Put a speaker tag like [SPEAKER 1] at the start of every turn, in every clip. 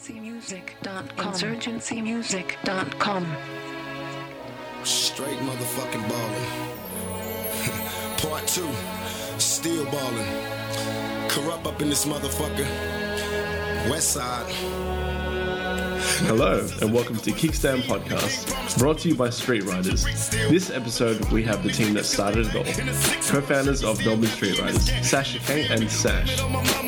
[SPEAKER 1] Insurgencymusic.com. Insurgencymusic.com.
[SPEAKER 2] Straight motherfucking ballin'. Part two, still ballin'. Corrupt up in this motherfucker. West side.
[SPEAKER 3] Hello, and welcome to Kickstand Podcast, brought to you by Street Riders. This episode, we have the team that started it all, co founders of Melbourne Street Riders, Sasha K and Sash.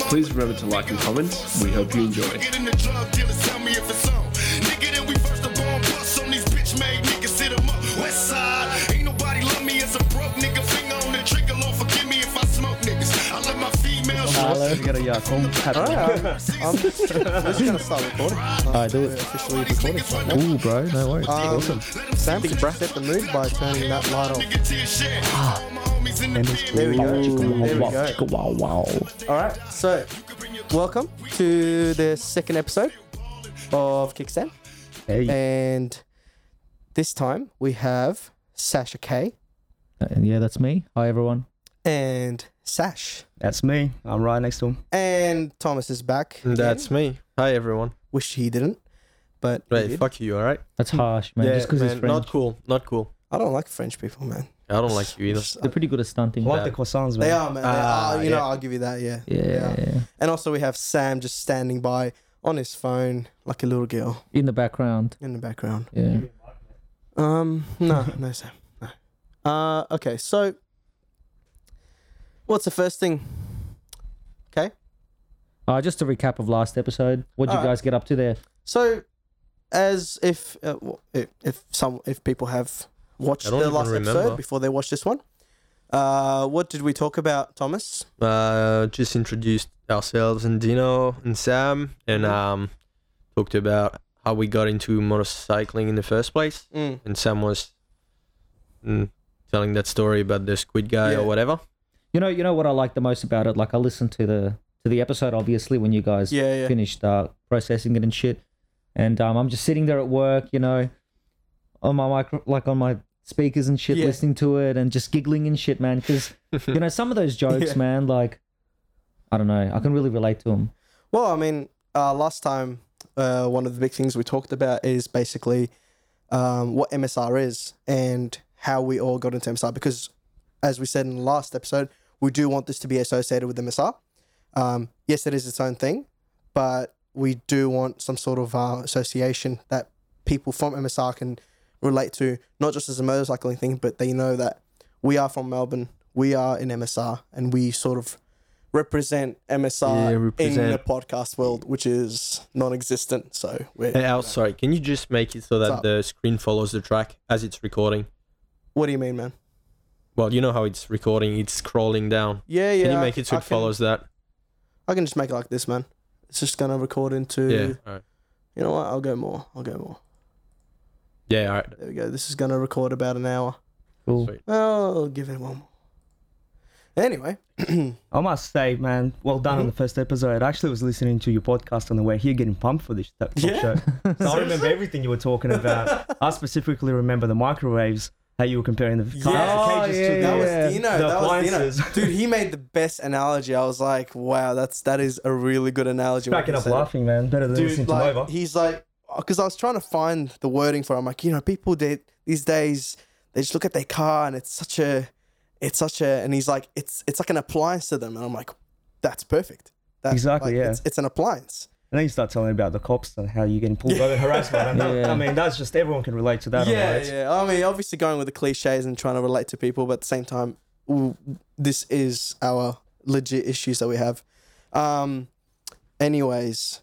[SPEAKER 3] Please remember to like and comment. We hope you enjoy.
[SPEAKER 2] Get in the drug dealers, tell me if it's on. Nigga, then we first of all bust on these bitch made niggas, hit 'em up. West side, ain't nobody love me as a broke nigga. Finger on the trigger, Lord forgive me if I smoke niggas. I let my female
[SPEAKER 4] Hello. We got a yuck.
[SPEAKER 5] I'm just, just gonna start recording.
[SPEAKER 4] Alright, do
[SPEAKER 5] We're
[SPEAKER 4] it.
[SPEAKER 5] officially recording right now.
[SPEAKER 4] Ooh, bro, no worries.
[SPEAKER 5] Um,
[SPEAKER 4] awesome.
[SPEAKER 5] Sam could set the mood by turning that light off.
[SPEAKER 2] nigga to your shit. All my homies in the bed.
[SPEAKER 5] There we go. There we go.
[SPEAKER 4] Wow, wow.
[SPEAKER 5] All right. So, welcome to the second episode of Kickstand,
[SPEAKER 4] Hey.
[SPEAKER 5] and this time we have Sasha K
[SPEAKER 4] And yeah, that's me. Hi, everyone.
[SPEAKER 5] and Sash,
[SPEAKER 6] That's me. I'm right next to him.
[SPEAKER 5] and Thomas is back.
[SPEAKER 7] That's me. Hi everyone.
[SPEAKER 5] Wish he didn't, but he
[SPEAKER 7] Wait,
[SPEAKER 5] did.
[SPEAKER 7] fuck you. All right.
[SPEAKER 4] That's harsh, man. Just 'cause Just because he's
[SPEAKER 7] man, not
[SPEAKER 4] French.
[SPEAKER 7] cool. Not cool.
[SPEAKER 5] I don't like French people, man. uh,
[SPEAKER 7] I don't like you either.
[SPEAKER 4] They're pretty good at stunting.
[SPEAKER 6] I like the croissants, man.
[SPEAKER 5] They are, man. They
[SPEAKER 7] Ah,
[SPEAKER 5] are. You know,
[SPEAKER 7] yeah.
[SPEAKER 5] I'll give you that. Yeah.
[SPEAKER 4] Yeah,
[SPEAKER 5] They are.
[SPEAKER 4] yeah.
[SPEAKER 5] And also, we have Sam just standing by on his phone like a little girl
[SPEAKER 4] In the background.
[SPEAKER 5] in the background.
[SPEAKER 4] Yeah.
[SPEAKER 5] Um, no, no, Sam. No. Uh, okay, so what's the first thing? Okay,
[SPEAKER 4] Uh, just a recap of last episode. What would you
[SPEAKER 5] Alright.
[SPEAKER 4] guys get up to there?
[SPEAKER 5] so as if uh, w- if if some if people have watched
[SPEAKER 7] I
[SPEAKER 5] the
[SPEAKER 7] don't even
[SPEAKER 5] last
[SPEAKER 7] remember.
[SPEAKER 5] episode before they watch this one, uh, what did we talk about, Thomas?
[SPEAKER 7] Uh, just introduced ourselves and Dino and Sam and um talked about how we got into motorcycling in the first place.
[SPEAKER 5] Mm.
[SPEAKER 7] And Sam was mm, telling that story about the squid guy
[SPEAKER 5] Yeah.
[SPEAKER 7] or whatever.
[SPEAKER 4] You know, you know what I like the most about it. Like I listened to the to the episode, obviously, when you guys
[SPEAKER 5] Yeah, yeah.
[SPEAKER 4] finished uh, processing it and shit. And um, I'm just sitting there at work, you know, on my micro, like on my speakers and shit,
[SPEAKER 5] Yeah.
[SPEAKER 4] listening to it and just giggling and shit, man. Because you know some of those jokes,
[SPEAKER 5] Yeah.
[SPEAKER 4] man. Like I don't know, I can really relate to them.
[SPEAKER 5] Well, I mean, uh, last time, uh, one of the big things we talked about is basically um, what MSR is and how we all got into MSR. Because, as we said in the last episode, we do want this to be associated with MSR. Um, yes, it is its own thing, but we do want some sort of uh, association that people from MSR can relate to, not just as a motorcycling thing, but they know that we are from Melbourne, we are in MSR, and we sort of represent MSR
[SPEAKER 7] Yeah,
[SPEAKER 5] in the
[SPEAKER 7] represent.
[SPEAKER 5] podcast world, which is non-existent. So we're,
[SPEAKER 7] Hey, Al, sorry. Can you just make it so that
[SPEAKER 5] up?
[SPEAKER 7] the screen follows the track as it's recording?
[SPEAKER 5] what do you mean, man?
[SPEAKER 7] Well, you know how it's recording. It's scrolling down.
[SPEAKER 5] Yeah, yeah.
[SPEAKER 7] Can you make it so
[SPEAKER 5] I
[SPEAKER 7] it follows that?
[SPEAKER 5] Can, I can just make it like this, man. It's just gonna record into.
[SPEAKER 7] Yeah. All right.
[SPEAKER 5] You know what? I'll go more. I'll go more.
[SPEAKER 7] Yeah. All right.
[SPEAKER 5] There we go. This is gonna record about an hour.
[SPEAKER 4] Cool.
[SPEAKER 7] Sweet.
[SPEAKER 5] Well, I'll give it one more. Anyway,
[SPEAKER 6] I must say, man, well done on the first episode. I actually was listening to your podcast on the way here, getting pumped for this t- talk
[SPEAKER 5] Yeah?
[SPEAKER 6] show. So I remember everything you were talking about. I specifically remember the microwaves, how you were comparing the
[SPEAKER 5] Yeah.
[SPEAKER 6] classifications
[SPEAKER 4] Oh,
[SPEAKER 6] to the,
[SPEAKER 5] that
[SPEAKER 4] Yeah.
[SPEAKER 5] was Dino.
[SPEAKER 6] the
[SPEAKER 5] that was Dino.
[SPEAKER 6] appliances.
[SPEAKER 5] Dude, he made the best analogy. I was like, wow, that's that is a really good analogy. when
[SPEAKER 6] cracking
[SPEAKER 5] he
[SPEAKER 6] up
[SPEAKER 5] said it.
[SPEAKER 6] laughing, man. Better than listening
[SPEAKER 5] Dude,
[SPEAKER 6] to
[SPEAKER 5] like,
[SPEAKER 6] Nova.
[SPEAKER 5] he's like, because I was trying to find the wording for it. I'm like, you know, people did these days, they just look at their car and it's such a, it's such a, and he's like, it's it's like an appliance to them. And I'm like, that's perfect. That,
[SPEAKER 6] Exactly,
[SPEAKER 5] like,
[SPEAKER 6] yeah.
[SPEAKER 5] It's, it's an appliance.
[SPEAKER 6] And then you start telling about the cops and how you're getting pulled over, harassment. And that-
[SPEAKER 4] Yeah.
[SPEAKER 6] I mean, that's just everyone can relate to that. on the
[SPEAKER 5] Yeah,
[SPEAKER 6] roads.
[SPEAKER 5] yeah. I mean, obviously going with the cliches and trying to relate to people, but at the same time, w- this is our legit issues that we have. Um, anyways,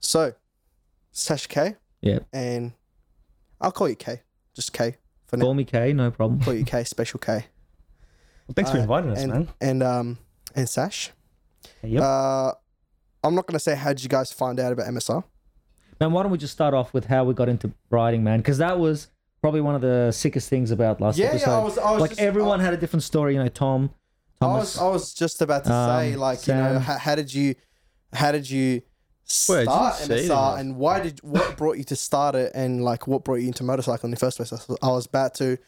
[SPEAKER 5] so Sash K.
[SPEAKER 4] Yeah.
[SPEAKER 5] And I'll call you K. Just K.
[SPEAKER 4] Call me K, no problem.
[SPEAKER 5] Call you K. Special K.
[SPEAKER 6] Well, thanks for
[SPEAKER 5] Uh,
[SPEAKER 6] inviting us,
[SPEAKER 5] and,
[SPEAKER 6] man.
[SPEAKER 5] And um and Sash.
[SPEAKER 6] Yep.
[SPEAKER 5] Uh, I'm not gonna say how did you guys find out about MSR.
[SPEAKER 4] Man, why don't we just start off with how we got into riding, man? Because that was probably one of the sickest things about last
[SPEAKER 5] Yeah, yeah, I
[SPEAKER 4] episode.
[SPEAKER 5] was- I was
[SPEAKER 4] like
[SPEAKER 5] just-
[SPEAKER 4] everyone had a different story, you know. Tom,
[SPEAKER 5] I
[SPEAKER 4] Thomas.
[SPEAKER 5] was I was just about to say
[SPEAKER 4] Um,
[SPEAKER 5] like you know
[SPEAKER 4] Sam.
[SPEAKER 5] how, how did you how did you
[SPEAKER 7] Wait, I didn't
[SPEAKER 5] start
[SPEAKER 7] say
[SPEAKER 5] MSR
[SPEAKER 7] that.
[SPEAKER 5] and why did what brought you to start it and like what brought you into motorcycle in the first place? I was- I was about to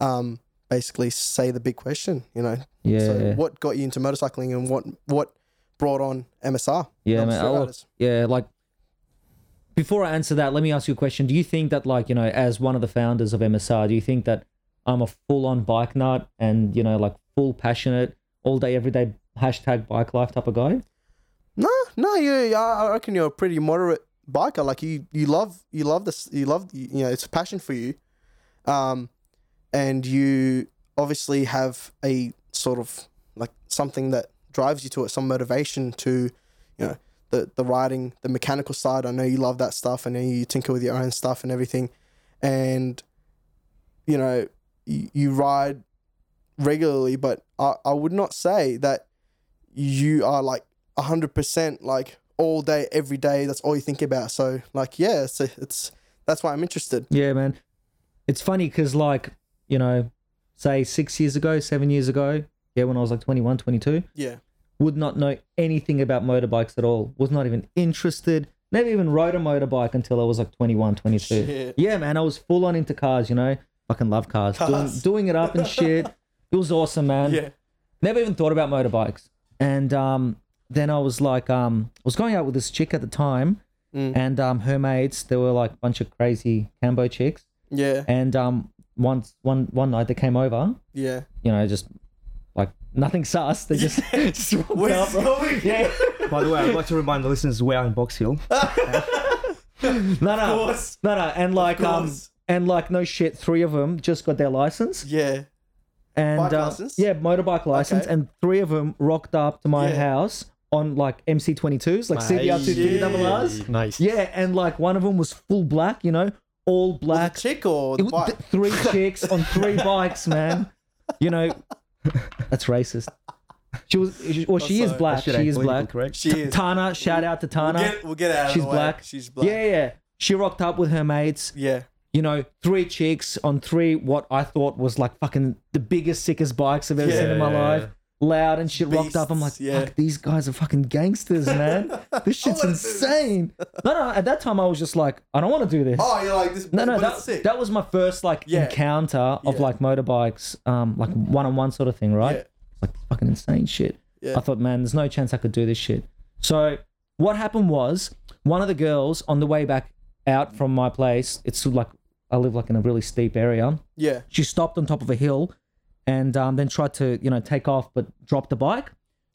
[SPEAKER 5] um basically say the big question, you know.
[SPEAKER 4] yeah.
[SPEAKER 5] So what got you into motorcycling and what what brought on MSR?
[SPEAKER 4] Yeah,
[SPEAKER 5] Not
[SPEAKER 4] man.
[SPEAKER 5] Street
[SPEAKER 4] I wa-
[SPEAKER 5] Riders.
[SPEAKER 4] yeah, like before I answer that, let me ask you a question. Do you think that, like, you know, as one of the founders of MSR, do you think that I'm a full-on bike nut and you know, like, full passionate, all day, every day, hashtag bike life type of guy?
[SPEAKER 5] No, no, you. I I reckon you're a pretty moderate biker. Like you, you love, you love this. You love, you know, it's a passion for you, um, and you obviously have a sort of like something that drives you to it, some motivation to, you know, the the riding, the mechanical side. I know you love that stuff. I know you tinker with your own stuff and everything, and you know, you, you ride regularly. But I, I would not say that you are like hundred percent like all day, every day. That's all you think about. So like, yeah, it's it's that's why I'm interested.
[SPEAKER 4] Yeah, man. It's funny because, like, you know, say six years ago, seven years ago, yeah, when I was like 21, 22,
[SPEAKER 5] Yeah,
[SPEAKER 4] would not know anything about motorbikes at all. Was not even interested. Never even rode a motorbike until I was like 21, 22.
[SPEAKER 5] Shit.
[SPEAKER 4] Yeah, man, I was full on into cars, you know. Fucking love cars. Doing, doing it up and shit. It was awesome, man.
[SPEAKER 5] Yeah.
[SPEAKER 4] Never even thought about motorbikes. And um, then I was like, um, I was going out with this chick at the time,
[SPEAKER 5] Mm.
[SPEAKER 4] and um, her mates, they were like a bunch of crazy Cambo chicks.
[SPEAKER 5] yeah,
[SPEAKER 4] And um, once one one night they came over,
[SPEAKER 5] yeah.
[SPEAKER 4] you know, just like nothing sus. They just, just walked up. Yeah.
[SPEAKER 6] By the way, I'd like to remind the listeners we are in Box Hill.
[SPEAKER 4] No, no, no, no, and like, um,
[SPEAKER 5] course.
[SPEAKER 4] and like, no shit. Three of them just got their license,
[SPEAKER 5] Yeah.
[SPEAKER 4] and
[SPEAKER 5] Bike
[SPEAKER 4] uh,
[SPEAKER 5] license?
[SPEAKER 4] yeah, motorbike license,
[SPEAKER 5] Okay.
[SPEAKER 4] and three of them rocked up to my
[SPEAKER 5] Yeah.
[SPEAKER 4] house on like MC twenty twos, like CBR two three double R's.
[SPEAKER 7] Nice.
[SPEAKER 4] Yeah, and like one of them was full black, you know, all
[SPEAKER 5] The
[SPEAKER 4] black.
[SPEAKER 5] chick or
[SPEAKER 4] It
[SPEAKER 5] the
[SPEAKER 4] was
[SPEAKER 5] bike?
[SPEAKER 4] th- three chicks on three bikes, man. You know, that's racist. She was, she- well, she is
[SPEAKER 5] sorry.
[SPEAKER 4] black. She
[SPEAKER 6] Shit ain't
[SPEAKER 4] is
[SPEAKER 6] political,
[SPEAKER 4] black.
[SPEAKER 6] correct?
[SPEAKER 5] She is.
[SPEAKER 4] Tana, shout out to
[SPEAKER 5] We'll
[SPEAKER 4] Tana.
[SPEAKER 5] get, we'll get out of
[SPEAKER 4] She's
[SPEAKER 5] the way.
[SPEAKER 4] black.
[SPEAKER 5] She's black.
[SPEAKER 4] Yeah, yeah. She rocked up with her mates.
[SPEAKER 5] Yeah.
[SPEAKER 4] You know, three chicks on three what I thought was like fucking the biggest, sickest bikes I've ever
[SPEAKER 5] Yeah.
[SPEAKER 4] seen in my life. Loud and shit rocked up. I'm like,
[SPEAKER 5] Beasts, yeah.
[SPEAKER 4] fuck, these guys are fucking gangsters, man. this shit's insane. No, no, at that time I was just like, I don't want to do this.
[SPEAKER 5] Oh, you're like this.
[SPEAKER 4] No, no,
[SPEAKER 5] but it's
[SPEAKER 4] that,
[SPEAKER 5] sick.
[SPEAKER 4] that was my first like
[SPEAKER 5] Yeah.
[SPEAKER 4] encounter of
[SPEAKER 5] Yeah.
[SPEAKER 4] like motorbikes, um, like one on one sort of thing, right?
[SPEAKER 5] Yeah.
[SPEAKER 4] Like fucking insane shit.
[SPEAKER 5] Yeah.
[SPEAKER 4] I thought, man, there's no chance I could do this shit. So what happened was one of the girls on the way back out from my place, it's like I live like in a really steep area.
[SPEAKER 5] yeah.
[SPEAKER 4] She stopped on top of a hill and um, then tried to, you know, take off but dropped the bike.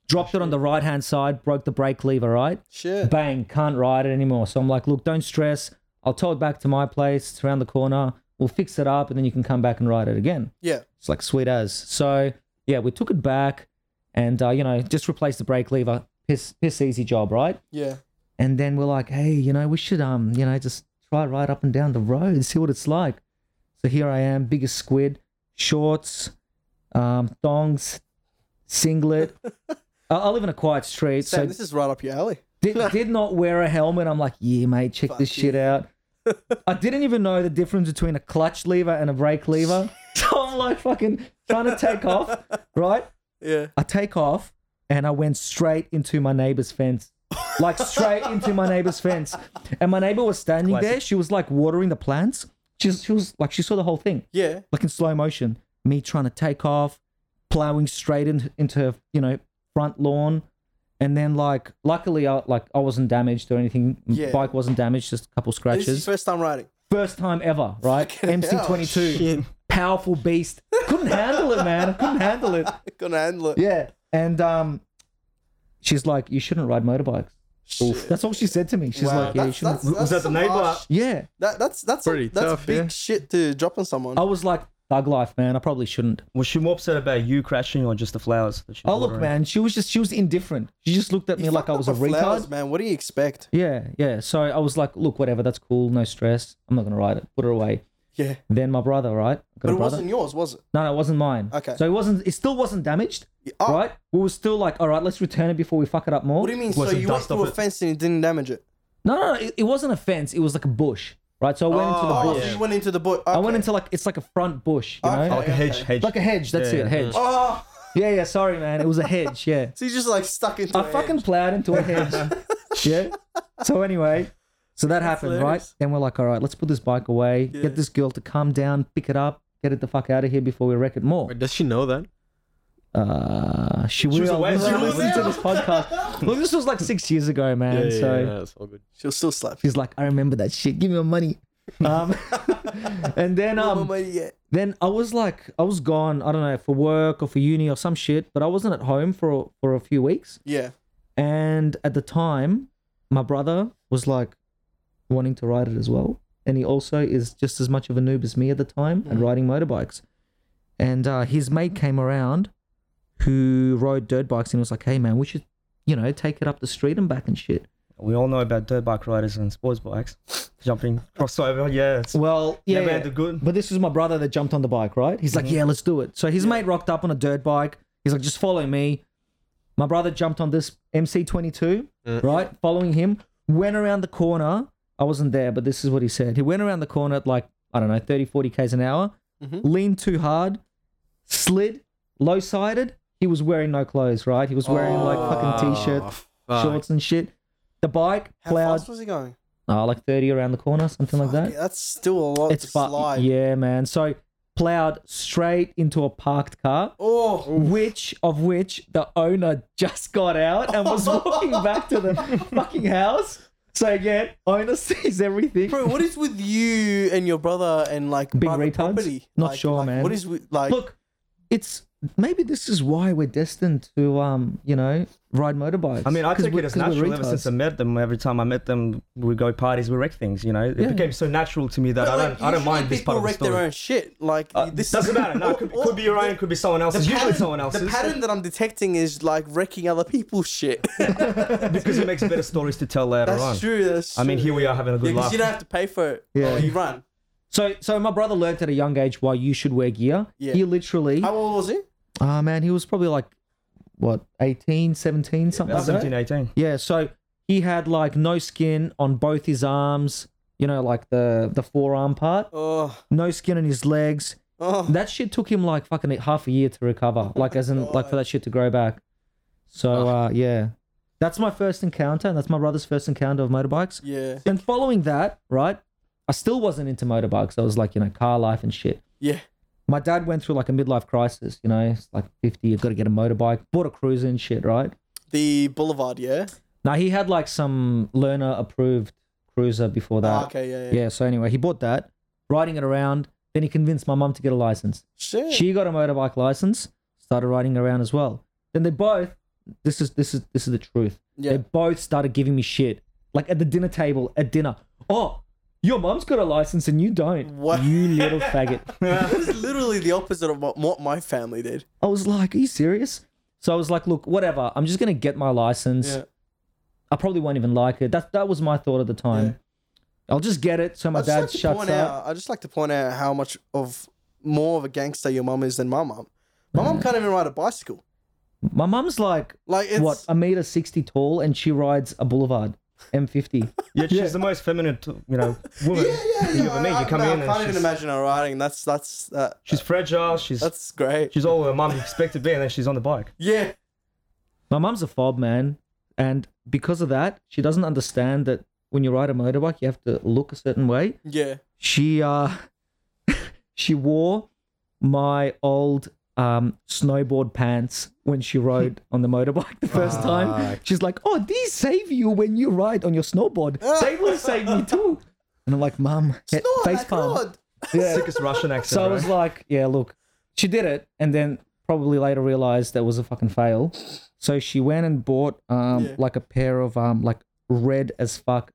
[SPEAKER 4] Dropped it on the right hand side, broke the brake lever, right?
[SPEAKER 5] Shit.
[SPEAKER 4] bang, can't ride it anymore. So I'm like, look, don't stress. I'll tow it back to my place. It's around the corner. We'll fix it up and then you can come back and ride it again.
[SPEAKER 5] Yeah.
[SPEAKER 4] It's like sweet as. So yeah, we took it back and, uh, you know, just replaced the brake lever. Piss, piss easy job, right?
[SPEAKER 5] Yeah.
[SPEAKER 4] And then we're like, hey, you know, we should, um, you know, just try right up and down the road, see what it's like. So here I am, biggest squid, shorts, um, thongs, singlet. I, I live in a quiet street,
[SPEAKER 5] Sam,
[SPEAKER 4] so
[SPEAKER 5] this is right up your alley.
[SPEAKER 4] did, did not wear a helmet. I'm like, yeah, mate, check this shit out. I didn't even know the difference between a clutch lever and a brake lever. So I'm like fucking trying to take off, right?
[SPEAKER 5] Yeah.
[SPEAKER 4] I take off and I went straight into my neighbor's fence. Like straight into my neighbor's fence. And my neighbor was standing there. She was like watering the plants. She's, she was like, she saw the whole thing
[SPEAKER 5] Yeah.
[SPEAKER 4] like in slow motion. Me trying to take off, plowing straight in, into her, you know front lawn, and then like luckily I like I wasn't damaged or anything.
[SPEAKER 5] Yeah.
[SPEAKER 4] Bike wasn't damaged, just a couple
[SPEAKER 5] This is
[SPEAKER 4] scratches.
[SPEAKER 5] your first time riding.
[SPEAKER 4] First time ever, right?
[SPEAKER 5] Fucking hell.
[SPEAKER 4] MC22, powerful beast. Couldn't handle it, man. I couldn't handle it.
[SPEAKER 5] Gonna handle it.
[SPEAKER 4] Yeah, and um, she's like, you shouldn't ride motorbikes. That's all she said to me. She's
[SPEAKER 5] Wow,
[SPEAKER 4] like, yeah, you
[SPEAKER 5] that's,
[SPEAKER 4] shouldn't.
[SPEAKER 5] that's, that's
[SPEAKER 6] Was that the
[SPEAKER 5] some
[SPEAKER 6] neighbor?
[SPEAKER 5] harsh-
[SPEAKER 4] yeah,
[SPEAKER 5] That, that's that's
[SPEAKER 7] Pretty
[SPEAKER 5] that's
[SPEAKER 7] tough,
[SPEAKER 5] big
[SPEAKER 7] yeah.
[SPEAKER 5] shit to drop on someone.
[SPEAKER 4] I was like, thug life, man. I probably shouldn't.
[SPEAKER 6] Was she more upset about you crashing or just the flowers? That she
[SPEAKER 4] Oh look, man, she was just she was indifferent. She just looked at me
[SPEAKER 5] You
[SPEAKER 4] like I
[SPEAKER 5] fucked
[SPEAKER 4] was a
[SPEAKER 5] up with
[SPEAKER 4] retard.
[SPEAKER 5] flowers, man. What do you expect?
[SPEAKER 4] Yeah, yeah. So I was like, look, whatever, that's cool, no stress. I'm not gonna write it. Put it away.
[SPEAKER 5] Yeah,
[SPEAKER 4] Then my brother, right? I Got
[SPEAKER 5] but
[SPEAKER 4] a
[SPEAKER 5] it
[SPEAKER 4] brother.
[SPEAKER 5] wasn't yours, was it?
[SPEAKER 4] no, no, it wasn't mine.
[SPEAKER 5] Okay.
[SPEAKER 4] So it wasn't. It still wasn't damaged,
[SPEAKER 5] Oh,
[SPEAKER 4] right? We were still like, all right, let's return it before we fuck it up more.
[SPEAKER 5] What do you mean? So
[SPEAKER 6] Wasn't
[SPEAKER 5] you went
[SPEAKER 6] dust off
[SPEAKER 5] through a
[SPEAKER 6] it.
[SPEAKER 5] fence and it didn't damage it?
[SPEAKER 4] No, no, no it, it wasn't a fence. It was like a bush, right? So I went into the
[SPEAKER 5] Oh,
[SPEAKER 4] bush.
[SPEAKER 5] so you went into the bush.
[SPEAKER 4] I went into like it's like a front bush, you
[SPEAKER 5] Okay.
[SPEAKER 4] know,
[SPEAKER 6] Like a hedge, hedge.
[SPEAKER 4] like a hedge. That's
[SPEAKER 6] Yeah,
[SPEAKER 4] it,
[SPEAKER 6] yeah.
[SPEAKER 4] hedge.
[SPEAKER 5] Oh,
[SPEAKER 4] Yeah, yeah. Sorry, man. It was a hedge. Yeah.
[SPEAKER 5] so you just like stuck into.
[SPEAKER 4] I
[SPEAKER 5] it.
[SPEAKER 4] fucking plowed into a hedge. yeah. So anyway, so that happened, right?
[SPEAKER 5] hilarious.
[SPEAKER 4] Then we're like, all right, let's put this bike away, get this girl to come down, pick it up, get it the fuck out of here before we wreck it more.
[SPEAKER 7] Wait, does she know that?
[SPEAKER 4] uh, she,
[SPEAKER 6] was
[SPEAKER 4] will
[SPEAKER 6] away,
[SPEAKER 4] listen,
[SPEAKER 6] right?
[SPEAKER 4] listen to this podcast. Look, this was like six years ago, man. so
[SPEAKER 7] it's all good.
[SPEAKER 5] She'll still slap you.
[SPEAKER 4] she's like, I remember that shit. Give me my money. Um, and then um,
[SPEAKER 5] Mama, yeah.
[SPEAKER 4] then I was like, I was gone. I don't know for work or for uni or some shit, but I wasn't at home for a- for a few weeks.
[SPEAKER 5] yeah.
[SPEAKER 4] And at the time, my brother was like wanting to ride it as well, and he also is just as much of a noob as me at the time at riding motorbikes. And uh, his mate came around, who rode dirt bikes, and was like, "Hey man, we should, you know, take it up the street and back and shit."
[SPEAKER 6] We all know about dirt bike riders and sports bikes. Jumping crossover, yeah. It's,
[SPEAKER 4] Well, yeah,
[SPEAKER 6] Never
[SPEAKER 4] yeah.
[SPEAKER 6] had the good.
[SPEAKER 4] But this was my brother that jumped on the bike, right? He's like, yeah, let's do it. So his mate rocked up on a dirt bike. He's like, just follow me. My brother jumped on this MC22, right? Following him, went around the corner. I wasn't there, but this is what he said. He went around the corner at like, I don't know, 30, 40 Ks an hour, leaned too hard, slid, low sided. He was wearing no clothes, right? He was wearing like fucking t shirt,
[SPEAKER 7] fuck.
[SPEAKER 4] shorts, and shit. The bike
[SPEAKER 5] How
[SPEAKER 4] plowed,
[SPEAKER 5] fast was he going?
[SPEAKER 4] oh, like 30 around the corner, something like that
[SPEAKER 5] Okay, that's still a lot
[SPEAKER 4] it's
[SPEAKER 5] to
[SPEAKER 4] fu-
[SPEAKER 5] slide.
[SPEAKER 4] Yeah, man. So plowed straight into a parked car,
[SPEAKER 5] Oh,
[SPEAKER 4] which of which the owner just got out and was walking back to the fucking house. So again, owner sees everything.
[SPEAKER 5] bro, what is with you and your brother and like
[SPEAKER 4] Big
[SPEAKER 5] private
[SPEAKER 4] retards?
[SPEAKER 5] property?
[SPEAKER 4] Not
[SPEAKER 5] Like-
[SPEAKER 4] sure,
[SPEAKER 5] like,
[SPEAKER 4] man.
[SPEAKER 5] What is with like?
[SPEAKER 4] Look, it's maybe this is why we're destined to um, you know, ride motorbikes.
[SPEAKER 6] I mean, I
[SPEAKER 4] 'Cause
[SPEAKER 6] took
[SPEAKER 4] we're-
[SPEAKER 6] it as
[SPEAKER 4] 'cause we're
[SPEAKER 6] natural ever
[SPEAKER 4] retards.
[SPEAKER 6] since I met them. Every time I met them, we go parties, we wreck things. You know, it
[SPEAKER 4] Yeah.
[SPEAKER 6] became so natural to me that I don't,
[SPEAKER 5] like,
[SPEAKER 6] I don't
[SPEAKER 5] usually
[SPEAKER 6] mind this part
[SPEAKER 5] people
[SPEAKER 6] of the
[SPEAKER 5] wreck their
[SPEAKER 6] story.
[SPEAKER 5] own shit. Like
[SPEAKER 6] Uh,
[SPEAKER 5] this
[SPEAKER 6] doesn't
[SPEAKER 5] is-
[SPEAKER 6] matter. No, it could,
[SPEAKER 5] or-
[SPEAKER 6] could be your own, could be someone else's. Usually someone else's.
[SPEAKER 5] The pattern that I'm detecting is like wrecking other people's shit.
[SPEAKER 6] because it makes better stories to tell later on.
[SPEAKER 5] that's true. That's
[SPEAKER 6] I mean,
[SPEAKER 5] true.
[SPEAKER 6] here we are having a good
[SPEAKER 5] Yeah, because
[SPEAKER 6] laugh.
[SPEAKER 5] you don't have to pay for it.
[SPEAKER 4] Yeah.
[SPEAKER 5] Oh, you run.
[SPEAKER 4] So so my brother learned at a young age why you should wear gear.
[SPEAKER 5] Yeah.
[SPEAKER 4] He literally
[SPEAKER 5] How old was he?
[SPEAKER 4] Ah man, he was probably like what, 18, 17, something like that.
[SPEAKER 6] 17, 18.
[SPEAKER 4] Yeah, so he had like no skin on both his arms, you know, like the the forearm part,
[SPEAKER 5] Oh,
[SPEAKER 4] no skin on his legs.
[SPEAKER 5] oh.
[SPEAKER 4] That shit took him like fucking half a year to recover, like as in like for that shit to grow back. So uh, yeah, that's my first encounter, and that's my brother's first encounter of motorbikes.
[SPEAKER 5] Yeah.
[SPEAKER 4] And following that, right, I still wasn't into motorbikes. I was like, you know, car life and shit.
[SPEAKER 5] Yeah.
[SPEAKER 4] My dad went through like a midlife crisis, you know, it's like 50, you've got to get a motorbike, bought a cruiser and shit, right?
[SPEAKER 5] The boulevard. Yeah.
[SPEAKER 4] Now he had like some learner approved cruiser before that.
[SPEAKER 5] Ah, okay. Yeah. Yeah.
[SPEAKER 4] Yeah, so anyway, he bought that, riding it around. Then he convinced my mum to get a license.
[SPEAKER 5] Shit.
[SPEAKER 4] She got a motorbike license, started riding around as well. Then they both this is this is this is the truth.
[SPEAKER 5] Yeah.
[SPEAKER 4] They both started giving me shit. Like at the dinner table, at dinner. Oh, your mum's got a license and you don't.
[SPEAKER 5] What?
[SPEAKER 4] You little faggot.
[SPEAKER 5] It's literally the opposite of what, what my family did.
[SPEAKER 4] I was like, Are you serious? So I was like, look, whatever. I'm just gonna get my license.
[SPEAKER 5] Yeah.
[SPEAKER 4] I probably won't even like it. That that was my thought at the time. I'll just get it so my
[SPEAKER 5] I'd just
[SPEAKER 4] dad
[SPEAKER 5] like to
[SPEAKER 4] shuts
[SPEAKER 5] point
[SPEAKER 4] up.
[SPEAKER 5] out. I just like to point out how much of more of a gangster your mum is than my mum. My
[SPEAKER 6] Mm.
[SPEAKER 5] mum can't even ride a bicycle.
[SPEAKER 4] My mum's like
[SPEAKER 5] Like it's
[SPEAKER 4] what a meter sixty tall, and she rides a Boulevard M50.
[SPEAKER 6] Yeah, she's the most feminine, t- you know, woman
[SPEAKER 5] Yeah, yeah,
[SPEAKER 6] you
[SPEAKER 5] yeah.
[SPEAKER 6] ever meet.
[SPEAKER 5] I,
[SPEAKER 6] You come
[SPEAKER 5] I, no,
[SPEAKER 6] in
[SPEAKER 5] I
[SPEAKER 6] and
[SPEAKER 5] can't
[SPEAKER 6] she's,
[SPEAKER 5] even imagine her riding. That's that's that,
[SPEAKER 6] she's fragile. She's
[SPEAKER 5] that's great.
[SPEAKER 6] she's all her mum expected to be, and then she's on the bike.
[SPEAKER 5] Yeah.
[SPEAKER 4] My mum's a fob man, and because of that, she doesn't understand that when you ride a motorbike, you have to look a certain way.
[SPEAKER 5] Yeah.
[SPEAKER 4] She uh, she wore my old um snowboard pants when she rode on the motorbike the first time. She's like, "Oh, these save you when you ride on your snowboard. They will save me too." And I'm like, "Mum, get
[SPEAKER 5] No,
[SPEAKER 4] face
[SPEAKER 5] I
[SPEAKER 4] palm."
[SPEAKER 5] can't.
[SPEAKER 4] Yeah.
[SPEAKER 6] Sickest Russian accent.
[SPEAKER 4] So I was
[SPEAKER 6] right?
[SPEAKER 4] like, yeah, look, she did it, and then probably later realized that was a fucking fail. So she went and bought um
[SPEAKER 5] Yeah.
[SPEAKER 4] like a pair of um like red as fuck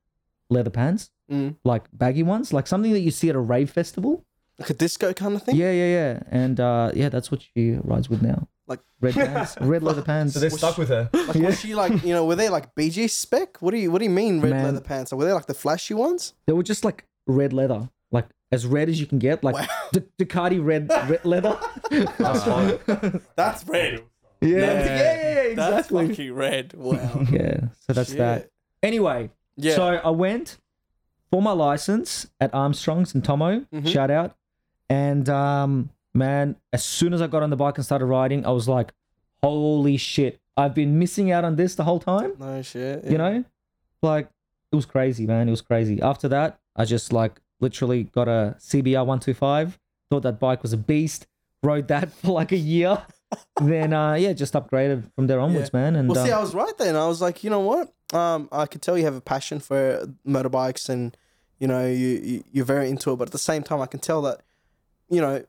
[SPEAKER 4] leather pants,
[SPEAKER 5] Mm.
[SPEAKER 4] like baggy ones, like something that you see at a rave festival.
[SPEAKER 5] Like a disco kind of thing.
[SPEAKER 4] Yeah, yeah, yeah, and uh yeah, that's what she rides with now.
[SPEAKER 5] Like-
[SPEAKER 4] red pants, red leather pants.
[SPEAKER 6] so they're stuck with her.
[SPEAKER 5] Like was she like you know were they like BG spec? What do you what do you mean red
[SPEAKER 4] Man.
[SPEAKER 5] leather pants? Were they like the flashy ones?
[SPEAKER 4] They were just like red leather, like as red as you can get, like D- Ducati red, red leather.
[SPEAKER 5] That's red.
[SPEAKER 4] yeah, yeah, yeah, yeah,
[SPEAKER 5] That's
[SPEAKER 4] exactly.
[SPEAKER 5] fucking red. Wow.
[SPEAKER 4] Yeah, so that's
[SPEAKER 5] Shit.
[SPEAKER 4] that. Anyway,
[SPEAKER 5] Yeah.
[SPEAKER 4] So I went for my license at Armstrong's and Tomo,
[SPEAKER 5] Mm-hmm.
[SPEAKER 4] shout out. And um, man, as soon as I got on the bike and started riding, I was like, holy shit, I've been missing out on this the whole time.
[SPEAKER 5] no shit.
[SPEAKER 4] You know, like it was crazy, man. It was crazy. After that, I just like literally got a CBR 125, thought that bike was a beast, rode that for like a year. then uh, yeah, just upgraded from there onwards, man. And
[SPEAKER 5] Well, see,
[SPEAKER 4] uh,
[SPEAKER 5] I was right then. I was like, you know what? Um, I could tell you have a passion for motorbikes, and you know, you, you you're very into it. But at the same time, I can tell that, you know,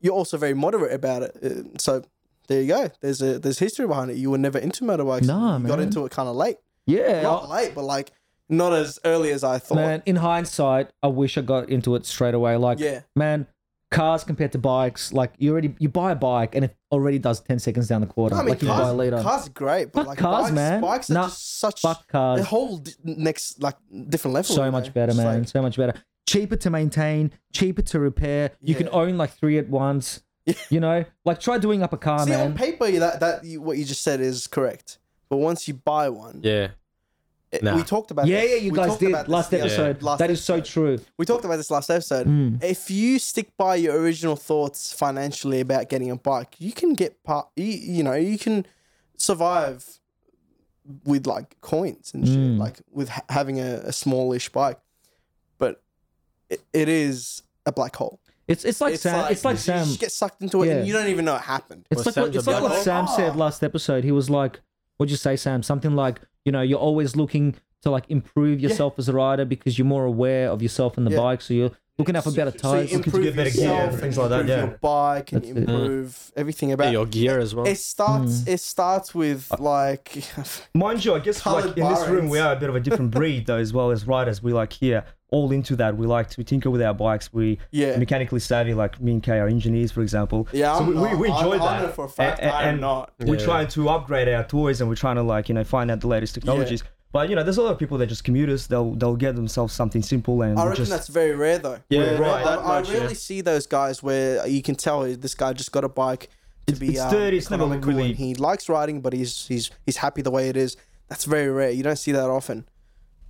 [SPEAKER 5] you're also very moderate about it. Uh, So there you go. There's a there's history behind it. You were never into motorbikes.
[SPEAKER 4] Nah,
[SPEAKER 5] you got
[SPEAKER 4] man.
[SPEAKER 5] into it kind of late.
[SPEAKER 4] yeah,
[SPEAKER 5] Not late, but like not as early as I thought.
[SPEAKER 4] man. In hindsight, I wish I got into it straight away. Like,
[SPEAKER 5] Yeah.
[SPEAKER 4] man, cars compared to bikes, like you already you buy a bike and it already does ten seconds down the quarter.
[SPEAKER 5] I mean,
[SPEAKER 4] like you buy
[SPEAKER 5] cars,
[SPEAKER 4] a liter.
[SPEAKER 5] cars are great, but
[SPEAKER 4] Fuck
[SPEAKER 5] like
[SPEAKER 4] cars,
[SPEAKER 5] bikes,
[SPEAKER 4] man.
[SPEAKER 5] bikes are
[SPEAKER 4] Nah,
[SPEAKER 5] just such
[SPEAKER 4] fuck cars.
[SPEAKER 5] a whole d- next like different level.
[SPEAKER 4] so
[SPEAKER 5] you
[SPEAKER 4] much
[SPEAKER 5] know?
[SPEAKER 4] better,
[SPEAKER 5] It's
[SPEAKER 4] man.
[SPEAKER 5] like-
[SPEAKER 4] so much better. Cheaper to maintain, cheaper to repair. You can
[SPEAKER 5] Yeah.
[SPEAKER 4] own like three at once. You know, like try doing up a car,
[SPEAKER 5] See,
[SPEAKER 4] man.
[SPEAKER 5] on paper, that that you, what you just said is correct, but once you buy one,
[SPEAKER 7] Yeah.
[SPEAKER 5] it-
[SPEAKER 7] nah.
[SPEAKER 5] we talked about
[SPEAKER 4] yeah,
[SPEAKER 5] this.
[SPEAKER 4] yeah, you
[SPEAKER 5] We
[SPEAKER 4] guys
[SPEAKER 5] talked
[SPEAKER 4] did
[SPEAKER 5] about this
[SPEAKER 4] last
[SPEAKER 5] the other-
[SPEAKER 4] episode.
[SPEAKER 5] last
[SPEAKER 4] that is so
[SPEAKER 5] episode.
[SPEAKER 4] true.
[SPEAKER 5] We talked about this last episode.
[SPEAKER 4] Hmm.
[SPEAKER 5] If you stick by your original thoughts financially about getting a bike, you can get part. You, you know, you can survive with like coins and shit,
[SPEAKER 4] Hmm.
[SPEAKER 5] like with ha- having a, a smallish bike. But it, it is a black hole.
[SPEAKER 4] It's it's like Sam. it's like
[SPEAKER 5] you
[SPEAKER 4] Sam.
[SPEAKER 5] just get sucked into it,
[SPEAKER 4] Yeah.
[SPEAKER 5] and you don't even know it happened.
[SPEAKER 4] It's like
[SPEAKER 7] Sam's
[SPEAKER 4] what, it's
[SPEAKER 7] a
[SPEAKER 4] like what
[SPEAKER 5] black
[SPEAKER 4] Sam
[SPEAKER 5] hole.
[SPEAKER 4] said last episode. He was like, "What'd you say, Sam? Something like, you know, you're always looking to like improve yourself as a rider because you're more aware of yourself and the
[SPEAKER 5] Yeah.
[SPEAKER 4] bike, so you're looking out for better
[SPEAKER 5] So you
[SPEAKER 4] tires. looking to
[SPEAKER 5] improve
[SPEAKER 6] get better gear,
[SPEAKER 5] yourself,
[SPEAKER 6] things
[SPEAKER 5] you
[SPEAKER 6] like that,
[SPEAKER 5] improve
[SPEAKER 6] yeah.
[SPEAKER 5] Your bike, and you
[SPEAKER 4] That's it. Hmm.
[SPEAKER 5] improve everything about
[SPEAKER 7] Yeah, your gear Uh, as well.
[SPEAKER 5] It starts. It starts with like
[SPEAKER 6] Mind you, I guess
[SPEAKER 5] Coloured
[SPEAKER 6] like in this room we
[SPEAKER 5] barons.
[SPEAKER 6] are a bit of a different breed though, as well as riders. We like here all into that. We like to tinker with our bikes. We
[SPEAKER 5] Yeah.
[SPEAKER 6] mechanically savvy. Like me and Kay are engineers, for example.
[SPEAKER 5] Yeah,
[SPEAKER 6] so
[SPEAKER 5] I'm
[SPEAKER 6] we, we,
[SPEAKER 5] not.
[SPEAKER 6] we enjoy
[SPEAKER 5] I- I
[SPEAKER 6] that.
[SPEAKER 5] know for a fact
[SPEAKER 6] A- a-
[SPEAKER 5] I am
[SPEAKER 6] and
[SPEAKER 5] not.
[SPEAKER 6] We're
[SPEAKER 7] Yeah.
[SPEAKER 6] trying to upgrade our toys, and we're trying to like you know find out the latest technologies. But you know, there's a lot of people that just commuters. They'll they'll get themselves something simple and
[SPEAKER 5] I reckon
[SPEAKER 6] just
[SPEAKER 5] that's very rare though.
[SPEAKER 7] Yeah,
[SPEAKER 5] Rare.
[SPEAKER 7] right,
[SPEAKER 5] I,
[SPEAKER 7] that
[SPEAKER 5] I
[SPEAKER 7] much, yeah.
[SPEAKER 5] rarely see those guys where you can tell this guy just got a bike to be
[SPEAKER 6] it's
[SPEAKER 5] um,
[SPEAKER 6] dirty, it's never
[SPEAKER 5] economical
[SPEAKER 6] really-
[SPEAKER 5] and He likes riding, but he's he's he's happy the way it is. That's very rare. You don't see that often.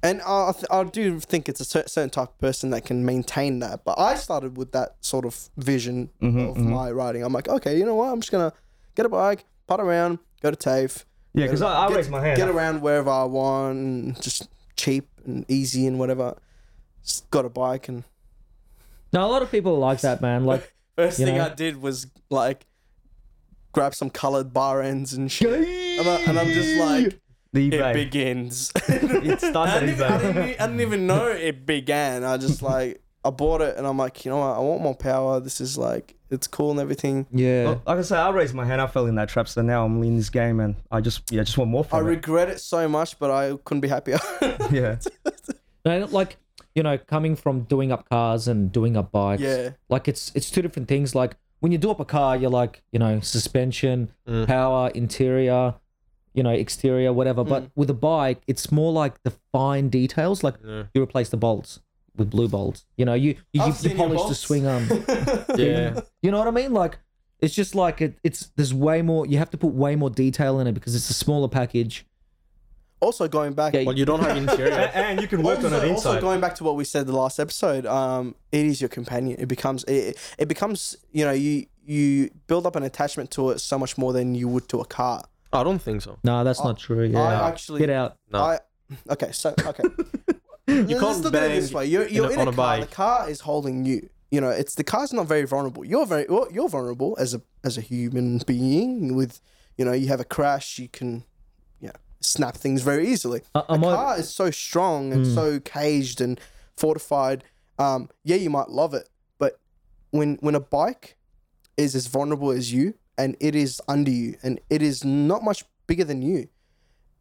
[SPEAKER 5] And I I th- I do think it's a cer- certain type of person that can maintain that. But I started with that sort of vision
[SPEAKER 6] Mm-hmm,
[SPEAKER 5] of my riding. I'm like, okay, you know what? I'm just gonna get a bike, putt around, go to TAFE.
[SPEAKER 6] Yeah, 'cause I- I
[SPEAKER 5] get-
[SPEAKER 6] raised my hand.
[SPEAKER 5] Get around wherever I want, and just cheap and easy and whatever. Just got a bike and
[SPEAKER 4] Now a lot of people are like that, man. Like,
[SPEAKER 5] First
[SPEAKER 4] You
[SPEAKER 5] thing
[SPEAKER 4] know?
[SPEAKER 5] I did was like grab some colored bar ends and shit, and, I, and I'm just like,
[SPEAKER 6] the
[SPEAKER 5] it
[SPEAKER 6] eBay.
[SPEAKER 5] begins.
[SPEAKER 6] It starts
[SPEAKER 5] I,
[SPEAKER 6] at
[SPEAKER 5] didn't, even- I,
[SPEAKER 6] eBay.
[SPEAKER 5] didn't, even- I didn't even know it began. I just like I bought it, and I'm like, you know what? I want more power. This is like it's cool and everything.
[SPEAKER 4] yeah,
[SPEAKER 6] Well, like I say, I raised my hand. I fell in that trap, so now I'm in this game, and I just yeah, just want more
[SPEAKER 5] I
[SPEAKER 6] from it.
[SPEAKER 5] regret it so much, but I couldn't be happier.
[SPEAKER 6] yeah,
[SPEAKER 4] No, like you know, coming from doing up cars and doing up bikes,
[SPEAKER 5] Yeah.
[SPEAKER 4] like it's it's two different things. Like when you do up a car, you're like you know suspension, power, interior, you know exterior, whatever.
[SPEAKER 5] Mm.
[SPEAKER 4] But with a bike, it's more like the fine details. Like you replace the bolts with blue bolts. You know, you you, you,
[SPEAKER 5] I've
[SPEAKER 4] you
[SPEAKER 5] seen your
[SPEAKER 4] polish the
[SPEAKER 5] bolts.
[SPEAKER 4] swing arm.
[SPEAKER 7] yeah.
[SPEAKER 4] You know what I mean? Like it's just like it, it's there's way more. You have to put way more detail in it because it's a smaller package.
[SPEAKER 5] also, going back,
[SPEAKER 4] Yeah,
[SPEAKER 7] Well, you don't have interior.
[SPEAKER 6] and, and you can work
[SPEAKER 5] also,
[SPEAKER 6] on it
[SPEAKER 5] also
[SPEAKER 6] inside.
[SPEAKER 5] going back to what we said the last episode, um, it is your companion. It becomes it, it becomes you know you you build up an attachment to it so much more than you would to a car.
[SPEAKER 7] I don't think so.
[SPEAKER 4] No, that's not true. Yeah,
[SPEAKER 5] I actually
[SPEAKER 4] get out.
[SPEAKER 7] No.
[SPEAKER 5] I okay so okay. you
[SPEAKER 7] can't
[SPEAKER 5] look at it this
[SPEAKER 7] bang
[SPEAKER 5] way. You're,
[SPEAKER 7] in
[SPEAKER 5] you're
[SPEAKER 7] a-
[SPEAKER 5] in, a,
[SPEAKER 7] on a
[SPEAKER 5] car. The
[SPEAKER 7] bike.
[SPEAKER 5] car is holding you. You know, it's the car's not very vulnerable. You're very well, you're vulnerable as a as a human being. With you know, you have a crash, you can you know, snap things very easily.
[SPEAKER 4] I- I'm
[SPEAKER 5] a
[SPEAKER 4] o-
[SPEAKER 5] car is so strong and so caged and fortified. Um, yeah, you might love it, but when when a bike is as vulnerable as you and it is under you and it is not much bigger than you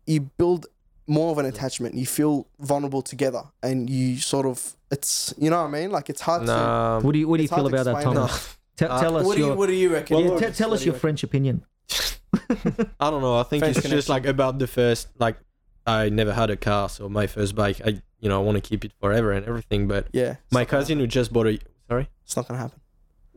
[SPEAKER 5] you build more of an attachment you feel vulnerable together and you sort of it's you know what i mean like it's hard to
[SPEAKER 7] Nah.
[SPEAKER 4] What do you What do you
[SPEAKER 5] It's
[SPEAKER 4] feel
[SPEAKER 5] hard to
[SPEAKER 4] about that,
[SPEAKER 5] explain. Uh,
[SPEAKER 4] Thomas? Te- tell us
[SPEAKER 5] what do,
[SPEAKER 4] your
[SPEAKER 5] you, what do you reckon
[SPEAKER 4] yeah, te- tell us your French opinion.
[SPEAKER 7] I don't know. I think
[SPEAKER 5] First
[SPEAKER 7] it's just
[SPEAKER 5] connection.
[SPEAKER 7] like about the first like I never had a car, so my first bike. I you know I want to keep it forever and everything. But
[SPEAKER 5] yeah
[SPEAKER 7] my cousin who just bought a sorry,
[SPEAKER 5] it's not gonna happen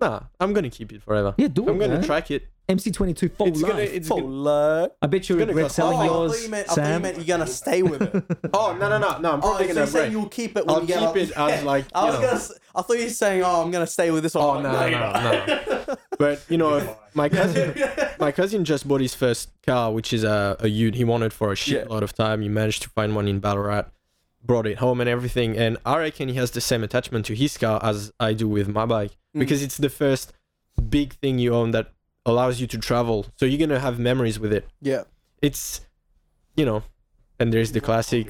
[SPEAKER 7] nah, I'm gonna keep it forever.
[SPEAKER 4] Yeah, do it,
[SPEAKER 7] I'm gonna
[SPEAKER 4] man.
[SPEAKER 7] track it.
[SPEAKER 4] MC22 full
[SPEAKER 7] It's
[SPEAKER 4] life.
[SPEAKER 7] gonna. It's gonna.
[SPEAKER 5] love
[SPEAKER 4] I bet you
[SPEAKER 7] gonna
[SPEAKER 4] regret
[SPEAKER 7] cost-
[SPEAKER 4] selling
[SPEAKER 5] Oh, I
[SPEAKER 4] yours,
[SPEAKER 5] thought you meant, I thought you
[SPEAKER 4] Sam.
[SPEAKER 5] meant you're gonna stay with it.
[SPEAKER 7] Oh no no no no!
[SPEAKER 5] oh,
[SPEAKER 7] I'm
[SPEAKER 5] so
[SPEAKER 7] probably
[SPEAKER 5] you're
[SPEAKER 7] gonna
[SPEAKER 5] saying
[SPEAKER 7] break.
[SPEAKER 5] you'll keep it. When
[SPEAKER 7] I'll
[SPEAKER 5] you get
[SPEAKER 7] keep
[SPEAKER 5] out.
[SPEAKER 7] it as like
[SPEAKER 5] I
[SPEAKER 7] you
[SPEAKER 5] was
[SPEAKER 7] know.
[SPEAKER 5] gonna. s- I thought you were saying, "Oh, I'm gonna stay with this one."
[SPEAKER 7] Oh
[SPEAKER 5] I'm
[SPEAKER 7] no
[SPEAKER 5] like,
[SPEAKER 7] no no! no. but you know, my cousin, my cousin just bought his first car, which is a a Ute. He wanted for a shitload of time. He managed to find one in Ballarat, brought it home and everything. And I reckon he has the same Mm. attachment to his car as I do with my bike because it's the first big thing you own that allows you to travel. So you're gonna have memories with it.
[SPEAKER 5] Yeah.
[SPEAKER 7] It's, you know, and there's the classic.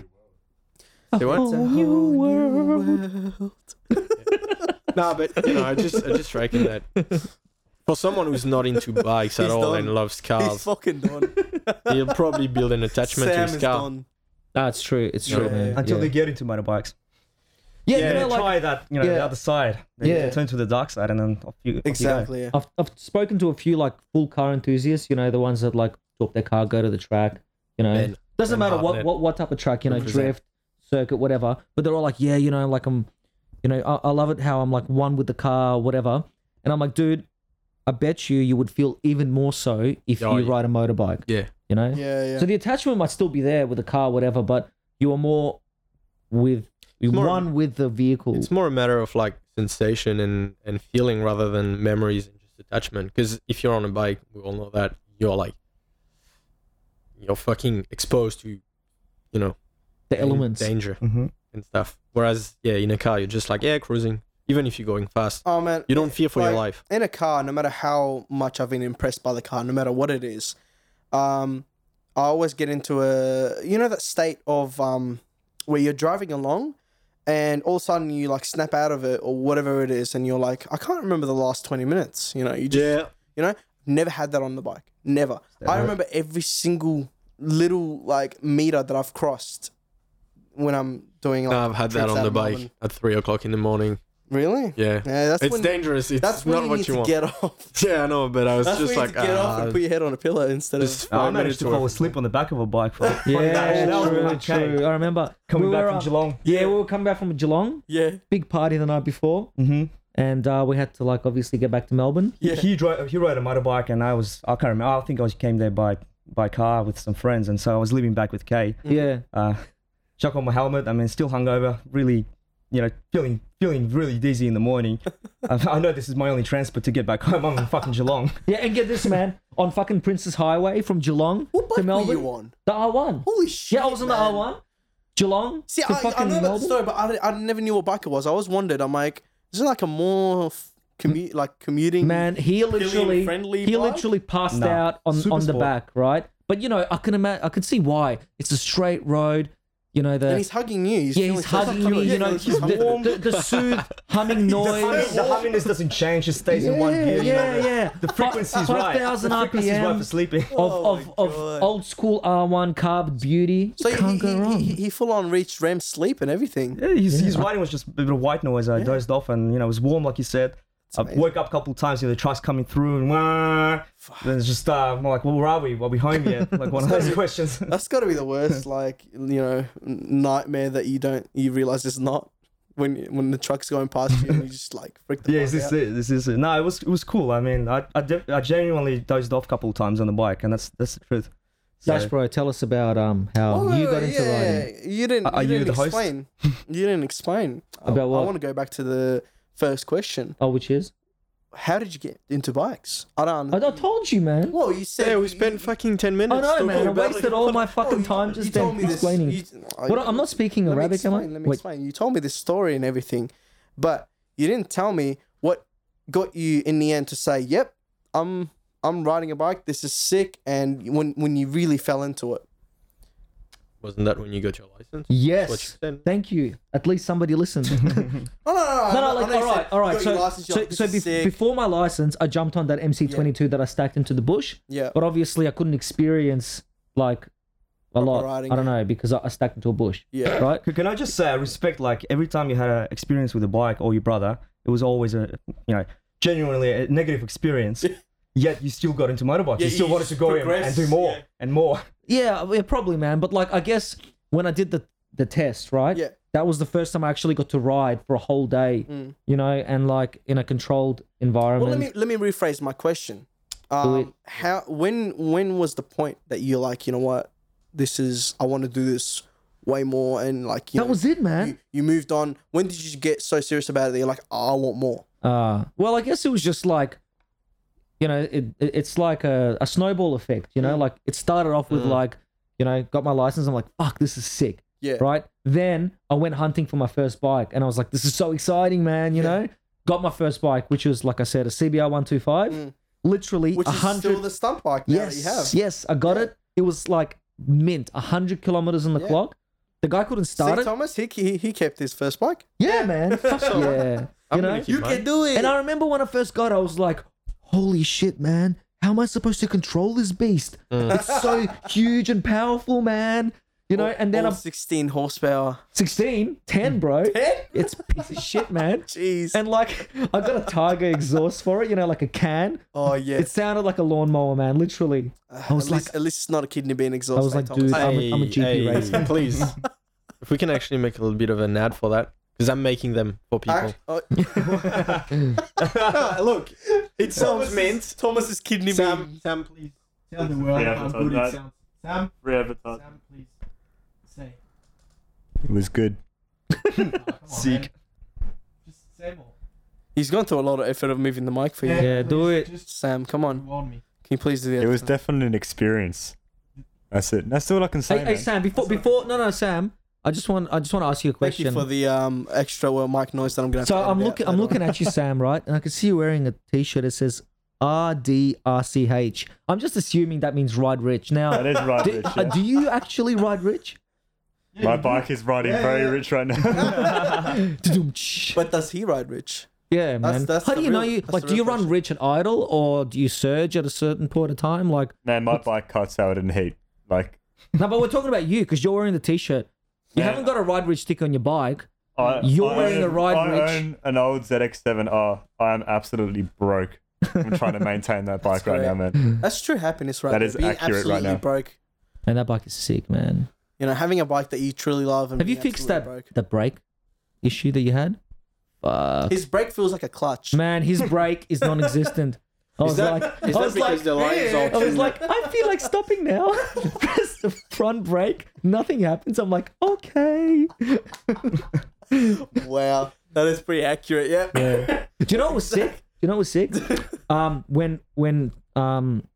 [SPEAKER 7] Say
[SPEAKER 4] A
[SPEAKER 7] what?
[SPEAKER 4] whole new world.
[SPEAKER 7] Nah, but you know, I just I just reckon that for someone who's not into bikes at
[SPEAKER 5] He's
[SPEAKER 7] all
[SPEAKER 5] done.
[SPEAKER 7] and loves
[SPEAKER 5] He's
[SPEAKER 7] cars,
[SPEAKER 5] fucking done.
[SPEAKER 7] he'll probably build an attachment
[SPEAKER 5] Sam
[SPEAKER 7] to
[SPEAKER 5] is
[SPEAKER 7] his car.
[SPEAKER 5] done.
[SPEAKER 4] Ah, it's true. It's true,
[SPEAKER 7] Yeah.
[SPEAKER 4] man.
[SPEAKER 6] until
[SPEAKER 4] yeah.
[SPEAKER 6] they get into motorbikes.
[SPEAKER 4] yeah,
[SPEAKER 6] Yeah,
[SPEAKER 4] you know, like
[SPEAKER 6] try that. You know, the
[SPEAKER 4] yeah.
[SPEAKER 6] other side. They
[SPEAKER 4] Yeah.
[SPEAKER 6] turn to the dark side, and then off you. off you go.
[SPEAKER 5] Exactly. Yeah.
[SPEAKER 4] I've, I've spoken to a few like full car enthusiasts, you know, the ones that like drop their car, go to the track, you know.
[SPEAKER 7] Ben-
[SPEAKER 4] Doesn't
[SPEAKER 7] Ben
[SPEAKER 4] matter what,
[SPEAKER 7] Hartnett.
[SPEAKER 4] what what type of track, you know,
[SPEAKER 7] Represent.
[SPEAKER 4] drift, circuit, whatever. But they're all like, yeah, you know, like I'm, you know, I, I love it how I'm like one with the car, whatever. And I'm like, dude, I bet you you would feel even more so if
[SPEAKER 7] Oh,
[SPEAKER 4] you
[SPEAKER 7] yeah.
[SPEAKER 4] ride a motorbike,
[SPEAKER 7] Yeah.
[SPEAKER 4] you know.
[SPEAKER 5] Yeah. Yeah.
[SPEAKER 4] So the attachment might still be there with the car, whatever, but you are more with you
[SPEAKER 7] more-
[SPEAKER 4] one with the vehicle.
[SPEAKER 7] It's more a matter of like sensation and and feeling rather than memories and just attachment. Because if you're on a bike, we all know that you're like you're fucking exposed to, you know,
[SPEAKER 4] the elements.
[SPEAKER 7] danger,
[SPEAKER 6] Mhm.
[SPEAKER 7] and stuff. Whereas yeah, in a car, you're just like yeah, cruising. Even if you're going fast,
[SPEAKER 5] Oh man.
[SPEAKER 7] you don't fear for your
[SPEAKER 5] Like,
[SPEAKER 7] life.
[SPEAKER 5] in a car, no matter how much I've been impressed by the car, no matter what it is, um, I always get into a you know that state of um, where you're driving along, and all of a sudden you like snap out of it or whatever it is, and you're like, I can't remember the last twenty minutes. You know, you just you know, never had that on the bike, never. I remember every single little like meter that I've crossed when I'm doing like
[SPEAKER 7] I've had that
[SPEAKER 5] trips out
[SPEAKER 7] on the
[SPEAKER 5] of
[SPEAKER 7] bike
[SPEAKER 5] Melbourne.
[SPEAKER 7] at three o'clock in the morning.
[SPEAKER 5] Really?
[SPEAKER 7] Yeah,
[SPEAKER 5] Yeah, that's
[SPEAKER 7] it's
[SPEAKER 5] when
[SPEAKER 7] dangerous. It's
[SPEAKER 5] that's when
[SPEAKER 7] not
[SPEAKER 5] you
[SPEAKER 7] what
[SPEAKER 5] need
[SPEAKER 7] you
[SPEAKER 5] to
[SPEAKER 7] want.
[SPEAKER 5] get off.
[SPEAKER 7] Yeah, I know, but I was
[SPEAKER 5] That's
[SPEAKER 7] just
[SPEAKER 5] when you
[SPEAKER 7] like,
[SPEAKER 5] need to get off
[SPEAKER 7] ah,
[SPEAKER 5] and put your head on a pillow instead
[SPEAKER 7] just
[SPEAKER 5] of.
[SPEAKER 6] I
[SPEAKER 7] five
[SPEAKER 6] managed
[SPEAKER 7] minutes
[SPEAKER 6] to
[SPEAKER 7] away.
[SPEAKER 6] fall asleep on the back of a bike for
[SPEAKER 4] Yeah,
[SPEAKER 6] That was
[SPEAKER 4] true,
[SPEAKER 6] my cake.
[SPEAKER 4] true. I remember
[SPEAKER 6] coming
[SPEAKER 4] we
[SPEAKER 6] back
[SPEAKER 4] were,
[SPEAKER 6] from
[SPEAKER 4] uh,
[SPEAKER 6] Geelong.
[SPEAKER 4] Yeah, we were coming back from Geelong.
[SPEAKER 5] Yeah.
[SPEAKER 4] Big party the night before,
[SPEAKER 6] Mm-hmm.
[SPEAKER 4] and uh, we had to like obviously get back to Melbourne.
[SPEAKER 5] Yeah.
[SPEAKER 6] He drove. He rode a motorbike, and I was. I can't remember. I think I was came there by by car with some friends, and so I was living back with Kay.
[SPEAKER 4] Yeah,
[SPEAKER 6] Uh, chuck on my helmet. I mean, still hungover. Really, you know, feeling feeling really dizzy in the morning. I, I know this is my only transport to get back home. I'm in fucking Geelong.
[SPEAKER 4] yeah, and get this man on fucking Prince's Highway from Geelong
[SPEAKER 5] What
[SPEAKER 4] to
[SPEAKER 5] bike were
[SPEAKER 4] Melbourne.
[SPEAKER 5] you on?
[SPEAKER 4] The R1.
[SPEAKER 5] Holy shit!
[SPEAKER 4] yeah, I was on
[SPEAKER 5] man.
[SPEAKER 4] the R1. Geelong
[SPEAKER 5] See,
[SPEAKER 4] to
[SPEAKER 5] I, I
[SPEAKER 4] fucking
[SPEAKER 5] know that
[SPEAKER 4] Melbourne.
[SPEAKER 5] story, but I, I never knew what bike it was. I always wondered. I'm like, is it like a more f- commute, like commuting?
[SPEAKER 4] Man, he literally
[SPEAKER 5] friendly
[SPEAKER 4] he
[SPEAKER 5] bike?
[SPEAKER 4] literally passed
[SPEAKER 6] Nah.
[SPEAKER 4] out on,
[SPEAKER 6] Super
[SPEAKER 4] on the
[SPEAKER 6] sport.
[SPEAKER 4] back, right? But you know, I can imagine, I can see why. It's a straight road. You know the
[SPEAKER 5] and he's hugging you. He's
[SPEAKER 4] yeah,
[SPEAKER 5] feeling
[SPEAKER 4] he's
[SPEAKER 5] so
[SPEAKER 4] hugging
[SPEAKER 5] secure.
[SPEAKER 4] me.
[SPEAKER 5] Yeah,
[SPEAKER 4] You know,
[SPEAKER 5] he's
[SPEAKER 4] the,
[SPEAKER 5] warm.
[SPEAKER 4] the, the, the soothe humming noise.
[SPEAKER 6] the humminess doesn't change. It stays in one gear.
[SPEAKER 4] Yeah,
[SPEAKER 6] you know,
[SPEAKER 4] yeah, yeah.
[SPEAKER 6] The frequency is right.
[SPEAKER 4] 5,000
[SPEAKER 6] The frequency is right
[SPEAKER 4] RPM.
[SPEAKER 6] for sleeping.
[SPEAKER 4] of of, of old school R1 carb beauty.
[SPEAKER 5] Oh So
[SPEAKER 4] Can't
[SPEAKER 5] he,
[SPEAKER 4] go wrong.
[SPEAKER 5] he, he, he full on reached REM sleep and everything.
[SPEAKER 6] Yeah, his, his riding was just a bit of white noise. I dozed off, and you know, it was warm, like you said. I woke up a couple of times, you know, the trucks coming through, and wah, then it's just uh, I'm like, well, where are we? Are we home yet? Like one of those questions.
[SPEAKER 5] That's got to be the worst, like you know, n- nightmare that you don't you realize it's not when you- when the truck's going past you and you just like freak the
[SPEAKER 6] yeah,
[SPEAKER 5] fuck
[SPEAKER 6] is this
[SPEAKER 5] out.
[SPEAKER 6] it? Is this it? No, it was it was cool. I mean, I I, de- I genuinely dozed off a couple of times on the bike, and that's that's the truth. So,
[SPEAKER 4] Dash bro, tell us about um how
[SPEAKER 5] Oh,
[SPEAKER 4] you got into
[SPEAKER 5] yeah,
[SPEAKER 4] riding.
[SPEAKER 5] You didn't.
[SPEAKER 6] Are
[SPEAKER 5] you
[SPEAKER 6] you
[SPEAKER 5] didn't
[SPEAKER 6] the host?
[SPEAKER 5] explain. you didn't explain I-
[SPEAKER 4] About what?
[SPEAKER 5] I want to go back to the first question.
[SPEAKER 4] Oh, which is
[SPEAKER 5] How did you get into bikes? I don't.
[SPEAKER 4] I, I told you, man.
[SPEAKER 5] well, you said
[SPEAKER 7] Yeah,
[SPEAKER 5] you-
[SPEAKER 7] we spent fucking ten
[SPEAKER 4] I
[SPEAKER 7] minutes.
[SPEAKER 4] know, man. I
[SPEAKER 7] talking about
[SPEAKER 4] wasted
[SPEAKER 7] it.
[SPEAKER 4] all my
[SPEAKER 5] Oh,
[SPEAKER 4] fucking
[SPEAKER 5] you-
[SPEAKER 4] time
[SPEAKER 5] you
[SPEAKER 4] just
[SPEAKER 5] told
[SPEAKER 4] then
[SPEAKER 5] me this.
[SPEAKER 4] explaining.
[SPEAKER 5] You-
[SPEAKER 4] What, I'm not speaking
[SPEAKER 5] Let me
[SPEAKER 4] Arabic, am I?
[SPEAKER 5] explain, Let me
[SPEAKER 4] Wait.
[SPEAKER 5] explain. You told me this story and everything, but you didn't tell me what got you in the end to say, "Yep, I'm I'm riding a bike. This is sick." And when when you really fell into it,
[SPEAKER 7] Wasn't that when you got your license? What
[SPEAKER 4] Yes.
[SPEAKER 7] you said.
[SPEAKER 4] Thank you. At least somebody listened. no,
[SPEAKER 5] no, no, no,
[SPEAKER 4] no, like, all right, all right. So, so, so bef- before my license, I jumped on that MC22 that I stacked into the bush.
[SPEAKER 5] yeah,
[SPEAKER 4] But obviously, I couldn't experience like a lot.
[SPEAKER 5] riding.
[SPEAKER 4] I don't know because I, I stacked into a bush.
[SPEAKER 5] Yeah.
[SPEAKER 4] Right.
[SPEAKER 6] c- can I just say, I respect like every time you had an experience with a bike or your brother, it was always a you know genuinely a negative experience. Yet you still got into motorbikes. you
[SPEAKER 5] Yeah,
[SPEAKER 6] still
[SPEAKER 5] you
[SPEAKER 6] wanted to
[SPEAKER 5] just
[SPEAKER 6] go in and
[SPEAKER 5] progress,
[SPEAKER 6] do more
[SPEAKER 5] yeah.
[SPEAKER 6] and more.
[SPEAKER 4] Yeah, yeah, probably, man. But like, I guess when I did the the test, right?
[SPEAKER 5] Yeah.
[SPEAKER 4] That was the first time I actually got to ride for a whole day. You know, and like in a controlled
[SPEAKER 5] Mm. Well,
[SPEAKER 4] environment.
[SPEAKER 5] let me let me rephrase my question. Um, how when when was the point that you're like, you know what, this is I want to do this way more and like you
[SPEAKER 4] that
[SPEAKER 5] know,
[SPEAKER 4] was it, man.
[SPEAKER 5] you, you moved on. When did you get so serious about it that you're like, oh, I want more?
[SPEAKER 4] Uh, well, I guess it was just like, you know, it, it- it's like a, a snowball effect, you
[SPEAKER 5] Mm.
[SPEAKER 4] know, like it started off with like, you know, got my license. I'm like, fuck, this is sick.
[SPEAKER 5] Yeah.
[SPEAKER 4] Right. Then I went hunting for my first bike and I was like, this is so exciting, man, you know, got my first bike, which was, like I said, a CBR 125. literally
[SPEAKER 5] Mm. Which
[SPEAKER 4] a
[SPEAKER 5] is still
[SPEAKER 4] hundred.
[SPEAKER 5] the stunt bike now that you have.
[SPEAKER 4] Yes, yes, I got it. It was like mint, hundred kilometers on the
[SPEAKER 5] Yeah.
[SPEAKER 4] clock. The guy couldn't start
[SPEAKER 5] See,
[SPEAKER 4] it.
[SPEAKER 5] Thomas, he, he he kept his first bike.
[SPEAKER 4] Yeah, man. Fuck yeah. You
[SPEAKER 7] I'm gonna
[SPEAKER 4] know?
[SPEAKER 7] keep mine.
[SPEAKER 5] do it.
[SPEAKER 4] And I remember when I first got it, I was like, holy shit, man. How am I supposed to control this beast? It's so huge and powerful, man. You know, and
[SPEAKER 5] Oh,
[SPEAKER 4] then I'm
[SPEAKER 5] 16 horsepower.
[SPEAKER 4] 16, 10, bro. 10? It's a piece of shit, man.
[SPEAKER 5] Jeez.
[SPEAKER 4] And like, I got a Tiger exhaust for it, you know, like a can.
[SPEAKER 5] oh yeah.
[SPEAKER 4] It sounded like a lawnmower, man, literally. I
[SPEAKER 5] Uh,
[SPEAKER 4] was
[SPEAKER 5] at,
[SPEAKER 4] like,
[SPEAKER 5] least, at least it's not a kidney bean exhaust.
[SPEAKER 4] I was
[SPEAKER 5] eh,
[SPEAKER 4] like,
[SPEAKER 5] Thomas?
[SPEAKER 4] dude, I'm a, I'm a
[SPEAKER 7] Hey,
[SPEAKER 4] GP
[SPEAKER 7] hey,
[SPEAKER 4] racer.
[SPEAKER 7] Please. if we can actually make a little bit of an ad for that, because I'm making them for people.
[SPEAKER 5] Act- oh. Look, it sounds mint. Thomas's kidney bean.
[SPEAKER 7] Sam, please.
[SPEAKER 8] Tell the world how good it sounds. Sam,
[SPEAKER 9] re-advertise.
[SPEAKER 8] Sam, please say.
[SPEAKER 10] It was good.
[SPEAKER 8] Come on,
[SPEAKER 6] Sick.
[SPEAKER 8] man. Just say more.
[SPEAKER 5] He's gone through a lot of effort of moving the mic for you.
[SPEAKER 4] Yeah, do
[SPEAKER 8] please,
[SPEAKER 4] it.
[SPEAKER 8] Just
[SPEAKER 5] Sam, come on.
[SPEAKER 8] warn me.
[SPEAKER 5] Can you please do the
[SPEAKER 10] It was
[SPEAKER 5] episode?
[SPEAKER 10] definitely an experience. That's it. That's all I can say.
[SPEAKER 4] Hey, hey,
[SPEAKER 10] man.
[SPEAKER 4] Sam, before, before, no, no, Sam, I just want, I just want to ask you a
[SPEAKER 5] Thank
[SPEAKER 4] question.
[SPEAKER 5] you for the um extra well mic noise that I'm gonna.
[SPEAKER 4] So
[SPEAKER 5] have to
[SPEAKER 4] I'm
[SPEAKER 5] edit out
[SPEAKER 4] looking. I'm
[SPEAKER 5] later
[SPEAKER 4] looking
[SPEAKER 5] on.
[SPEAKER 4] at you, Sam, right? And I can see you wearing a T-shirt that says R D R C H. I'm just assuming that means ride rich.
[SPEAKER 10] That
[SPEAKER 4] Now,
[SPEAKER 10] is right,
[SPEAKER 4] do,
[SPEAKER 10] Rich.
[SPEAKER 4] uh,
[SPEAKER 10] yeah.
[SPEAKER 4] do you actually ride rich?
[SPEAKER 10] My bike is riding very rich right now.
[SPEAKER 4] Tudum-tsh.
[SPEAKER 5] But does he ride rich?
[SPEAKER 4] yeah,
[SPEAKER 5] That's-
[SPEAKER 4] man.
[SPEAKER 5] that's
[SPEAKER 4] How
[SPEAKER 5] the
[SPEAKER 4] do you know
[SPEAKER 5] real-
[SPEAKER 4] you
[SPEAKER 5] that's
[SPEAKER 4] like?
[SPEAKER 5] the
[SPEAKER 4] Do you
[SPEAKER 5] real
[SPEAKER 4] run
[SPEAKER 5] question.
[SPEAKER 4] rich and idle, or do you surge at a certain point of time? Like,
[SPEAKER 10] man, my bike cuts out in heat. Like,
[SPEAKER 4] no, but we're talking about you because you're wearing the T-shirt. You haven't got a ride rich sticker on your bike.
[SPEAKER 10] I,
[SPEAKER 4] You're
[SPEAKER 10] I
[SPEAKER 4] wearing
[SPEAKER 10] own,
[SPEAKER 4] a Ride
[SPEAKER 10] I
[SPEAKER 4] Rich.
[SPEAKER 10] own an old ZX7R. I am absolutely broke. I'm trying to maintain that bike right now, man.
[SPEAKER 5] That's true happiness, right?
[SPEAKER 10] That
[SPEAKER 5] there,
[SPEAKER 10] is
[SPEAKER 5] Being
[SPEAKER 10] accurate right
[SPEAKER 5] absolutely
[SPEAKER 10] now.
[SPEAKER 5] broke.
[SPEAKER 4] And that bike is sick, man.
[SPEAKER 5] You know, having a bike that you truly love. And
[SPEAKER 4] Have you
[SPEAKER 5] being
[SPEAKER 4] fixed that
[SPEAKER 5] absolutely broke.
[SPEAKER 4] the brake issue that you had? Fuck.
[SPEAKER 5] His brake feels like a clutch.
[SPEAKER 4] Man, his brake is non-existent. I was
[SPEAKER 7] that-
[SPEAKER 4] like,
[SPEAKER 7] is
[SPEAKER 4] I
[SPEAKER 7] that
[SPEAKER 4] was
[SPEAKER 7] because
[SPEAKER 4] like,
[SPEAKER 7] the line is all
[SPEAKER 4] I was
[SPEAKER 7] too-
[SPEAKER 4] like, I feel like stopping now. Press the front brake. Nothing happens. I'm like, okay. Do
[SPEAKER 5] Wow, that is pretty accurate. Yeah.
[SPEAKER 4] you know what was sick? Do you know what was sick? Um, when when um,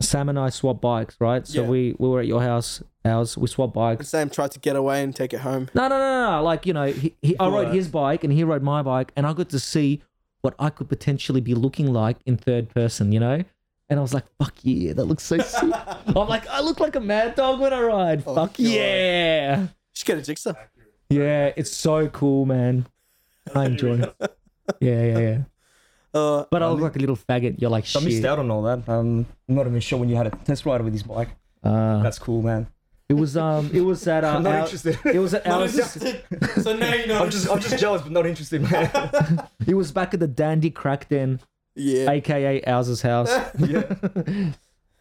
[SPEAKER 4] Sam and I swapped bikes, right? So
[SPEAKER 5] Yeah.
[SPEAKER 4] we we were at your house, ours. We swapped bikes.
[SPEAKER 5] Sam tried to get away and take it home.
[SPEAKER 4] No, no, no, no, no. Like you know, he, he, I rode
[SPEAKER 6] Right.
[SPEAKER 4] his bike and he rode my bike, and I got to see what I could potentially be looking like in third person. You know, and I was like, "Fuck yeah, that looks so sick." I'm like, "I look like a mad dog when I ride."
[SPEAKER 5] Oh,
[SPEAKER 4] Fuck
[SPEAKER 5] you're right.
[SPEAKER 4] yeah,
[SPEAKER 5] Just get a jigsaw.
[SPEAKER 4] yeah. It's so cool, man. I enjoy it. Yeah, yeah, yeah.
[SPEAKER 5] Uh,
[SPEAKER 4] But I look like a little faggot. You're like,
[SPEAKER 6] I missed
[SPEAKER 4] shit.
[SPEAKER 6] out on all that. Um, I'm not even sure when you had a test ride with his bike.
[SPEAKER 4] Uh,
[SPEAKER 6] That's cool, man.
[SPEAKER 4] it was um, it was at uh,
[SPEAKER 6] I'm not
[SPEAKER 4] our-
[SPEAKER 6] interested.
[SPEAKER 4] it was at ours.
[SPEAKER 5] so now you know.
[SPEAKER 6] I'm just, I'm just jealous, but not interested, man.
[SPEAKER 4] It was back at the Dandy Crack Den,
[SPEAKER 5] yeah.
[SPEAKER 4] aka Ouse's house.
[SPEAKER 6] yeah.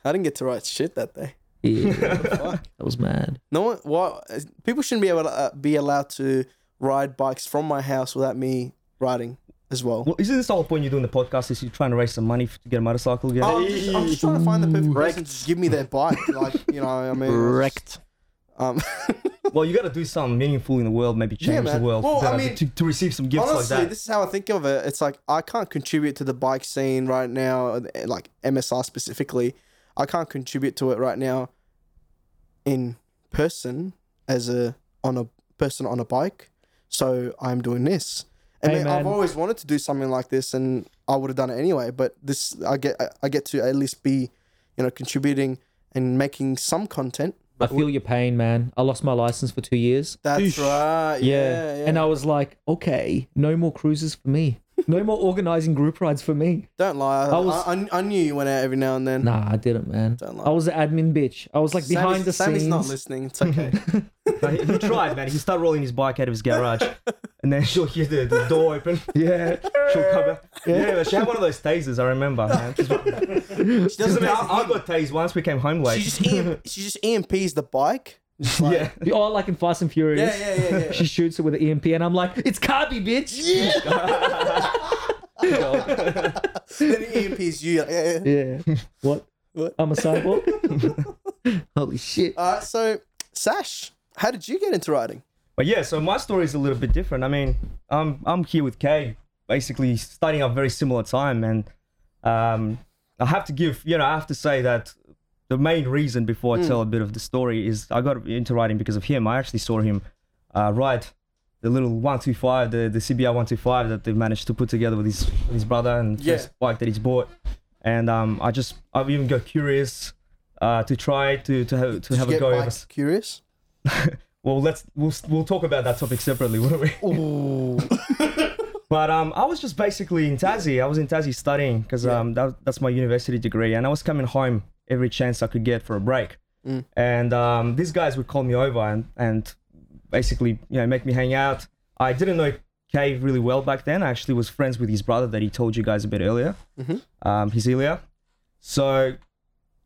[SPEAKER 5] I didn't get to write shit that day.
[SPEAKER 4] Yeah, that was mad.
[SPEAKER 5] No one. What? People shouldn't be able to uh, be allowed to ride bikes from my house without me riding as well.
[SPEAKER 6] Well, isn't this the whole point you're doing the podcast? Is you're trying to raise some money f- to get a motorcycle again?
[SPEAKER 5] Oh, I'm, just, I'm just trying to find the perfect person to just give me their bike. Like you know, I mean,
[SPEAKER 7] Wrecked.
[SPEAKER 5] Um,
[SPEAKER 6] Well, you got to do something meaningful in the world, maybe
[SPEAKER 5] Yeah,
[SPEAKER 6] change
[SPEAKER 5] man.
[SPEAKER 6] the world.
[SPEAKER 5] Well, I
[SPEAKER 6] uh,
[SPEAKER 5] mean,
[SPEAKER 6] to, to receive some gifts
[SPEAKER 5] honestly,
[SPEAKER 6] like that.
[SPEAKER 5] this is how I think of it. It's like I can't contribute to the bike scene right now, eh, like MSR specifically. I can't contribute to it right now in person as a on a person on a bike. So I'm doing this. And
[SPEAKER 4] Hey,
[SPEAKER 5] man, I've
[SPEAKER 4] man.
[SPEAKER 5] always wanted to do something like this, and I would have done it anyway. But this, I get, I- I get to at least be, you know, contributing and making some content.
[SPEAKER 4] I feel your pain, man. I lost my license for two years.
[SPEAKER 5] That's right. Yeah, yeah.
[SPEAKER 4] And I was like, okay, no more cruises for me. No more organizing group rides for me.
[SPEAKER 5] Don't lie. I,
[SPEAKER 4] I was-
[SPEAKER 5] I, I knew you went out every now and then.
[SPEAKER 4] Nah, I didn't, man.
[SPEAKER 5] Don't lie.
[SPEAKER 4] I was the admin bitch. I was like
[SPEAKER 5] Sam
[SPEAKER 4] behind
[SPEAKER 5] is-
[SPEAKER 4] the
[SPEAKER 5] Sam
[SPEAKER 4] scenes.
[SPEAKER 5] is not listening. It's okay.
[SPEAKER 6] No, he, he tried, man. He started rolling his bike out of his garage, and then she'll hear the, the door open.
[SPEAKER 4] yeah.
[SPEAKER 6] She'll come out. Yeah, man, she had one of those tasers. I remember, man. 'Cause
[SPEAKER 5] she doesn't.
[SPEAKER 6] I, I got tased once. We came home late.
[SPEAKER 5] She just EM, she just EMPs the bike. Just like,
[SPEAKER 6] yeah.
[SPEAKER 4] Oh, like in Fast and Furious.
[SPEAKER 5] Yeah, yeah, yeah, yeah.
[SPEAKER 4] She shoots it with an EMP, and I'm like, it's Carby, bitch. Yeah.
[SPEAKER 5] Then he EMPs you. like, yeah, yeah.
[SPEAKER 4] yeah. What?
[SPEAKER 5] What?
[SPEAKER 4] I'm a cyborg. Holy shit.
[SPEAKER 5] Uh, so, Sash, how did you get into riding?
[SPEAKER 6] But yeah, so my story is a little bit different. I mean, I'm I'm here with Kay, basically starting up very similar time, and um, I have to give you know I have to say that the main reason before I
[SPEAKER 5] Hmm.
[SPEAKER 6] tell a bit of the story is I got into riding because of him. I actually saw him uh, ride the little 125, the the CBR 125 that they managed to put together with his his brother and
[SPEAKER 5] Yeah.
[SPEAKER 6] first bike that he's bought. and um, I just I've even got curious uh, to try to to have to
[SPEAKER 5] Did
[SPEAKER 6] have
[SPEAKER 5] you
[SPEAKER 6] a
[SPEAKER 5] get
[SPEAKER 6] go. over-
[SPEAKER 5] bikes curious?
[SPEAKER 6] Well, let's we'll we'll talk about that topic separately, wouldn't we?
[SPEAKER 5] Ooh.
[SPEAKER 6] But um, I was just basically in Tassie. I was in Tassie studying because um, that, that's my university degree, and I was coming home every chance I could get for a break. And um, these guys would call me over and and basically you know make me hang out. I didn't know Cave really well back then. I actually was friends with his brother that he told you guys about earlier. Um, he's Ilya. So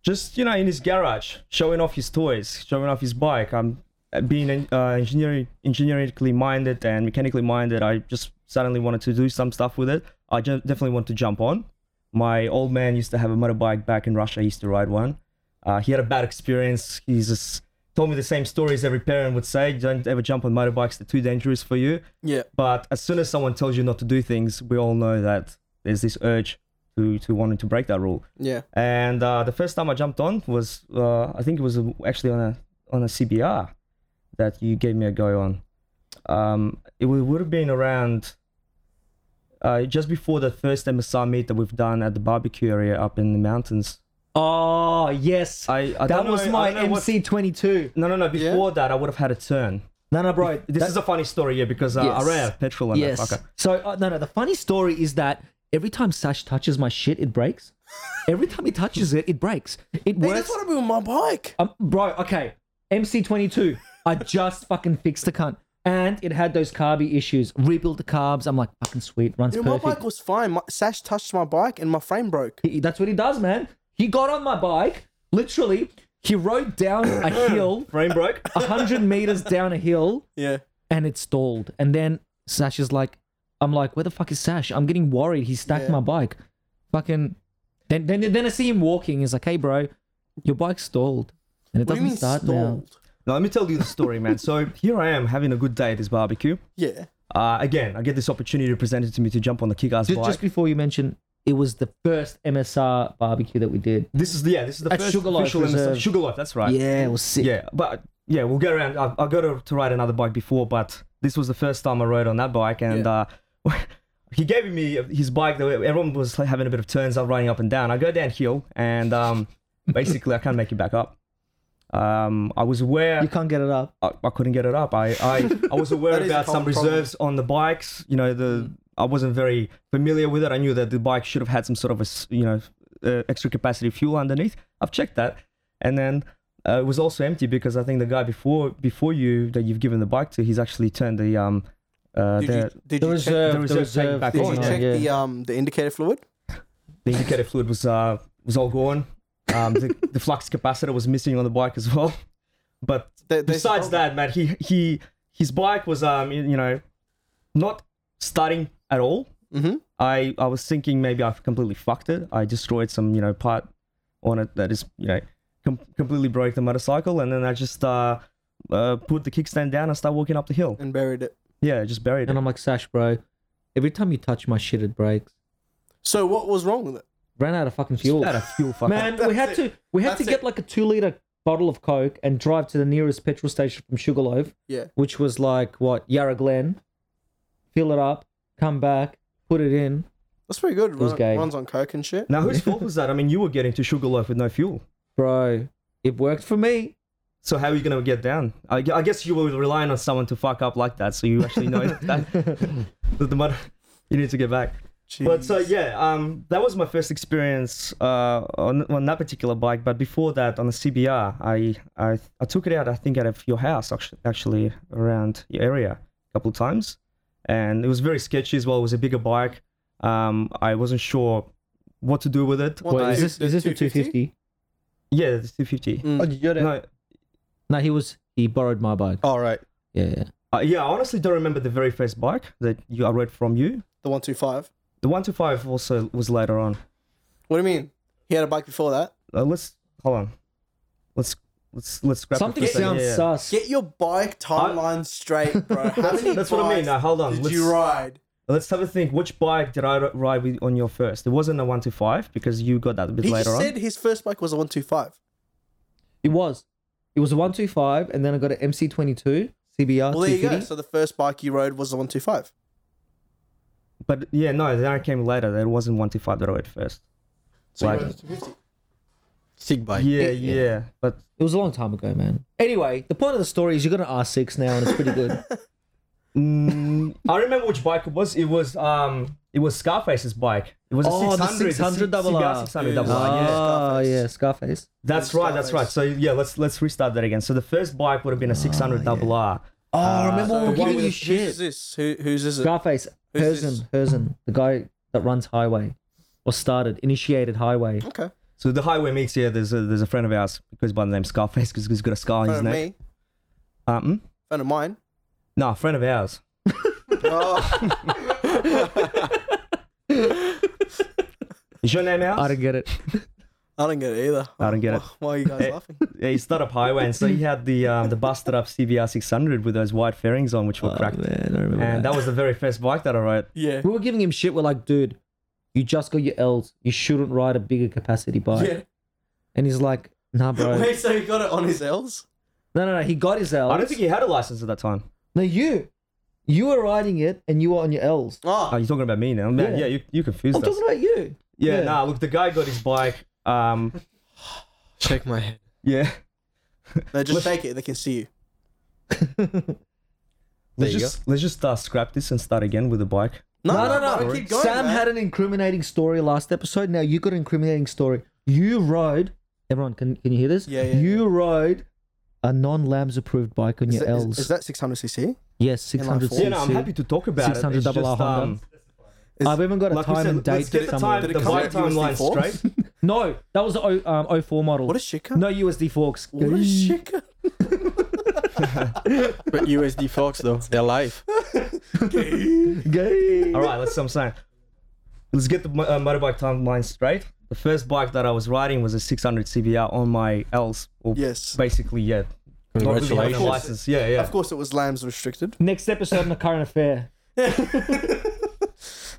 [SPEAKER 6] just you know in his garage showing off his toys showing off his bike i'm being uh, engineering engineerically minded and mechanically minded i just suddenly wanted to do some stuff with it i ju- definitely want to jump on my old man used to have a motorbike back in russia he used to ride one uh, he had a bad experience he's just told me the same stories every parent would say don't ever jump on motorbikes they're too dangerous for you
[SPEAKER 5] Yeah.
[SPEAKER 6] but as soon as someone tells you not to do things we all know that there's this urge to to wanting to break that rule
[SPEAKER 5] Yeah.
[SPEAKER 6] and uh, the first time I jumped on was uh, I think it was actually on a on a CBR that you gave me a go on. Um, it would, would have been around uh, just before the first MSR meet that we've done at the barbecue area up in the mountains.
[SPEAKER 4] Oh yes,
[SPEAKER 6] I, I
[SPEAKER 4] that
[SPEAKER 6] don't
[SPEAKER 4] was
[SPEAKER 6] know- I
[SPEAKER 4] my
[SPEAKER 6] don't know what-
[SPEAKER 4] MC twenty two.
[SPEAKER 6] No, no, no. Before that, I would have had a turn.
[SPEAKER 4] No, no, bro.
[SPEAKER 6] This
[SPEAKER 4] that-
[SPEAKER 6] is a funny story, yeah, because uh,
[SPEAKER 4] Yes.
[SPEAKER 6] I ran out of petrol on
[SPEAKER 4] yes.
[SPEAKER 6] that fucker.
[SPEAKER 4] So uh, no, no. The funny story is that every time Sash touches my shit, it breaks. every time he touches it, it breaks. It
[SPEAKER 5] Hey, that's
[SPEAKER 4] works.
[SPEAKER 5] what I mean with my bike.
[SPEAKER 4] Um, bro, okay. MC22. I just fucking fixed the cunt. And it had those carby issues. Rebuilt the carbs. I'm like, fucking sweet. Runs
[SPEAKER 5] Dude, my
[SPEAKER 4] perfect.
[SPEAKER 5] bike was fine. My, Sash touched my bike and my frame broke.
[SPEAKER 4] He- that's what he does, man. He got on my bike. Literally, he rode down a hill,
[SPEAKER 6] Frame broke.
[SPEAKER 4] 100 meters down a hill,
[SPEAKER 5] Yeah.
[SPEAKER 4] and it stalled. And then Sash is like, I'm like, where the fuck is Sash? I'm getting worried. He stacked
[SPEAKER 5] Yeah.
[SPEAKER 4] my bike. Fucking. Then, then, then I see him walking. He's like, hey, bro, your bike stalled. And it
[SPEAKER 5] What do
[SPEAKER 4] doesn't
[SPEAKER 5] you mean
[SPEAKER 4] start now.
[SPEAKER 5] stalled?
[SPEAKER 6] Now let me tell you the story, man. So here I am having a good day at this barbecue.
[SPEAKER 5] Yeah.
[SPEAKER 6] Uh, again, I get this opportunity presented to me to jump on the kick-ass
[SPEAKER 4] Just,
[SPEAKER 6] bike.
[SPEAKER 4] just before you mention, it was the first MSR barbecue that we did.
[SPEAKER 6] This is the, yeah, this is the
[SPEAKER 4] At
[SPEAKER 6] first
[SPEAKER 4] Sugarloaf
[SPEAKER 6] official MSR
[SPEAKER 4] Reserve.
[SPEAKER 6] Sugarloaf, that's right.
[SPEAKER 4] Yeah, it was sick.
[SPEAKER 6] Yeah, but yeah, we'll go around. I, I got to, to ride another bike before, but this was the first time I rode on that bike, and uh, he gave me his bike. though Everyone was like, having a bit of turns, up riding up and down. I go downhill, and um, basically I can't make it back up. Um, I was aware
[SPEAKER 4] You can't get it up.
[SPEAKER 6] I, I couldn't get it up. I I, I was aware
[SPEAKER 5] That is a
[SPEAKER 6] about some
[SPEAKER 5] common problem. Mm.
[SPEAKER 6] reserves on the bikes. You know, the I wasn't very familiar with it. I knew that the bike should have had some sort of a s- you know uh, extra capacity fuel underneath. I've checked that, and then uh, it was also empty because I think the guy before before you that you've given the bike to, he's actually turned the um uh,
[SPEAKER 5] Did
[SPEAKER 6] the,
[SPEAKER 5] you, did
[SPEAKER 4] The
[SPEAKER 5] you check,
[SPEAKER 4] reserve,
[SPEAKER 6] the
[SPEAKER 4] the
[SPEAKER 6] reserve tank
[SPEAKER 4] reserve.
[SPEAKER 6] back
[SPEAKER 5] did
[SPEAKER 6] on,
[SPEAKER 5] you
[SPEAKER 6] yeah.
[SPEAKER 5] check the um the indicator fluid?
[SPEAKER 6] the indicator fluid was uh was all gone. Um, the, the flux capacitor was missing on the bike as well. But
[SPEAKER 5] There- there's a
[SPEAKER 6] besides
[SPEAKER 5] problem.
[SPEAKER 6] that, man, he he his bike was um you know not starting at all.
[SPEAKER 5] Mhm.
[SPEAKER 6] I I was thinking maybe I've completely fucked it. I destroyed some you know part on it that is you know com- completely broke the motorcycle, and then I just uh, uh put the kickstand down and start walking up the hill.
[SPEAKER 5] and buried it.
[SPEAKER 6] Yeah, just buried
[SPEAKER 4] And
[SPEAKER 6] it.
[SPEAKER 4] I'm like, Sash, bro, every time you touch my shit, it breaks.
[SPEAKER 5] So what was wrong with it?
[SPEAKER 4] Ran out of fucking fuel.
[SPEAKER 6] Out of fuel, fucker.
[SPEAKER 4] Man, we had
[SPEAKER 5] That's
[SPEAKER 4] to we had to
[SPEAKER 5] That's
[SPEAKER 4] get
[SPEAKER 5] it.
[SPEAKER 4] like a two liter bottle of Coke and drive to the nearest petrol station from Sugarloaf,
[SPEAKER 5] Yeah.
[SPEAKER 4] which was like what Yarra Glen. Fill it up, come back, put it in.
[SPEAKER 5] That's pretty good.
[SPEAKER 4] was
[SPEAKER 5] Run,
[SPEAKER 4] gay.
[SPEAKER 5] runs on coke and shit.
[SPEAKER 6] Now whose fault was that? I mean, you were getting to Sugarloaf with no fuel.
[SPEAKER 4] Bro, it worked for me.
[SPEAKER 6] So how are you gonna get down? I, gu- I guess you were relying on someone to fuck up like that, so you actually know that, that the mother you need to get back. But so yeah, um, that was my first experience uh, on on that particular bike. But before that, on the CBR, I I, I took it out. I think out of your house actually, actually around your area a couple of times, and it was very sketchy as well. It was a bigger bike. Um, I wasn't sure what to do with it.
[SPEAKER 5] What
[SPEAKER 4] Wait,
[SPEAKER 5] the
[SPEAKER 4] is
[SPEAKER 5] two-
[SPEAKER 4] this is
[SPEAKER 5] the
[SPEAKER 4] this the two
[SPEAKER 5] 250?
[SPEAKER 4] fifty?
[SPEAKER 6] Yeah, it's 250.
[SPEAKER 5] Mm.
[SPEAKER 6] No,
[SPEAKER 4] No, he was he borrowed my bike.
[SPEAKER 5] All right,
[SPEAKER 4] Yeah, yeah.
[SPEAKER 6] Uh, yeah, I honestly don't remember the very first bike that you I read from you.
[SPEAKER 5] the one two five.
[SPEAKER 6] The one two five also was later on.
[SPEAKER 5] What do you mean? He had a bike before that.
[SPEAKER 6] Uh, let's hold on. Let's let's let's grab. it
[SPEAKER 4] Something
[SPEAKER 6] for a second.
[SPEAKER 4] sounds
[SPEAKER 6] Yeah.
[SPEAKER 4] sus.
[SPEAKER 5] Get your bike timeline straight, bro. How many
[SPEAKER 6] That's what I mean.
[SPEAKER 5] bikes
[SPEAKER 6] Now hold on.
[SPEAKER 5] Did
[SPEAKER 6] let's,
[SPEAKER 5] you ride?
[SPEAKER 6] let's have a think. Which bike did I ri- ride with on your first? It wasn't a one two five because you got that a bit
[SPEAKER 5] He
[SPEAKER 6] later
[SPEAKER 5] just
[SPEAKER 6] on.
[SPEAKER 5] said his first bike was a one two five.
[SPEAKER 4] It was. It was a one two five, and then I got an MC twenty two
[SPEAKER 6] Oh,
[SPEAKER 4] CBR
[SPEAKER 5] Well, there you go.
[SPEAKER 4] 250.
[SPEAKER 5] So the first bike you rode was a one two five.
[SPEAKER 6] But yeah, no, then I came later. That it wasn't one two five that I rode first.
[SPEAKER 5] So you
[SPEAKER 6] Like-
[SPEAKER 5] went to 250.
[SPEAKER 7] Sig bike.
[SPEAKER 6] yeah,
[SPEAKER 4] Yeah.
[SPEAKER 6] yeah. But
[SPEAKER 4] It was a long time ago, man. Anyway, the point of the story is you're gonna R6 now, and it's pretty good.
[SPEAKER 6] mm, I remember which bike it was. It was um, it was Scarface's bike. It was a
[SPEAKER 4] Oh, the
[SPEAKER 6] 600,
[SPEAKER 4] 600 double R.
[SPEAKER 6] six hundred double R. Yeah.
[SPEAKER 4] oh yeah, Scarface.
[SPEAKER 6] That's
[SPEAKER 5] Those
[SPEAKER 6] right. That's right.
[SPEAKER 5] Scarface.
[SPEAKER 6] So yeah, let's let's restart that again. So the first bike would have
[SPEAKER 4] Ah,
[SPEAKER 6] been a 600 double R.
[SPEAKER 4] Oh, I remember
[SPEAKER 5] So
[SPEAKER 4] when
[SPEAKER 5] who-
[SPEAKER 4] we giving you
[SPEAKER 5] who's
[SPEAKER 4] shit.
[SPEAKER 5] this? Who, who's this?
[SPEAKER 4] Scarface,
[SPEAKER 5] Who's this?
[SPEAKER 4] Herzen, Herzen, the guy that runs Highway or started, initiated Highway.
[SPEAKER 5] Okay.
[SPEAKER 6] So the highway meets here. There's a there's a friend of ours goes by the name Scarface because he's got a scar on
[SPEAKER 5] Friend
[SPEAKER 6] his
[SPEAKER 5] of
[SPEAKER 6] neck.
[SPEAKER 5] me.
[SPEAKER 6] Uh, mm?
[SPEAKER 5] Friend of mine.
[SPEAKER 6] No, friend of ours.
[SPEAKER 5] Oh,
[SPEAKER 6] Is your name
[SPEAKER 4] I
[SPEAKER 6] ours?
[SPEAKER 4] don't get it.
[SPEAKER 5] I don't get it either.
[SPEAKER 6] I don't get it. Eh.
[SPEAKER 5] Why are you guys
[SPEAKER 6] Hey.
[SPEAKER 5] laughing?
[SPEAKER 6] Yeah, he started up highway, and so he had the um, the busted up CBR 600 with those white fairings on, which were cracked.
[SPEAKER 4] Oh, man, I remember
[SPEAKER 6] And that was the very first bike that I rode.
[SPEAKER 5] Yeah.
[SPEAKER 4] We were giving him shit. We're like, dude, you just got your L's. You shouldn't ride a bigger capacity bike.
[SPEAKER 5] Yeah.
[SPEAKER 4] And he's like, nah, bro.
[SPEAKER 5] Wait, so he got it on his L's?
[SPEAKER 4] No, no, no. He got his L's.
[SPEAKER 6] I don't think he had a license at that time.
[SPEAKER 4] No, you. You were riding it and you were on your L's.
[SPEAKER 5] Oh,
[SPEAKER 6] Oh, you're talking about me now, man. Yeah,
[SPEAKER 4] Yeah.
[SPEAKER 6] you you confused
[SPEAKER 4] I'm
[SPEAKER 6] us.
[SPEAKER 4] talking about you.
[SPEAKER 6] yeah,
[SPEAKER 4] yeah.
[SPEAKER 6] nah. Look, the guy got his bike. Um,
[SPEAKER 7] Shake my head.
[SPEAKER 6] yeah.
[SPEAKER 5] no, just take it. They can see you.
[SPEAKER 7] There
[SPEAKER 6] Let's
[SPEAKER 7] you
[SPEAKER 6] just let's just uh, scrap this and start again with the bike.
[SPEAKER 5] No,
[SPEAKER 4] No, no, no.
[SPEAKER 5] bro, Keep going,
[SPEAKER 4] Sam
[SPEAKER 5] man.
[SPEAKER 4] had an incriminating story last episode. Now you got an incriminating story. You rode. Everyone, can can you hear this?
[SPEAKER 5] Yeah, yeah,
[SPEAKER 4] You rode a non-Lambs approved bike on
[SPEAKER 5] Is
[SPEAKER 4] your
[SPEAKER 5] that- is-
[SPEAKER 4] L's.
[SPEAKER 5] Is, that 600cc?
[SPEAKER 4] yes, six hundred.
[SPEAKER 5] Yeah,
[SPEAKER 6] Yeah, no, I'm happy to talk about it.
[SPEAKER 4] 600
[SPEAKER 6] It's
[SPEAKER 4] double
[SPEAKER 6] just,
[SPEAKER 4] R Honda.
[SPEAKER 6] um,
[SPEAKER 5] Is-
[SPEAKER 4] I've even got a
[SPEAKER 6] like we
[SPEAKER 4] time
[SPEAKER 6] said,
[SPEAKER 4] and date
[SPEAKER 6] let's get the time,
[SPEAKER 4] somewhere.
[SPEAKER 6] the
[SPEAKER 5] Did it come
[SPEAKER 6] bike
[SPEAKER 5] out USD
[SPEAKER 6] timeline
[SPEAKER 5] four?
[SPEAKER 6] straight.
[SPEAKER 4] No, that was the o, um, 04 model.
[SPEAKER 5] What a shika.
[SPEAKER 4] no USD forks.
[SPEAKER 5] What a shika.
[SPEAKER 7] But USD Fox though, they're live.
[SPEAKER 4] Gay.
[SPEAKER 6] All right, that's what I'm saying. Let's get the mo- uh, motorbike timeline straight. The first bike that I was riding was a 600 CBR on my L's. Or
[SPEAKER 5] Yes.
[SPEAKER 6] Basically, yeah. Not really having a
[SPEAKER 7] Congratulations.
[SPEAKER 6] license. Yeah, yeah.
[SPEAKER 5] Of course, it was lambs restricted.
[SPEAKER 4] Next episode on the current affair.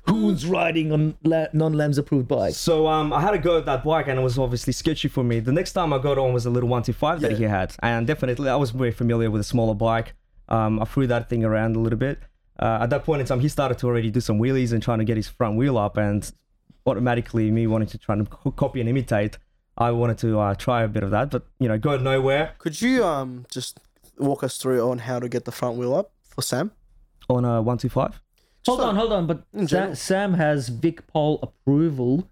[SPEAKER 4] Who's riding on la- non-Lambs approved bikes?
[SPEAKER 6] So um, I had a go at that bike, and it was obviously sketchy for me. The next time I got on was a little 125 that he had, and definitely I was very familiar with a smaller bike. Um, I threw that thing around a little bit. Uh, at that point in time, he started to already do some wheelies and trying to get his front wheel up, and automatically me wanting to try and co- copy and imitate, I wanted to uh, try a bit of that, but you know, go nowhere
[SPEAKER 5] Could you um just walk us through on how to get the front wheel up for Sam?
[SPEAKER 6] on a 125.
[SPEAKER 4] Hold on, hold on. But Sam,
[SPEAKER 5] general.
[SPEAKER 4] Sam has Vic Pol approval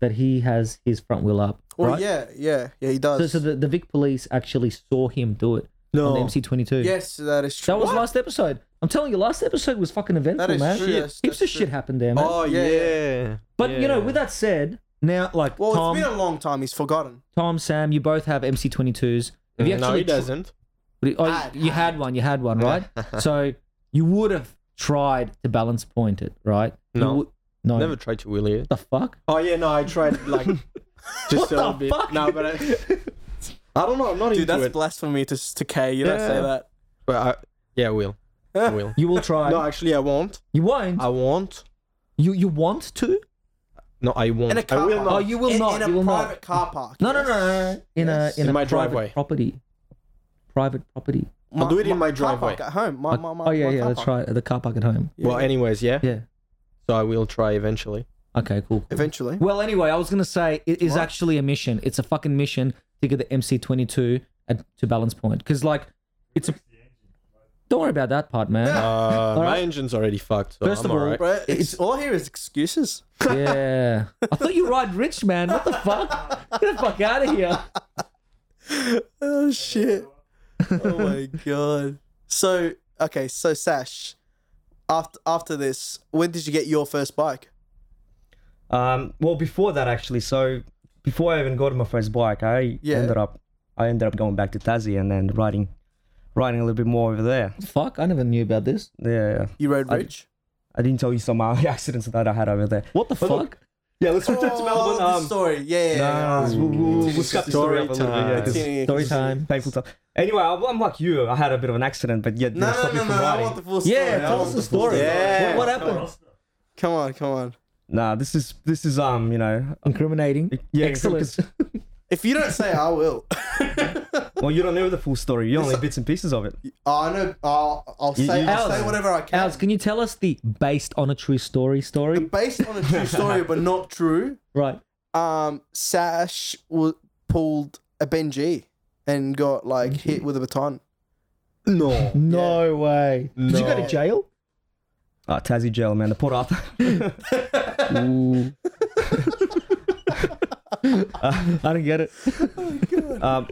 [SPEAKER 4] that he has his front wheel up.
[SPEAKER 5] Well,
[SPEAKER 4] right?
[SPEAKER 5] Oh, yeah, yeah, yeah. He
[SPEAKER 4] So,
[SPEAKER 5] does.
[SPEAKER 4] so the, the Vic police actually saw him do it on the MC22.
[SPEAKER 5] yes, that is true.
[SPEAKER 4] That was
[SPEAKER 5] What?
[SPEAKER 4] last episode. I'm telling you, last episode was fucking eventful,
[SPEAKER 5] That is
[SPEAKER 4] man.
[SPEAKER 5] true,
[SPEAKER 4] Shit.
[SPEAKER 5] that's-
[SPEAKER 4] Heaps
[SPEAKER 5] that's
[SPEAKER 4] of
[SPEAKER 5] true.
[SPEAKER 4] shit happened there, man.
[SPEAKER 7] Oh yeah.
[SPEAKER 4] but you know,
[SPEAKER 7] yeah.
[SPEAKER 4] with that said, now like
[SPEAKER 5] Well,
[SPEAKER 4] Tom,
[SPEAKER 5] it's been a long time. He's forgotten.
[SPEAKER 4] Tom, Sam, you both have MC22s. Have you
[SPEAKER 7] Mm, no,
[SPEAKER 4] actually
[SPEAKER 7] he doesn't.
[SPEAKER 4] But it- oh,
[SPEAKER 5] Ah,
[SPEAKER 4] you had one. You had one, right? so you would have tried to balance point it, right? You
[SPEAKER 7] No.
[SPEAKER 4] would- no.
[SPEAKER 7] Never tried to wheelie it.
[SPEAKER 4] What the fuck?
[SPEAKER 7] Oh yeah, no, I tried like just
[SPEAKER 4] What
[SPEAKER 7] a
[SPEAKER 4] the
[SPEAKER 7] bit.
[SPEAKER 4] fuck?
[SPEAKER 7] No, but I, I don't know. I'm not
[SPEAKER 5] Dude,
[SPEAKER 7] into
[SPEAKER 5] that's
[SPEAKER 7] it.
[SPEAKER 5] blasphemy to to K. You don't say
[SPEAKER 7] Yeah.
[SPEAKER 5] that.
[SPEAKER 7] But I, yeah, I will. I will.
[SPEAKER 4] You will try.
[SPEAKER 7] no, actually, I won't.
[SPEAKER 4] you won't.
[SPEAKER 7] I won't.
[SPEAKER 4] you you want to?
[SPEAKER 7] No, I won't.
[SPEAKER 5] In a
[SPEAKER 7] I
[SPEAKER 5] car
[SPEAKER 7] will
[SPEAKER 5] park.
[SPEAKER 7] not.
[SPEAKER 4] Oh, you will
[SPEAKER 5] in,
[SPEAKER 4] not.
[SPEAKER 5] In a
[SPEAKER 4] you will
[SPEAKER 5] private
[SPEAKER 4] not.
[SPEAKER 5] car park.
[SPEAKER 4] No, no, no, no, no. In
[SPEAKER 5] Yes.
[SPEAKER 4] a in,
[SPEAKER 7] In
[SPEAKER 4] a
[SPEAKER 7] my
[SPEAKER 4] private
[SPEAKER 7] driveway.
[SPEAKER 4] property. Private property.
[SPEAKER 7] I'll do it in my
[SPEAKER 5] car park
[SPEAKER 7] driveway.
[SPEAKER 5] at home. My,
[SPEAKER 4] Like-
[SPEAKER 5] my, my,
[SPEAKER 4] oh yeah,
[SPEAKER 5] my
[SPEAKER 4] yeah.
[SPEAKER 5] car
[SPEAKER 4] That's
[SPEAKER 5] park.
[SPEAKER 4] right. At the car park at home.
[SPEAKER 7] Oh, Well, anyways, yeah.
[SPEAKER 4] Yeah.
[SPEAKER 7] So I will try eventually.
[SPEAKER 4] Okay. Cool. cool.
[SPEAKER 5] Eventually.
[SPEAKER 4] Well, anyway, I was gonna say it is actually a mission. It's a fucking mission to get the MC22 at, to balance point because like it's a. Don't worry about that part, man.
[SPEAKER 7] Uh, my
[SPEAKER 4] right.
[SPEAKER 7] engine's already fucked. So
[SPEAKER 4] First
[SPEAKER 7] I'm
[SPEAKER 4] of all,
[SPEAKER 7] alright.
[SPEAKER 5] Bro, it's, all here is excuses.
[SPEAKER 4] Yeah. I thought you ride rich, man. What the fuck? Get the fuck out of here.
[SPEAKER 5] Oh shit. Oh my god. So okay, so Sash, after after this, when did you get your first bike?
[SPEAKER 6] Um, well, before that actually, so before I even got my first bike, I
[SPEAKER 5] Yeah.
[SPEAKER 6] ended up I ended up going back to Tassie and then riding riding a little bit more over there.
[SPEAKER 4] Fuck, I never knew about this.
[SPEAKER 6] Yeah, yeah.
[SPEAKER 5] You rode Rich.
[SPEAKER 6] I didn't tell you some uh, accidents that I had over there.
[SPEAKER 4] What the
[SPEAKER 6] But
[SPEAKER 4] fuck?
[SPEAKER 6] look- Yeah, let's return
[SPEAKER 5] Oh,
[SPEAKER 6] to Melbourne.
[SPEAKER 5] the
[SPEAKER 6] Um,
[SPEAKER 5] story. Yeah. yeah,
[SPEAKER 6] nah,
[SPEAKER 5] yeah.
[SPEAKER 6] we'll, we'll, we'll scrap the story up a little bit. Yeah, 'cause
[SPEAKER 5] Continue,
[SPEAKER 4] Story
[SPEAKER 5] continue.
[SPEAKER 4] time.
[SPEAKER 6] painful stuff. Anyway, I'm I'm like you. I had a bit of an accident, but yet
[SPEAKER 5] No,
[SPEAKER 6] didn't
[SPEAKER 5] no,
[SPEAKER 6] stop me
[SPEAKER 5] no,
[SPEAKER 6] from
[SPEAKER 5] no. I
[SPEAKER 6] riding.
[SPEAKER 5] want the full story.
[SPEAKER 4] Yeah,
[SPEAKER 5] I
[SPEAKER 4] tell
[SPEAKER 5] want
[SPEAKER 4] us the
[SPEAKER 5] full
[SPEAKER 4] story.
[SPEAKER 5] Yeah.
[SPEAKER 4] What, what happened?
[SPEAKER 5] Come on, come on.
[SPEAKER 6] Nah, this is this is um, you know,
[SPEAKER 4] Incriminating.
[SPEAKER 6] yeah,
[SPEAKER 4] Excellent.
[SPEAKER 5] If you don't say, I will.
[SPEAKER 6] well, you don't know the full story. You only bits and pieces of it.
[SPEAKER 5] I know. I'll, I'll
[SPEAKER 6] You-
[SPEAKER 5] say.
[SPEAKER 6] you
[SPEAKER 5] I'll
[SPEAKER 4] just-
[SPEAKER 5] say whatever I can.
[SPEAKER 4] Alex, can you tell us the based on a true story story?
[SPEAKER 5] Based on a true story, but not true.
[SPEAKER 4] Right.
[SPEAKER 5] um, Sash w- pulled a Benji and got like hit with a baton.
[SPEAKER 7] No.
[SPEAKER 4] No way. Did you go
[SPEAKER 5] No.
[SPEAKER 4] to jail?
[SPEAKER 6] Ah, Tassie jail, man. The Port Arthur.
[SPEAKER 4] Ooh. I don't get it.
[SPEAKER 6] um,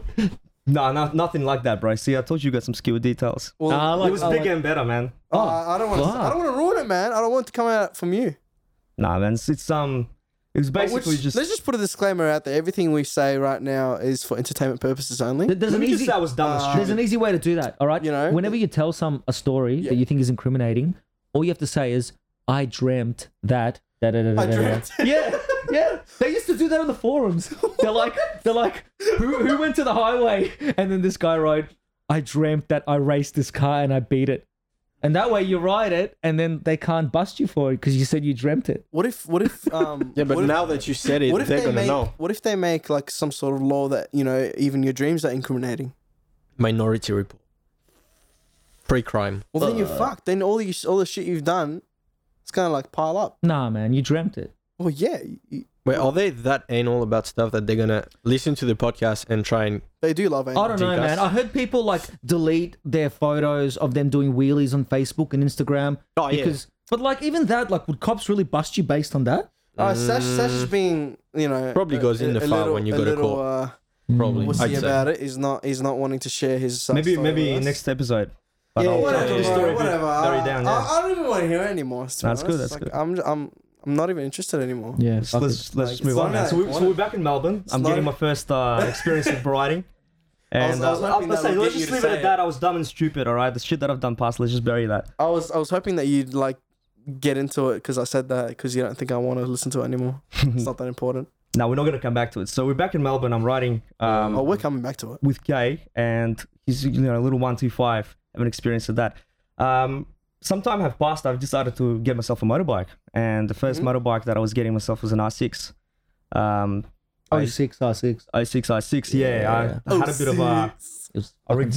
[SPEAKER 6] no, no, nothing like that, bro. See, I told you you got some skill details.
[SPEAKER 5] Well,
[SPEAKER 4] Nah, I like-
[SPEAKER 6] it was
[SPEAKER 4] I
[SPEAKER 6] bigger
[SPEAKER 4] like-
[SPEAKER 6] and better, man.
[SPEAKER 5] oh, I I don't want.
[SPEAKER 4] fuck.
[SPEAKER 5] I don't want to ruin it, man. I don't want it to come out from you.
[SPEAKER 6] Nah, man. It's, it's um, it was
[SPEAKER 5] But
[SPEAKER 6] basically
[SPEAKER 5] which-
[SPEAKER 6] just.
[SPEAKER 5] let's just put a disclaimer out there. Everything we say right now is for entertainment purposes only.
[SPEAKER 4] Th- There's
[SPEAKER 6] let
[SPEAKER 4] an
[SPEAKER 6] me just
[SPEAKER 4] easy.
[SPEAKER 6] say I was dumb and
[SPEAKER 4] Uh, There's
[SPEAKER 6] stupid.
[SPEAKER 4] an easy way to do that. All right.
[SPEAKER 5] You know?
[SPEAKER 4] whenever you tell some a story that you think is incriminating, all you have to say is, "I dreamt that." Da, da, da, da,
[SPEAKER 5] I
[SPEAKER 4] da, da."
[SPEAKER 5] dreamt.
[SPEAKER 4] Yeah, yeah. They used to do that on the forums. They're like, they're like, who, who went to the highway? And then this guy wrote, "I dreamt that I raced this car and I beat it." And that way you ride it, and then they can't bust you for it because you said you dreamt it.
[SPEAKER 5] What if? What if? Um,
[SPEAKER 7] Yeah, but
[SPEAKER 5] what if-
[SPEAKER 7] now that you said it,
[SPEAKER 5] what if
[SPEAKER 7] they're
[SPEAKER 5] they
[SPEAKER 7] gonna
[SPEAKER 5] make,
[SPEAKER 7] know.
[SPEAKER 5] What if they make like some sort of law that you know even your dreams are incriminating?
[SPEAKER 7] Minority report. Pre-crime.
[SPEAKER 5] Well, then you're fucked. Then all you all the shit you've done, it's gonna like pile up.
[SPEAKER 4] Nah, man, you dreamt it.
[SPEAKER 5] Well, yeah, you- you-
[SPEAKER 7] Wait, are they that anal about stuff that they're gonna listen to the podcast and try and
[SPEAKER 5] they do love anal.
[SPEAKER 4] I don't know,
[SPEAKER 7] Degas.
[SPEAKER 4] man. I heard people like delete their photos of them doing wheelies on Facebook and Instagram
[SPEAKER 7] Oh, yeah.
[SPEAKER 4] because. But like even that, like, would cops really bust you based on that?
[SPEAKER 5] Uh, Sash, Sash is being, you know,
[SPEAKER 7] Mm. Probably goes in the file
[SPEAKER 5] little-
[SPEAKER 7] when you Mm.
[SPEAKER 5] a
[SPEAKER 7] go to
[SPEAKER 5] little,
[SPEAKER 7] court.
[SPEAKER 5] Uh,
[SPEAKER 7] probably?
[SPEAKER 5] we'll
[SPEAKER 7] I'd
[SPEAKER 5] see
[SPEAKER 7] say.
[SPEAKER 5] about it. He's not. He's not wanting to share his. uh,
[SPEAKER 6] maybe
[SPEAKER 5] story with
[SPEAKER 6] maybe
[SPEAKER 5] us.
[SPEAKER 6] next episode. But
[SPEAKER 7] Yeah,
[SPEAKER 6] I'll
[SPEAKER 7] yeah,
[SPEAKER 6] tell
[SPEAKER 5] Whatever.
[SPEAKER 6] you the
[SPEAKER 7] yeah.
[SPEAKER 6] story a bit
[SPEAKER 5] whatever.
[SPEAKER 6] buried
[SPEAKER 5] I,
[SPEAKER 6] down,
[SPEAKER 5] I-
[SPEAKER 6] yeah.
[SPEAKER 5] I don't even want to hear it anymore. to be
[SPEAKER 6] That's good,
[SPEAKER 5] honest.
[SPEAKER 6] that's
[SPEAKER 5] like,
[SPEAKER 6] good.
[SPEAKER 5] I'm. I'm. I'm not even interested anymore.
[SPEAKER 4] Yeah,
[SPEAKER 6] Let's, let's, let's just move
[SPEAKER 5] Slow
[SPEAKER 6] on, man.
[SPEAKER 5] down,
[SPEAKER 6] So, we, so
[SPEAKER 5] slow
[SPEAKER 6] we're back in Melbourne. I'm
[SPEAKER 5] Slow
[SPEAKER 6] getting my
[SPEAKER 5] down.
[SPEAKER 6] first uh, experience with writing.
[SPEAKER 5] was-
[SPEAKER 6] And
[SPEAKER 5] I was
[SPEAKER 6] uh,
[SPEAKER 5] hoping
[SPEAKER 6] let's,
[SPEAKER 5] that
[SPEAKER 6] say-
[SPEAKER 5] would
[SPEAKER 6] let's
[SPEAKER 5] get you
[SPEAKER 6] just
[SPEAKER 5] to
[SPEAKER 6] leave it
[SPEAKER 5] say
[SPEAKER 6] at
[SPEAKER 5] it.
[SPEAKER 6] that. I was dumb and stupid, all right? The shit that I've done past, let's just bury that.
[SPEAKER 5] I was. I was hoping that you'd like get into it because I said that because you don't think I want to listen to it anymore. it's not that important.
[SPEAKER 6] Now, we're not going to come back to it. So, we're back in Melbourne. I'm writing um,
[SPEAKER 5] oh, we're coming back to it.
[SPEAKER 6] with Kay, and he's you know a little one two five. Have an experience with that. Um, some time have passed. I've decided to get myself a motorbike, and the 1st motorbike that I was getting myself was an R6. Um,
[SPEAKER 4] Oh, six, oh, six.
[SPEAKER 6] i6, i6. Yeah, I had a bit of a, a
[SPEAKER 4] It was fucking sick,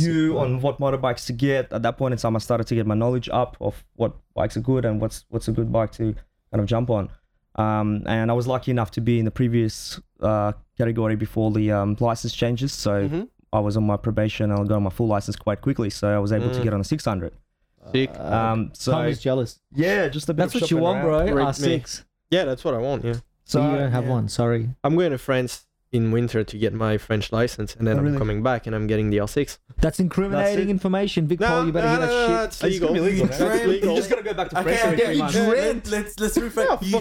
[SPEAKER 6] review
[SPEAKER 4] bro.
[SPEAKER 6] on what motorbikes to get. At that point in time, I started to get my knowledge up of what bikes are good and what's what's a good bike to kind of jump on. Um, and I was lucky enough to be in the previous uh, category before the um, license changes. So I was on my probation and I got my full license quite quickly. So I was able to get on a 600.
[SPEAKER 7] Sick.
[SPEAKER 6] Um, so
[SPEAKER 4] Tommy's Uh, jealous.
[SPEAKER 6] yeah, just a bit.
[SPEAKER 4] That's
[SPEAKER 6] of
[SPEAKER 4] what you
[SPEAKER 6] shopping
[SPEAKER 4] want,
[SPEAKER 6] around.
[SPEAKER 4] bro.
[SPEAKER 7] Rate
[SPEAKER 4] R six.
[SPEAKER 7] yeah, that's what I want. Yeah.
[SPEAKER 4] So
[SPEAKER 6] So,
[SPEAKER 4] you don't have
[SPEAKER 5] yeah.
[SPEAKER 4] one. Sorry.
[SPEAKER 7] I'm going to France in winter to get my French license, and then
[SPEAKER 6] Oh,
[SPEAKER 7] I'm
[SPEAKER 6] really?
[SPEAKER 7] coming back and I'm getting the L6.
[SPEAKER 4] That's incriminating
[SPEAKER 6] it.
[SPEAKER 4] information, Big Paul. You better get that shit.
[SPEAKER 7] it's
[SPEAKER 6] It's gonna be legal. man.
[SPEAKER 7] That's
[SPEAKER 6] You're
[SPEAKER 7] legal.
[SPEAKER 6] just gonna go back to France every three months.
[SPEAKER 5] dreamt. Let's let's
[SPEAKER 7] Yeah,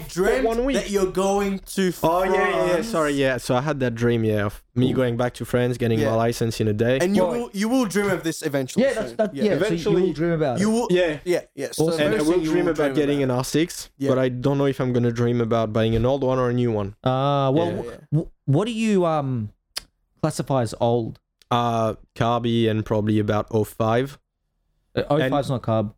[SPEAKER 7] for- for one week.
[SPEAKER 5] you're going to.
[SPEAKER 7] Oh yeah, yeah, yeah.
[SPEAKER 5] France.
[SPEAKER 7] Sorry, yeah. So I had that dream, yeah, of me going back to France, getting
[SPEAKER 5] Yeah.
[SPEAKER 7] my license in a day.
[SPEAKER 5] And you will you will dream of this eventually.
[SPEAKER 4] Yeah, that's
[SPEAKER 5] soon.
[SPEAKER 4] that. Yeah, so you
[SPEAKER 7] Eventually-
[SPEAKER 4] will dream about it.
[SPEAKER 5] You will.
[SPEAKER 7] yeah.
[SPEAKER 5] Yeah, yeah. So
[SPEAKER 4] Awesome.
[SPEAKER 7] And
[SPEAKER 5] very
[SPEAKER 7] I
[SPEAKER 5] soon
[SPEAKER 7] will
[SPEAKER 5] you
[SPEAKER 7] dream about getting
[SPEAKER 5] it.
[SPEAKER 7] an R6,
[SPEAKER 5] Yeah.
[SPEAKER 7] but I don't know if I'm gonna dream about buying an old one or a new one.
[SPEAKER 4] Ah, well,
[SPEAKER 7] Yeah.
[SPEAKER 4] w- w- what do you um classify as old?
[SPEAKER 7] Uh, Carby and probably about 05.
[SPEAKER 4] Uh,
[SPEAKER 7] And-
[SPEAKER 4] 05's not carb.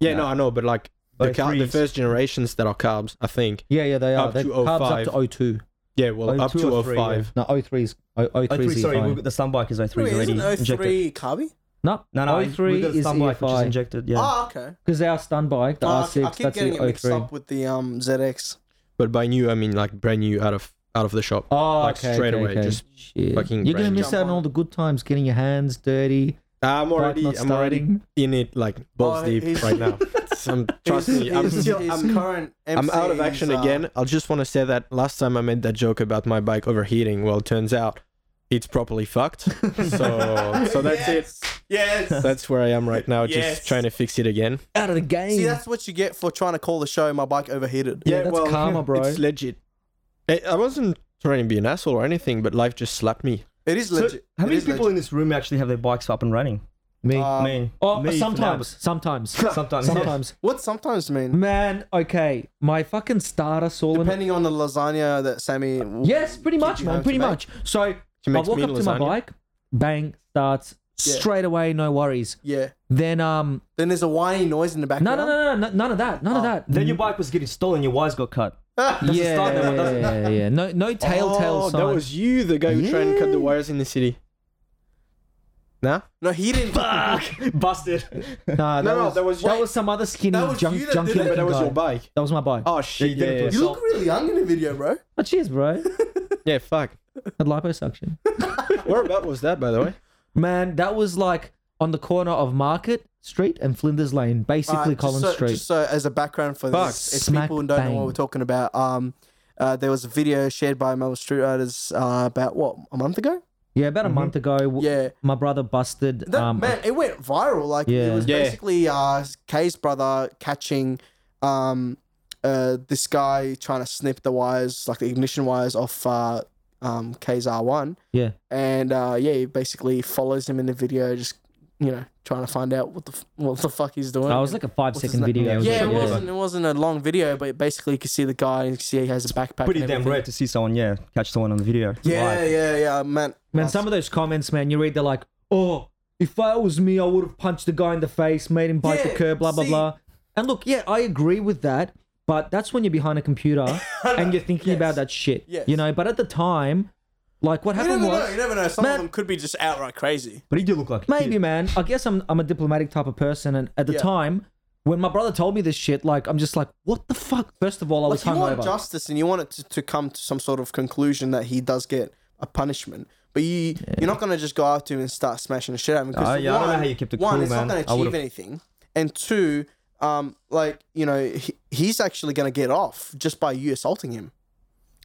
[SPEAKER 7] Yeah, no, I know, but like the,
[SPEAKER 6] Like
[SPEAKER 7] car- the
[SPEAKER 6] threes.
[SPEAKER 7] first generations that are carbs, I think.
[SPEAKER 4] Yeah, yeah, they are.
[SPEAKER 7] Up
[SPEAKER 4] They're
[SPEAKER 7] to
[SPEAKER 4] carbs
[SPEAKER 7] 05.
[SPEAKER 4] up to 02.
[SPEAKER 7] Yeah, well,
[SPEAKER 6] Oh,
[SPEAKER 7] up
[SPEAKER 6] two
[SPEAKER 7] to
[SPEAKER 6] or three,
[SPEAKER 7] 05.
[SPEAKER 4] No, 03's. O- 03's
[SPEAKER 6] 03, sorry,
[SPEAKER 4] EFI.
[SPEAKER 6] we got the sun bike is 03
[SPEAKER 5] Wait,
[SPEAKER 6] is already
[SPEAKER 5] isn't O
[SPEAKER 6] injected.
[SPEAKER 5] three Kabi?
[SPEAKER 4] No,
[SPEAKER 6] No, no, we-
[SPEAKER 4] 03
[SPEAKER 6] we got the
[SPEAKER 4] is
[SPEAKER 6] sun bike which Oh, is E
[SPEAKER 4] EFI.
[SPEAKER 6] injected. Yeah.
[SPEAKER 5] Oh, okay.
[SPEAKER 4] Because our stun bike, the
[SPEAKER 5] Oh, I-
[SPEAKER 4] R6,
[SPEAKER 5] I keep
[SPEAKER 4] that's
[SPEAKER 5] getting it
[SPEAKER 4] the
[SPEAKER 5] mixed
[SPEAKER 4] 03.
[SPEAKER 5] up with the um ZX.
[SPEAKER 7] But by new, I mean like brand new out of out of the shop.
[SPEAKER 4] Oh,
[SPEAKER 7] like
[SPEAKER 4] okay,
[SPEAKER 7] straight
[SPEAKER 4] okay,
[SPEAKER 7] away.
[SPEAKER 4] okay.
[SPEAKER 7] Just
[SPEAKER 4] Shit.
[SPEAKER 7] fucking
[SPEAKER 4] You're gonna
[SPEAKER 7] brand
[SPEAKER 4] miss
[SPEAKER 5] new.
[SPEAKER 4] out on all the good times, getting your hands dirty.
[SPEAKER 7] I'm
[SPEAKER 4] bike
[SPEAKER 7] already
[SPEAKER 4] not
[SPEAKER 7] I'm already
[SPEAKER 4] starting.
[SPEAKER 7] in it like balls
[SPEAKER 5] Oh,
[SPEAKER 7] deep
[SPEAKER 5] he's-
[SPEAKER 7] right now. So I'm, trust
[SPEAKER 5] His-
[SPEAKER 7] me, I'm
[SPEAKER 5] his-
[SPEAKER 7] still
[SPEAKER 5] his
[SPEAKER 7] I'm,
[SPEAKER 5] current
[SPEAKER 7] I'm out of
[SPEAKER 5] MC
[SPEAKER 7] action
[SPEAKER 5] is, uh,
[SPEAKER 7] again. I just want to say that last time I made that joke about my bike overheating, well, it turns out it's properly fucked. So so that's it.
[SPEAKER 5] Yes.
[SPEAKER 7] That's where I am right now, just
[SPEAKER 5] Yes.
[SPEAKER 7] trying to fix it again.
[SPEAKER 4] Out of the game.
[SPEAKER 5] See, that's what you get for trying to call the show. My bike overheated.
[SPEAKER 4] Yeah, that's karma, bro.
[SPEAKER 7] It's legit. I, I wasn't trying to be an asshole or anything, but life just slapped me.
[SPEAKER 5] It is
[SPEAKER 6] So,
[SPEAKER 5] legit.
[SPEAKER 6] how
[SPEAKER 5] It
[SPEAKER 6] many
[SPEAKER 5] is
[SPEAKER 6] people in this room actually have their bikes up and running?
[SPEAKER 4] me.
[SPEAKER 5] legit. Um,
[SPEAKER 6] I mean,
[SPEAKER 4] oh,
[SPEAKER 6] me for now,
[SPEAKER 4] sometimes, sometimes,
[SPEAKER 6] but sometimes,
[SPEAKER 4] sometimes.
[SPEAKER 5] What sometimes mean?
[SPEAKER 4] Man, okay, my fucking starter saw.
[SPEAKER 5] Depending on the lasagna that Sammy. w-
[SPEAKER 4] Yes, pretty
[SPEAKER 5] keep
[SPEAKER 4] much,
[SPEAKER 5] you
[SPEAKER 4] man.
[SPEAKER 5] home
[SPEAKER 4] Pretty
[SPEAKER 5] to make.
[SPEAKER 4] much. So I
[SPEAKER 7] makes
[SPEAKER 4] walk up
[SPEAKER 7] me
[SPEAKER 4] to my
[SPEAKER 7] lasagna.
[SPEAKER 4] bike, bang, starts
[SPEAKER 5] Yeah.
[SPEAKER 4] straight away, no worries.
[SPEAKER 5] Yeah.
[SPEAKER 4] Then um,
[SPEAKER 5] Then there's a whiny noise in the
[SPEAKER 4] no,
[SPEAKER 5] background.
[SPEAKER 4] no, no, no, no, none of that, none of
[SPEAKER 5] Oh.
[SPEAKER 4] that.
[SPEAKER 6] Then your bike was getting stolen, your wires got cut.
[SPEAKER 5] no.
[SPEAKER 4] yeah,
[SPEAKER 6] start now,
[SPEAKER 4] yeah,
[SPEAKER 6] doesn't
[SPEAKER 4] yeah, yeah. No, no telltale
[SPEAKER 7] oh,
[SPEAKER 4] sign.
[SPEAKER 7] that was you, the guy who tried and cut the wires in the city. Nah?
[SPEAKER 5] no, he didn't.
[SPEAKER 6] Fuck! Busted.
[SPEAKER 4] Nah, that
[SPEAKER 7] no,
[SPEAKER 4] was,
[SPEAKER 7] that was-
[SPEAKER 4] that was some other skinny
[SPEAKER 5] That was
[SPEAKER 4] junk,
[SPEAKER 5] you that
[SPEAKER 4] junky
[SPEAKER 5] did it,
[SPEAKER 4] looking
[SPEAKER 7] But that was
[SPEAKER 4] guy.
[SPEAKER 7] your bike.
[SPEAKER 4] That was my bike.
[SPEAKER 7] Oh shit!
[SPEAKER 6] did
[SPEAKER 7] Yeah,
[SPEAKER 6] it
[SPEAKER 7] yeah,
[SPEAKER 6] to
[SPEAKER 7] yeah.
[SPEAKER 5] You look really young in the video, bro.
[SPEAKER 4] Oh, cheers, bro.
[SPEAKER 7] Yeah, fuck.
[SPEAKER 4] Had liposuction.
[SPEAKER 7] Whereabout was that, by the way?
[SPEAKER 4] Man, that was like on the corner of Market Street and Flinders Lane, basically
[SPEAKER 5] Uh, just
[SPEAKER 4] Collins
[SPEAKER 5] so,
[SPEAKER 4] Street.
[SPEAKER 5] Just so as a background for
[SPEAKER 7] Fuck.
[SPEAKER 5] this, if
[SPEAKER 4] Smack
[SPEAKER 5] people don't know
[SPEAKER 4] bang.
[SPEAKER 5] what we're talking about, um, uh, there was a video shared by Melbourne Street Riders uh, about what a month ago.
[SPEAKER 4] yeah, about a month ago, w-
[SPEAKER 5] Mm-hmm. Yeah,
[SPEAKER 4] my brother busted.
[SPEAKER 5] that,
[SPEAKER 4] um,
[SPEAKER 5] man, it went viral. Like
[SPEAKER 4] Yeah.
[SPEAKER 5] it was
[SPEAKER 7] Yeah.
[SPEAKER 5] basically uh, Kay's brother catching um, uh, this guy trying to snip the wires, like the ignition wires, off uh, um, Kay's R1.
[SPEAKER 4] yeah,
[SPEAKER 5] and uh, yeah, he basically follows him in the video, just you know, trying to find out what the f- what the fuck he's doing.
[SPEAKER 4] I was like a five
[SPEAKER 5] What's his
[SPEAKER 4] second
[SPEAKER 5] name?
[SPEAKER 4] video. was
[SPEAKER 5] yeah, it
[SPEAKER 4] like,
[SPEAKER 5] wasn't it wasn't a long video, but basically you could see the guy and you could see he has a backpack.
[SPEAKER 6] Pretty
[SPEAKER 5] and
[SPEAKER 6] damn
[SPEAKER 5] everything.
[SPEAKER 6] rare to see someone, yeah, catch someone on the video.
[SPEAKER 5] Yeah,
[SPEAKER 6] Live.
[SPEAKER 5] yeah, yeah, man.
[SPEAKER 4] Man, some of those comments, man, you read, they're like, oh, if I was me, I would have punched the guy in the face, made him bite the
[SPEAKER 5] Yeah,
[SPEAKER 4] curb, blah, blah,
[SPEAKER 5] see-
[SPEAKER 4] blah. And look, yeah, I agree with that, but that's when you're behind a computer and you're thinking about that shit.
[SPEAKER 5] Yes.
[SPEAKER 4] You know, but at the time, like what
[SPEAKER 5] you
[SPEAKER 4] happened
[SPEAKER 5] never know.
[SPEAKER 4] was.
[SPEAKER 5] You never know. Some
[SPEAKER 4] Man-
[SPEAKER 5] of them could be just outright crazy.
[SPEAKER 6] But he did look like a kid.
[SPEAKER 4] Maybe, man. I guess I'm I'm a diplomatic type of person, and at the
[SPEAKER 5] Yeah.
[SPEAKER 4] time, when my brother told me this shit, like I'm just like, what the fuck? First of all, I was
[SPEAKER 5] Like you want
[SPEAKER 4] hungover.
[SPEAKER 5] justice and you want it to, to come to some sort of conclusion that he does get a punishment. But you you're not gonna just go out to him and start smashing the shit out of him. 'cause
[SPEAKER 6] Ah, yeah, I don't know
[SPEAKER 5] one-
[SPEAKER 6] how you kept it
[SPEAKER 5] One,
[SPEAKER 6] cool,
[SPEAKER 5] it's
[SPEAKER 6] man.
[SPEAKER 5] not
[SPEAKER 6] I
[SPEAKER 5] gonna achieve
[SPEAKER 6] would've-
[SPEAKER 5] anything, and two, um, like you know, he, he's actually gonna get off just by you assaulting him.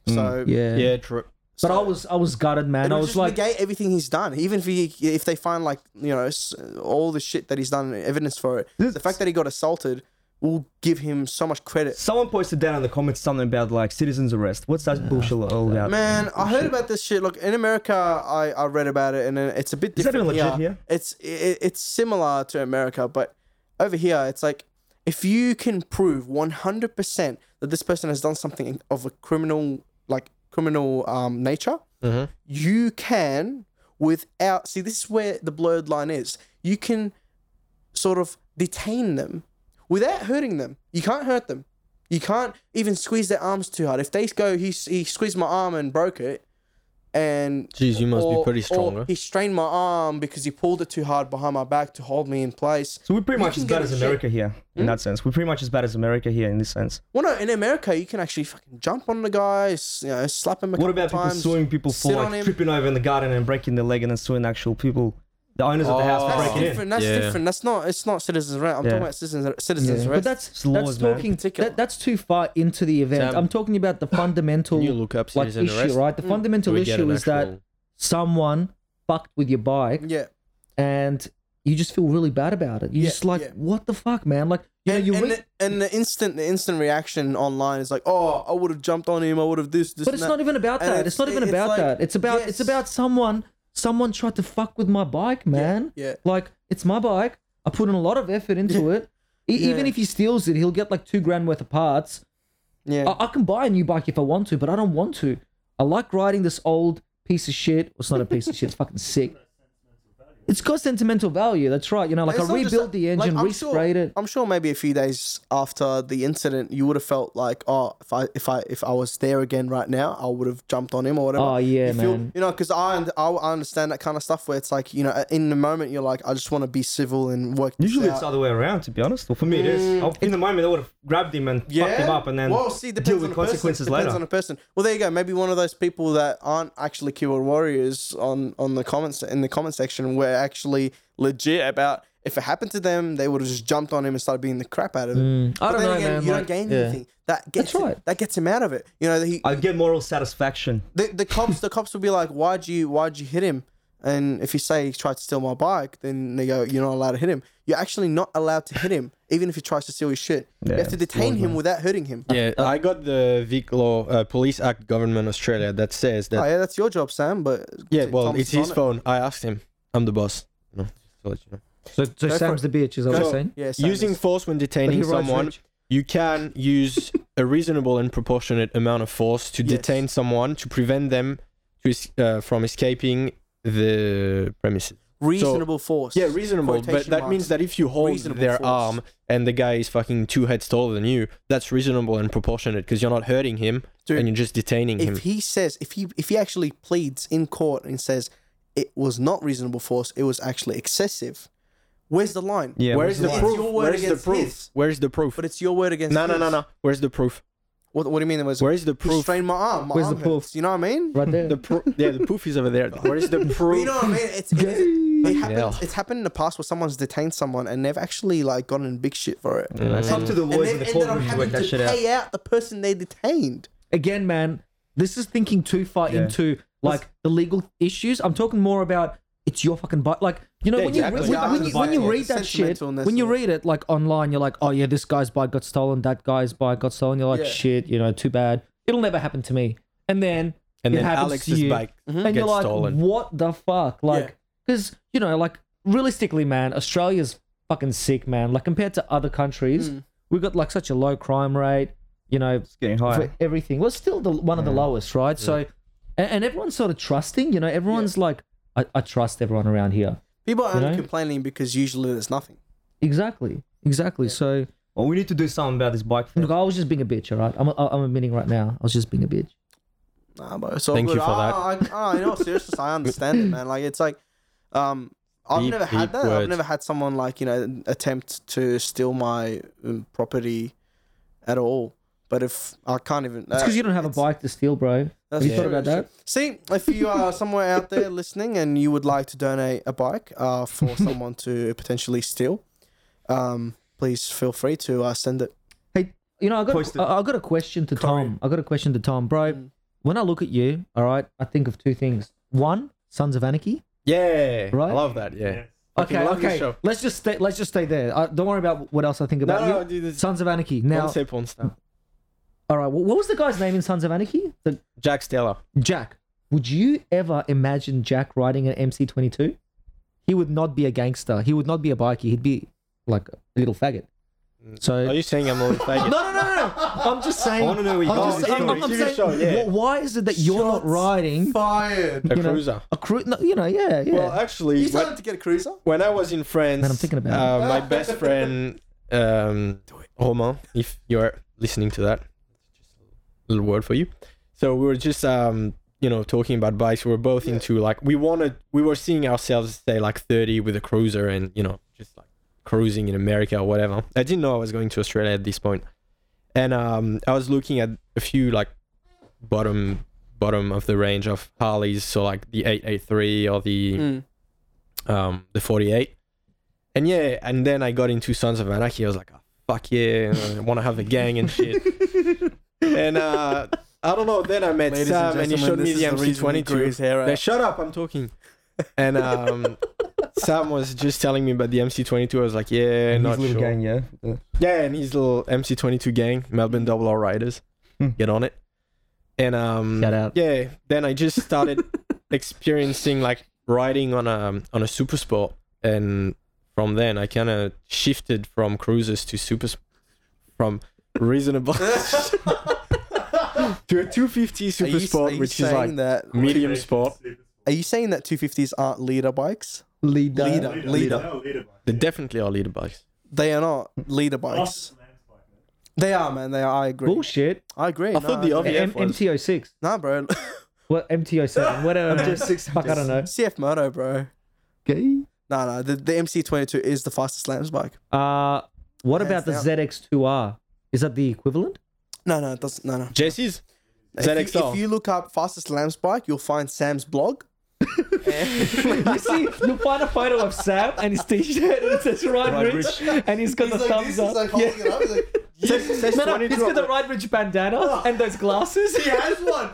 [SPEAKER 5] So
[SPEAKER 6] Mm,
[SPEAKER 4] yeah.
[SPEAKER 7] Yeah, true.
[SPEAKER 4] But I was I was gutted, man.
[SPEAKER 5] And
[SPEAKER 4] I
[SPEAKER 5] it would just
[SPEAKER 4] was like,
[SPEAKER 5] negate everything he's done. Even if he, if they find like you know s- all the shit that he's done, evidence for it.
[SPEAKER 6] This-
[SPEAKER 5] the fact that he got assaulted will give him so much credit.
[SPEAKER 6] Someone posted down in the comments something about like citizens arrest. What's that bullshit all about?
[SPEAKER 5] Man, I heard about this shit. Look, in America, I, I read about it, and it's a bit
[SPEAKER 6] Is that
[SPEAKER 5] different
[SPEAKER 6] even legit
[SPEAKER 5] here.
[SPEAKER 6] here?
[SPEAKER 5] It's it, it's similar to America, but over here, it's like if you can prove one hundred percent that this person has done something of a criminal like criminal um nature,
[SPEAKER 6] Mm-hmm.
[SPEAKER 5] you can without see this is where the blurred line is. You can sort of detain them without hurting them. You can't hurt them. You can't even squeeze their arms too hard. If they go, he, he squeezed my arm and broke it, and
[SPEAKER 7] Jeez, you must be pretty strong, huh?
[SPEAKER 5] He strained my arm because he pulled it too hard behind my back to hold me in place.
[SPEAKER 6] So we're pretty
[SPEAKER 5] You
[SPEAKER 6] much
[SPEAKER 5] can
[SPEAKER 6] as
[SPEAKER 5] get
[SPEAKER 6] bad
[SPEAKER 5] a
[SPEAKER 6] as
[SPEAKER 5] shit. Hmm?
[SPEAKER 6] America here in that sense. We're pretty much as bad as America here in this sense.
[SPEAKER 5] Well, no, in America you can actually fucking jump on the guy, s- you know, slap him. A
[SPEAKER 6] What
[SPEAKER 5] couple
[SPEAKER 6] about people
[SPEAKER 5] times,
[SPEAKER 6] suing people for
[SPEAKER 5] sit on
[SPEAKER 6] like
[SPEAKER 5] him.
[SPEAKER 6] tripping over in the garden and breaking their leg and then suing actual people, the owners of the house for
[SPEAKER 5] Oh. That's
[SPEAKER 6] breaking in?
[SPEAKER 5] different. That's
[SPEAKER 7] Yeah.
[SPEAKER 5] different. That's not. It's not citizens arrest. I'm
[SPEAKER 6] Yeah.
[SPEAKER 5] talking about citizens citizens
[SPEAKER 4] Yeah,
[SPEAKER 5] arrest.
[SPEAKER 4] but that's
[SPEAKER 6] laws,
[SPEAKER 4] that's
[SPEAKER 6] man.
[SPEAKER 4] talking
[SPEAKER 5] Particular.
[SPEAKER 4] that, that's too far into the event.
[SPEAKER 7] Sam,
[SPEAKER 4] I'm talking about the fundamental
[SPEAKER 7] you look up
[SPEAKER 4] like
[SPEAKER 7] citizen
[SPEAKER 4] issue,
[SPEAKER 7] arrest?
[SPEAKER 4] right? The fundamental
[SPEAKER 7] We get
[SPEAKER 4] issue
[SPEAKER 7] an
[SPEAKER 4] is that
[SPEAKER 7] actual-
[SPEAKER 4] someone fucked with your bike
[SPEAKER 5] yeah.
[SPEAKER 4] and you just feel really bad about it. You're
[SPEAKER 5] Yeah,
[SPEAKER 4] just like,
[SPEAKER 5] yeah.
[SPEAKER 4] what the fuck, man? Like, you know,
[SPEAKER 5] and,
[SPEAKER 4] you
[SPEAKER 5] and,
[SPEAKER 4] read-
[SPEAKER 5] the, and the instant the instant reaction online is like, oh, I would have jumped on him. I would have this. this
[SPEAKER 4] but it's
[SPEAKER 5] and
[SPEAKER 4] not
[SPEAKER 5] that."
[SPEAKER 4] even about
[SPEAKER 5] And
[SPEAKER 4] that. It's, not even
[SPEAKER 5] it's
[SPEAKER 4] about
[SPEAKER 5] like,
[SPEAKER 4] that. It's about it's
[SPEAKER 5] yes.
[SPEAKER 4] about someone someone tried to fuck with my bike, man.
[SPEAKER 5] yeah.
[SPEAKER 4] Like it's my bike. I put in a lot of effort into it. E- Even
[SPEAKER 5] Yeah.
[SPEAKER 4] if he steals it, he'll get like two grand worth of parts.
[SPEAKER 5] Yeah.
[SPEAKER 4] I, I can buy a new bike if I want to, but I don't want to. I like riding this old piece of shit. Well, it's not a piece of shit. It's fucking sick. It's got sentimental value. That's right. You know, like
[SPEAKER 5] It's
[SPEAKER 4] I
[SPEAKER 5] not just
[SPEAKER 4] rebuilt
[SPEAKER 5] that-
[SPEAKER 4] the engine,
[SPEAKER 5] like, I'm sure-
[SPEAKER 4] resprayed it.
[SPEAKER 5] I'm sure maybe a few days after the incident, you would have felt like, oh, if I if I if I was there again right now, I would have jumped on him or whatever.
[SPEAKER 4] Oh, yeah,
[SPEAKER 5] you feel,
[SPEAKER 4] man.
[SPEAKER 5] You know, because I, und- I I understand that kind of stuff where it's like you know, in the moment you're like, I just want to be civil and work. this
[SPEAKER 6] Usually it's
[SPEAKER 5] out.
[SPEAKER 6] the other way around, to be honest. Well, for me, it is. I- In the moment, I would have grabbed him and fucked him up and then
[SPEAKER 5] Hmm. well, see, depends
[SPEAKER 6] deal
[SPEAKER 5] on
[SPEAKER 6] with
[SPEAKER 5] the person.
[SPEAKER 6] consequences
[SPEAKER 5] Depends
[SPEAKER 6] later.
[SPEAKER 5] on the person. Well, there you go. Maybe one of those people that aren't actually keyword warriors on on the comments in the comment section were actually legit about if it happened to them, they would have just jumped on him and started beating the crap out of him.
[SPEAKER 4] Mm. I
[SPEAKER 5] But
[SPEAKER 4] don't
[SPEAKER 5] then
[SPEAKER 4] know,
[SPEAKER 5] again,
[SPEAKER 4] man,
[SPEAKER 5] You
[SPEAKER 4] like,
[SPEAKER 5] don't gain
[SPEAKER 4] yeah.
[SPEAKER 5] anything. That gets
[SPEAKER 4] That's right.
[SPEAKER 5] that gets him out of it. You know, he,
[SPEAKER 6] I get moral satisfaction.
[SPEAKER 5] the, the cops the cops will be like, why'd you why'd you hit him? And if you say he tried to steal my bike, then they go, you're not allowed to hit him. You're actually not allowed to hit him, even if he tries to steal his shit. you have to detain him without hurting him.
[SPEAKER 7] Yeah, I got the Vic Law uh, Police Act Government Australia that says that.
[SPEAKER 5] Oh yeah, that's your job, Sam. But
[SPEAKER 7] yeah, well,
[SPEAKER 5] Tom's
[SPEAKER 7] it's his
[SPEAKER 5] on it.
[SPEAKER 7] phone. I asked him. I'm the boss. No, just to let you know.
[SPEAKER 4] So, so
[SPEAKER 5] for
[SPEAKER 4] Sam's the bitch, is what I'm
[SPEAKER 7] Go.
[SPEAKER 4] saying.
[SPEAKER 5] Yeah, Sam
[SPEAKER 7] Using
[SPEAKER 5] is.
[SPEAKER 7] force when detaining
[SPEAKER 4] But he rides
[SPEAKER 7] someone,
[SPEAKER 4] rich.
[SPEAKER 7] you can use a reasonable and proportionate amount of force to
[SPEAKER 5] Yes.
[SPEAKER 7] detain someone to prevent them to es- uh, from escaping the premises.
[SPEAKER 5] reasonable force.
[SPEAKER 7] Yeah, reasonable, but
[SPEAKER 5] Quotation
[SPEAKER 7] that
[SPEAKER 5] marks.
[SPEAKER 7] means that if you hold
[SPEAKER 5] Reasonable
[SPEAKER 7] their
[SPEAKER 5] force.
[SPEAKER 7] arm and the guy is fucking two heads taller than you, that's reasonable and proportionate because you're not hurting him
[SPEAKER 5] Dude,
[SPEAKER 7] and you're just detaining him.
[SPEAKER 5] if he says if he if he actually pleads in court and says it was not reasonable force, it was actually excessive. Where's the line?
[SPEAKER 6] Yeah,
[SPEAKER 7] Where's the
[SPEAKER 5] It's
[SPEAKER 7] proof?
[SPEAKER 5] your word
[SPEAKER 7] Where's the
[SPEAKER 5] against
[SPEAKER 7] proof?
[SPEAKER 5] his.
[SPEAKER 7] Where's the proof?
[SPEAKER 5] But it's your word against.
[SPEAKER 7] No, no,
[SPEAKER 5] his.
[SPEAKER 7] no, no. Where's the proof?
[SPEAKER 5] What, what do you mean? There was
[SPEAKER 7] Where is the
[SPEAKER 5] He
[SPEAKER 7] proof?
[SPEAKER 5] strained my arm. My
[SPEAKER 4] Where's the
[SPEAKER 5] arm
[SPEAKER 4] proof?
[SPEAKER 5] hurts, You know what I mean?
[SPEAKER 4] right there.
[SPEAKER 7] The pro- yeah, the proof is over there. Where is the
[SPEAKER 5] But
[SPEAKER 7] proof?
[SPEAKER 5] you know what I mean? It's, it, it,
[SPEAKER 7] Fucking
[SPEAKER 5] happened,
[SPEAKER 7] hell.
[SPEAKER 5] it's happened in the past where someone's detained someone and they've actually like gotten in big shit for it.
[SPEAKER 6] It's up to the
[SPEAKER 5] And
[SPEAKER 6] lawyers in
[SPEAKER 5] they've
[SPEAKER 6] the
[SPEAKER 5] ended up
[SPEAKER 6] courtroom to work
[SPEAKER 5] having
[SPEAKER 6] that
[SPEAKER 5] to
[SPEAKER 6] shit out.
[SPEAKER 5] pay out the person they detained.
[SPEAKER 4] again, man, this is thinking too far
[SPEAKER 6] Yeah.
[SPEAKER 4] into like the legal issues. I'm talking more about it's your fucking butt. Like you know
[SPEAKER 7] Yeah,
[SPEAKER 4] when
[SPEAKER 7] exactly.
[SPEAKER 4] you
[SPEAKER 5] Yeah,
[SPEAKER 4] when, when, you, when you
[SPEAKER 5] it's
[SPEAKER 4] read that shit,
[SPEAKER 5] sentimental and
[SPEAKER 4] when you
[SPEAKER 5] that's all.
[SPEAKER 4] read it like online, you're like, oh yeah, this guy's bike got stolen, that guy's bike got stolen. You're like,
[SPEAKER 5] Yeah.
[SPEAKER 4] shit, you know, too bad. It'll never happen to me. And then
[SPEAKER 7] And
[SPEAKER 4] it
[SPEAKER 7] then
[SPEAKER 4] happens to
[SPEAKER 7] Alex's
[SPEAKER 4] you,
[SPEAKER 7] bike
[SPEAKER 4] and
[SPEAKER 7] gets
[SPEAKER 4] you're like,
[SPEAKER 7] stolen.
[SPEAKER 4] what the fuck? Like, because you know, like realistically, man, Australia's fucking sick, man. Like compared to other countries, we've got like such a low crime rate. You know,
[SPEAKER 6] It's getting higher.
[SPEAKER 4] for everything. Well, still the one of the lowest, right? So, and, and everyone's sort of trusting. You know, everyone's like, I, I trust everyone around here.
[SPEAKER 5] People are only
[SPEAKER 4] know?
[SPEAKER 5] complaining because usually there's nothing.
[SPEAKER 4] Exactly, exactly. So,
[SPEAKER 6] Well, we need to do something about this bike. theft.
[SPEAKER 4] look, I was just being a bitch, all right. I'm, I'm admitting right now, I was just being a bitch.
[SPEAKER 5] Nah, but it's all
[SPEAKER 7] Thank
[SPEAKER 5] good. Ah,
[SPEAKER 7] you for
[SPEAKER 5] I, I, I, I know, seriously, I understand it, man. Like it's like, um, I've
[SPEAKER 7] Deep,
[SPEAKER 5] never
[SPEAKER 7] deep
[SPEAKER 5] had that. I've
[SPEAKER 7] words.
[SPEAKER 5] never had someone like you know attempt to steal my um, property at all. But if I can't even, uh,
[SPEAKER 4] It's because you don't have a
[SPEAKER 5] it's-
[SPEAKER 4] bike to steal, bro.
[SPEAKER 5] That's
[SPEAKER 4] Have you thought
[SPEAKER 5] true,
[SPEAKER 4] about
[SPEAKER 5] that's
[SPEAKER 4] that?
[SPEAKER 5] See, if you are somewhere out there listening and you would like to donate a bike uh, for someone to potentially steal, um, please feel free to uh, send it.
[SPEAKER 4] Hey, you know, I got
[SPEAKER 6] Posted.
[SPEAKER 4] I, I got a question to Tom. I got a question to Tom, bro. When I look at you, all right, I think of two things. One, Sons of Anarchy.
[SPEAKER 7] Yeah,
[SPEAKER 4] Right?
[SPEAKER 7] I love that. Yeah, Fucking
[SPEAKER 4] Okay,
[SPEAKER 7] love this
[SPEAKER 4] okay.
[SPEAKER 7] show.
[SPEAKER 4] Let's just stay. Let's just stay there. Uh, don't worry about what else I think about.
[SPEAKER 7] no,
[SPEAKER 4] you.
[SPEAKER 7] no, dude, this-
[SPEAKER 4] Sons of Anarchy.
[SPEAKER 7] Don't
[SPEAKER 4] Now,
[SPEAKER 7] say porn star.
[SPEAKER 4] All right. Well, what was the guy's name in Sons of Anarchy? The
[SPEAKER 7] Jack Stella.
[SPEAKER 4] Jack. Would you ever imagine Jack riding an MC22? He would not be a gangster. He would not be a bikie. He'd be like a little faggot. So
[SPEAKER 7] Are you saying I'm a little faggot?
[SPEAKER 4] no, no, no, no, no. I'm just saying.
[SPEAKER 6] I wanna know where you
[SPEAKER 4] I'm
[SPEAKER 6] got
[SPEAKER 4] just-
[SPEAKER 6] this
[SPEAKER 4] I'm-
[SPEAKER 6] story.
[SPEAKER 4] I'm
[SPEAKER 7] Give it a
[SPEAKER 4] saying,
[SPEAKER 7] shot, yeah.
[SPEAKER 4] wh- Why is it that you're not riding
[SPEAKER 5] Fired.
[SPEAKER 7] A
[SPEAKER 4] you know,
[SPEAKER 7] cruiser.
[SPEAKER 4] a cruise? No, you know, yeah, yeah.
[SPEAKER 7] Well, actually,
[SPEAKER 5] You
[SPEAKER 7] when,
[SPEAKER 5] started to get a cruiser?
[SPEAKER 7] when I was in France,
[SPEAKER 4] Man, I'm thinking about
[SPEAKER 7] uh, my best friend, um, Romain, if you're listening to that, little word for you. So we were just, um, you know, talking about bikes. We were both into like we wanted. We were seeing ourselves say like 30 with a cruiser, and you know, just like cruising in America or whatever. I didn't know I was going to Australia at this point, and um, I was looking at a few like bottom bottom of the range of Harleys, so like the 883 or
[SPEAKER 4] Hmm.
[SPEAKER 7] the um, the 48. And yeah, and then I got into Sons of Anarchy. I was like, oh, fuck yeah, I want to have a gang and shit. and uh, I don't know. Then I met
[SPEAKER 4] um,
[SPEAKER 5] Ladies and
[SPEAKER 7] Sam and, he
[SPEAKER 5] gentlemen,
[SPEAKER 7] showed me
[SPEAKER 5] this
[SPEAKER 7] the
[SPEAKER 5] is the reason he grew his
[SPEAKER 7] MC22.
[SPEAKER 5] hair out.
[SPEAKER 7] Now, Shut up, I'm talking. And um, Sam was just telling me about the MC22. I was like, yeah,
[SPEAKER 6] His
[SPEAKER 7] not
[SPEAKER 6] little
[SPEAKER 7] sure.
[SPEAKER 6] gang, yeah.
[SPEAKER 7] Yeah, and his little MC22 gang, Melbourne Double R Riders,
[SPEAKER 6] Hmm.
[SPEAKER 7] get on it. And um,
[SPEAKER 4] Shout out.
[SPEAKER 7] yeah, then I just started experiencing like riding on a on a super sport, and from then I kind of shifted from cruisers to super sp- from reasonable to a 250
[SPEAKER 5] Are you,
[SPEAKER 7] super sport,
[SPEAKER 5] are you
[SPEAKER 7] which is
[SPEAKER 5] saying
[SPEAKER 7] like
[SPEAKER 5] that?
[SPEAKER 7] medium sport.
[SPEAKER 5] Are you saying that 250s aren't leader bikes?
[SPEAKER 4] leader.
[SPEAKER 5] Leader, leader.
[SPEAKER 7] They definitely are leader bikes.
[SPEAKER 5] They are not leader bikes. They are, man. They are. I agree.
[SPEAKER 4] Bullshit.
[SPEAKER 5] I agree.
[SPEAKER 7] I thought the
[SPEAKER 5] no, I agree.
[SPEAKER 7] obvious
[SPEAKER 4] M-
[SPEAKER 7] was
[SPEAKER 4] MTO6.
[SPEAKER 5] Nah, bro.
[SPEAKER 4] What MTO7? Whatever.
[SPEAKER 6] six-
[SPEAKER 4] Fuck, I don't know.
[SPEAKER 5] CF Moto, bro. Nah, nah. The, the MC22 is the fastest lambs bike.
[SPEAKER 4] Uh, what about the
[SPEAKER 5] down.
[SPEAKER 4] ZX2R? Is that the equivalent?
[SPEAKER 5] No, no, it doesn't. No, no.
[SPEAKER 7] Jesse's
[SPEAKER 5] If you,
[SPEAKER 7] ZXR.
[SPEAKER 5] if you look up fastest lambs bike, you'll find Sam's blog.
[SPEAKER 4] you see, you find a photo of Sam and his t-shirt and it says Ride, Ridge, and he's got the thumbs up. yeah.
[SPEAKER 5] it up. He's like, Ah.
[SPEAKER 7] Says- says
[SPEAKER 4] No, no,
[SPEAKER 7] 22
[SPEAKER 4] he's got
[SPEAKER 7] on
[SPEAKER 4] the Ride Ridge bandana and those glasses.
[SPEAKER 5] he has one.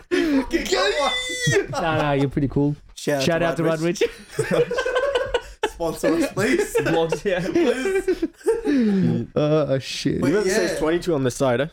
[SPEAKER 4] no, no, you're pretty cool.
[SPEAKER 5] Shout,
[SPEAKER 4] Shout out to Ride Ridge.
[SPEAKER 5] Sponsor us, please.
[SPEAKER 6] Blogs, yeah.
[SPEAKER 4] Oh, shit.
[SPEAKER 7] the-
[SPEAKER 5] But
[SPEAKER 7] It says
[SPEAKER 5] yeah.
[SPEAKER 7] 22 on the side. Eh?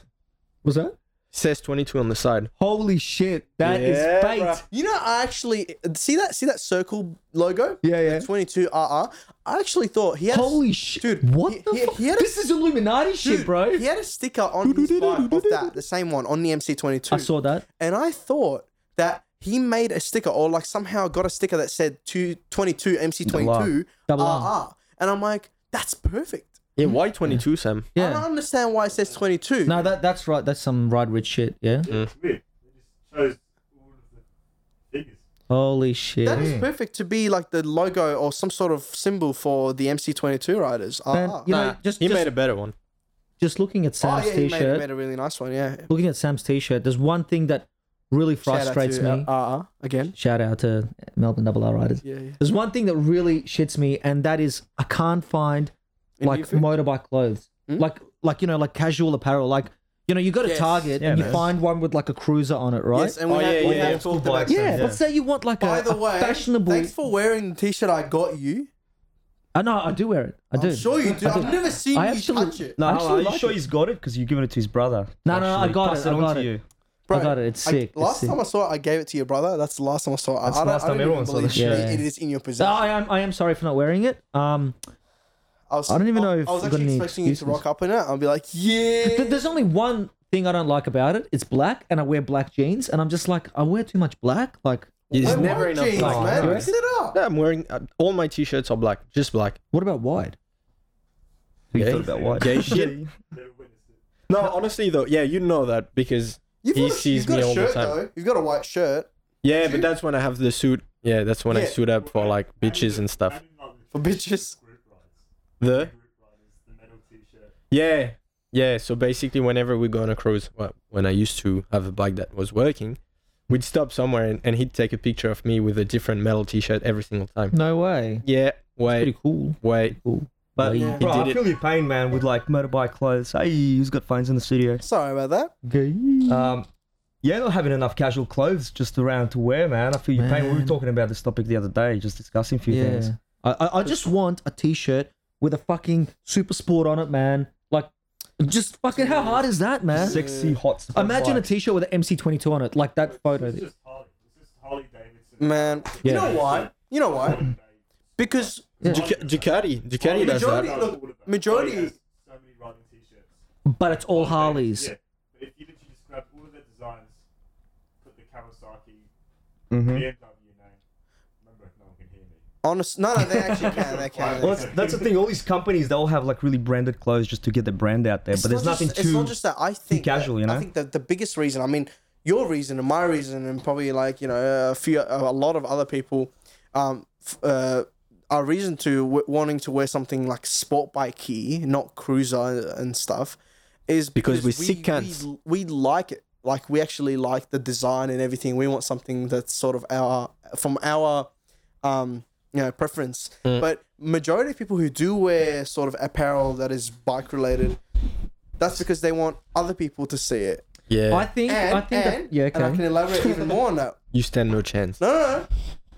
[SPEAKER 4] What's that?
[SPEAKER 7] Says 22 on the side.
[SPEAKER 4] Holy shit. That is
[SPEAKER 7] Yeah,
[SPEAKER 4] fate.
[SPEAKER 7] bruh.
[SPEAKER 5] You know, I actually see that see that circle logo.
[SPEAKER 4] Yeah, yeah.
[SPEAKER 5] 22 RR. I actually thought he had
[SPEAKER 4] Holy shit.
[SPEAKER 5] Dude,
[SPEAKER 4] what
[SPEAKER 5] he-
[SPEAKER 4] the
[SPEAKER 5] he-
[SPEAKER 4] fuck?
[SPEAKER 5] he had a-
[SPEAKER 4] this is Illuminati shit,
[SPEAKER 5] Dude,
[SPEAKER 4] bro.
[SPEAKER 5] He had a sticker on his bike of that, the same one on the MC22.
[SPEAKER 4] I saw that.
[SPEAKER 5] and I thought that he made a sticker or like somehow got a sticker that said two, 22 MC22
[SPEAKER 4] Double R.
[SPEAKER 5] RR. And I'm like, that's perfect.
[SPEAKER 7] Yeah, why 22, Sam?
[SPEAKER 5] I don't
[SPEAKER 4] Yeah.
[SPEAKER 5] understand why it says 22.
[SPEAKER 4] No, that that's right. That's some Ride Ridge shit, yeah? Holy shit.
[SPEAKER 5] that is perfect to be like the logo or some sort of symbol for the MC22 riders. Ah, RR.
[SPEAKER 4] Man, you know,
[SPEAKER 7] Nah,
[SPEAKER 4] just,
[SPEAKER 7] he
[SPEAKER 4] just
[SPEAKER 7] made a better one.
[SPEAKER 4] just looking at Sam's
[SPEAKER 5] oh, yeah, he
[SPEAKER 4] t-shirt,
[SPEAKER 5] made, made a really nice one. Yeah.
[SPEAKER 4] looking at Sam's t-shirt, there's one thing that really
[SPEAKER 5] Shout out
[SPEAKER 4] frustrates
[SPEAKER 5] to, uh,
[SPEAKER 4] me.
[SPEAKER 5] Uh, uh, again.
[SPEAKER 4] Shout out to Melbourne Double R Riders.
[SPEAKER 5] Yeah. yeah.
[SPEAKER 4] There's one thing that really shits me, and that is I can't find like
[SPEAKER 5] Indian food?
[SPEAKER 4] motorbike clothes, like like you know like casual apparel. Like you know you go to
[SPEAKER 5] Hmm? Yes.
[SPEAKER 4] Target
[SPEAKER 6] Yeah,
[SPEAKER 4] and you
[SPEAKER 6] man.
[SPEAKER 4] find one with like a cruiser on it, right?
[SPEAKER 5] Yes, and we
[SPEAKER 7] Oh,
[SPEAKER 5] have,
[SPEAKER 7] yeah,
[SPEAKER 5] we
[SPEAKER 7] yeah,
[SPEAKER 5] have
[SPEAKER 7] yeah.
[SPEAKER 5] talked about.
[SPEAKER 6] Yeah.
[SPEAKER 4] yeah, let's say you want like
[SPEAKER 5] By
[SPEAKER 4] a,
[SPEAKER 5] the
[SPEAKER 4] a
[SPEAKER 5] way,
[SPEAKER 4] fashionable.
[SPEAKER 5] thanks for wearing the t-shirt I got you.
[SPEAKER 4] I know I do wear it. I do.
[SPEAKER 5] I'm sure you do.
[SPEAKER 4] I do.
[SPEAKER 5] I've never seen
[SPEAKER 4] I
[SPEAKER 5] you
[SPEAKER 4] actually-
[SPEAKER 5] touch it.
[SPEAKER 6] No,
[SPEAKER 4] I
[SPEAKER 6] are
[SPEAKER 4] actually
[SPEAKER 6] you
[SPEAKER 4] like
[SPEAKER 6] sure
[SPEAKER 4] it.
[SPEAKER 6] he's got it? Because you've given it to his brother.
[SPEAKER 4] No, no, no, I
[SPEAKER 6] actually.
[SPEAKER 4] got
[SPEAKER 6] Pass
[SPEAKER 4] it, I
[SPEAKER 6] on
[SPEAKER 4] got
[SPEAKER 6] to
[SPEAKER 4] it.
[SPEAKER 6] you.
[SPEAKER 4] I got it. It's
[SPEAKER 5] I-
[SPEAKER 4] sick.
[SPEAKER 5] last
[SPEAKER 4] it's sick.
[SPEAKER 5] time I saw it, I gave it to your brother. That's the last time I saw it.
[SPEAKER 6] That's
[SPEAKER 5] I
[SPEAKER 6] the
[SPEAKER 5] don't,
[SPEAKER 6] last
[SPEAKER 5] I don't
[SPEAKER 6] time
[SPEAKER 5] even
[SPEAKER 6] everyone saw
[SPEAKER 5] believe
[SPEAKER 6] this
[SPEAKER 5] you.
[SPEAKER 4] shit.
[SPEAKER 5] It is in your
[SPEAKER 4] Oh,
[SPEAKER 5] possession.
[SPEAKER 4] I am. I am sorry for not wearing it. Um,
[SPEAKER 5] was,
[SPEAKER 4] I don't even know if
[SPEAKER 5] I was
[SPEAKER 4] we've got
[SPEAKER 5] actually
[SPEAKER 4] any
[SPEAKER 5] expecting you to
[SPEAKER 4] excuses.
[SPEAKER 5] rock up in it. I'll be like, yeah.
[SPEAKER 4] th- there's only one thing I don't like about it. It's black, and I wear black jeans, and I'm just like, I wear too much black. Like,
[SPEAKER 7] There's
[SPEAKER 5] Wear
[SPEAKER 7] never
[SPEAKER 5] white
[SPEAKER 7] enough
[SPEAKER 5] jeans,
[SPEAKER 7] time.
[SPEAKER 5] man.
[SPEAKER 4] Yeah.
[SPEAKER 5] Mix it up.
[SPEAKER 7] Yeah, I'm wearing uh, all my t-shirts are black, just black.
[SPEAKER 4] what about white?
[SPEAKER 6] Who
[SPEAKER 7] Gay-
[SPEAKER 6] thought about what?
[SPEAKER 7] Gay shit. no, honestly though, yeah, you know that because
[SPEAKER 5] You've
[SPEAKER 7] he
[SPEAKER 5] got a-
[SPEAKER 7] sees
[SPEAKER 5] you've got
[SPEAKER 7] me
[SPEAKER 5] a
[SPEAKER 7] all the
[SPEAKER 5] shirt,
[SPEAKER 7] time.
[SPEAKER 5] Though. You've got a white shirt
[SPEAKER 7] yeah, but that's when I have the suit. Yeah, that's when I
[SPEAKER 5] Yeah.
[SPEAKER 7] suit up for like bitches and stuff.
[SPEAKER 5] for bitches.
[SPEAKER 7] The yeah, yeah. So basically, whenever we go on a cruise, well, when I used to have a bike that was working, we'd stop somewhere and, and he'd take a picture of me with a different metal T-shirt every single time.
[SPEAKER 4] No way.
[SPEAKER 7] Yeah,
[SPEAKER 4] Pretty
[SPEAKER 7] wait,
[SPEAKER 4] cool.
[SPEAKER 7] wait.
[SPEAKER 4] Cool.
[SPEAKER 6] But
[SPEAKER 4] Yeah.
[SPEAKER 6] bro,
[SPEAKER 7] He
[SPEAKER 6] I
[SPEAKER 7] did
[SPEAKER 6] feel your pain, man. With like motorbike clothes. Hey, who's got phones in the studio?
[SPEAKER 5] Sorry about that.
[SPEAKER 6] Um, yeah, not having enough casual clothes just around to wear, man. I feel your pain. We were
[SPEAKER 4] Man.
[SPEAKER 6] talking about this topic the other day, just discussing a few things.
[SPEAKER 4] Yeah. I, I, I just want a t-shirt with a fucking super sport on it, man. Like, just fucking how hard is that, man?
[SPEAKER 6] Sexy hot. spot
[SPEAKER 4] Imagine a
[SPEAKER 6] bike.
[SPEAKER 4] t-shirt with an MC22 on it, like that photo. that-
[SPEAKER 5] Man.
[SPEAKER 4] Yeah.
[SPEAKER 5] You know why? You know why? Because
[SPEAKER 7] Duca- Ducati,
[SPEAKER 6] Oh,
[SPEAKER 7] Ducati does
[SPEAKER 5] majority,
[SPEAKER 7] that.
[SPEAKER 5] look, majority.
[SPEAKER 4] But it's all Harleys.
[SPEAKER 2] Yeah. But if you literally just grab all of their designs, put the Kawasaki
[SPEAKER 4] Mm-hmm.
[SPEAKER 6] Mhm.
[SPEAKER 2] BMW name, remember if no one can hear me.
[SPEAKER 5] Honest, no, no, they actually can. They can.
[SPEAKER 6] Well, that's, that's the thing. All these companies, they all have like really branded clothes just to get their brand out there.
[SPEAKER 5] It's
[SPEAKER 6] but there's
[SPEAKER 5] not just-
[SPEAKER 6] nothing
[SPEAKER 5] It's
[SPEAKER 6] too.
[SPEAKER 5] not just that. I think
[SPEAKER 6] casual,
[SPEAKER 5] that-
[SPEAKER 6] you know?
[SPEAKER 5] I think that the biggest reason. I mean, your reason and my reason, and probably like you know a few, a lot of other people, um, f- uh, our reason to w- wanting to wear something like sport bikey, not cruiser and stuff, is
[SPEAKER 7] Because we're sick cunts.
[SPEAKER 5] We, we like it. Like we actually like the design and everything. We want something that's sort of our from our um, you know, preference. But majority of people who do wear sort of apparel that is bike related, that's because they want other people to see it.
[SPEAKER 7] Yeah,
[SPEAKER 4] I think.
[SPEAKER 5] And,
[SPEAKER 4] I think.
[SPEAKER 5] and,
[SPEAKER 4] that, yeah.
[SPEAKER 5] and I can
[SPEAKER 4] Okay.
[SPEAKER 5] elaborate even more on that.
[SPEAKER 7] you stand no chance.
[SPEAKER 5] No, no, no.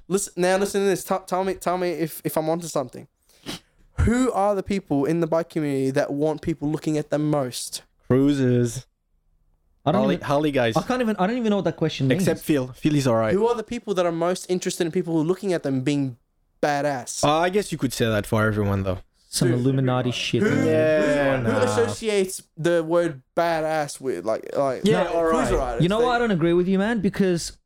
[SPEAKER 5] Listen now. Listen to this. Tell tell me, tell me if if I'm onto something. Who are the people in the bike community that want people looking at them most?
[SPEAKER 7] Cruisers,
[SPEAKER 4] I don't.
[SPEAKER 7] Harley,
[SPEAKER 4] Even,
[SPEAKER 7] Harley guys.
[SPEAKER 4] I can't even. I don't even know what that question means.
[SPEAKER 7] Except Phil. Phil is alright.
[SPEAKER 5] Who are the people that are most interested in people looking at them being badass?
[SPEAKER 7] Uh, I guess you could say that for everyone though.
[SPEAKER 4] some Illuminati shit.
[SPEAKER 5] Who,
[SPEAKER 4] man.
[SPEAKER 7] Yeah,
[SPEAKER 5] who,
[SPEAKER 7] nah.
[SPEAKER 5] who associates the word badass with like like
[SPEAKER 7] Yeah,
[SPEAKER 5] no,
[SPEAKER 7] alright.
[SPEAKER 5] cruiser riders,
[SPEAKER 4] You know
[SPEAKER 5] they-
[SPEAKER 4] what? I don't agree with you, man, because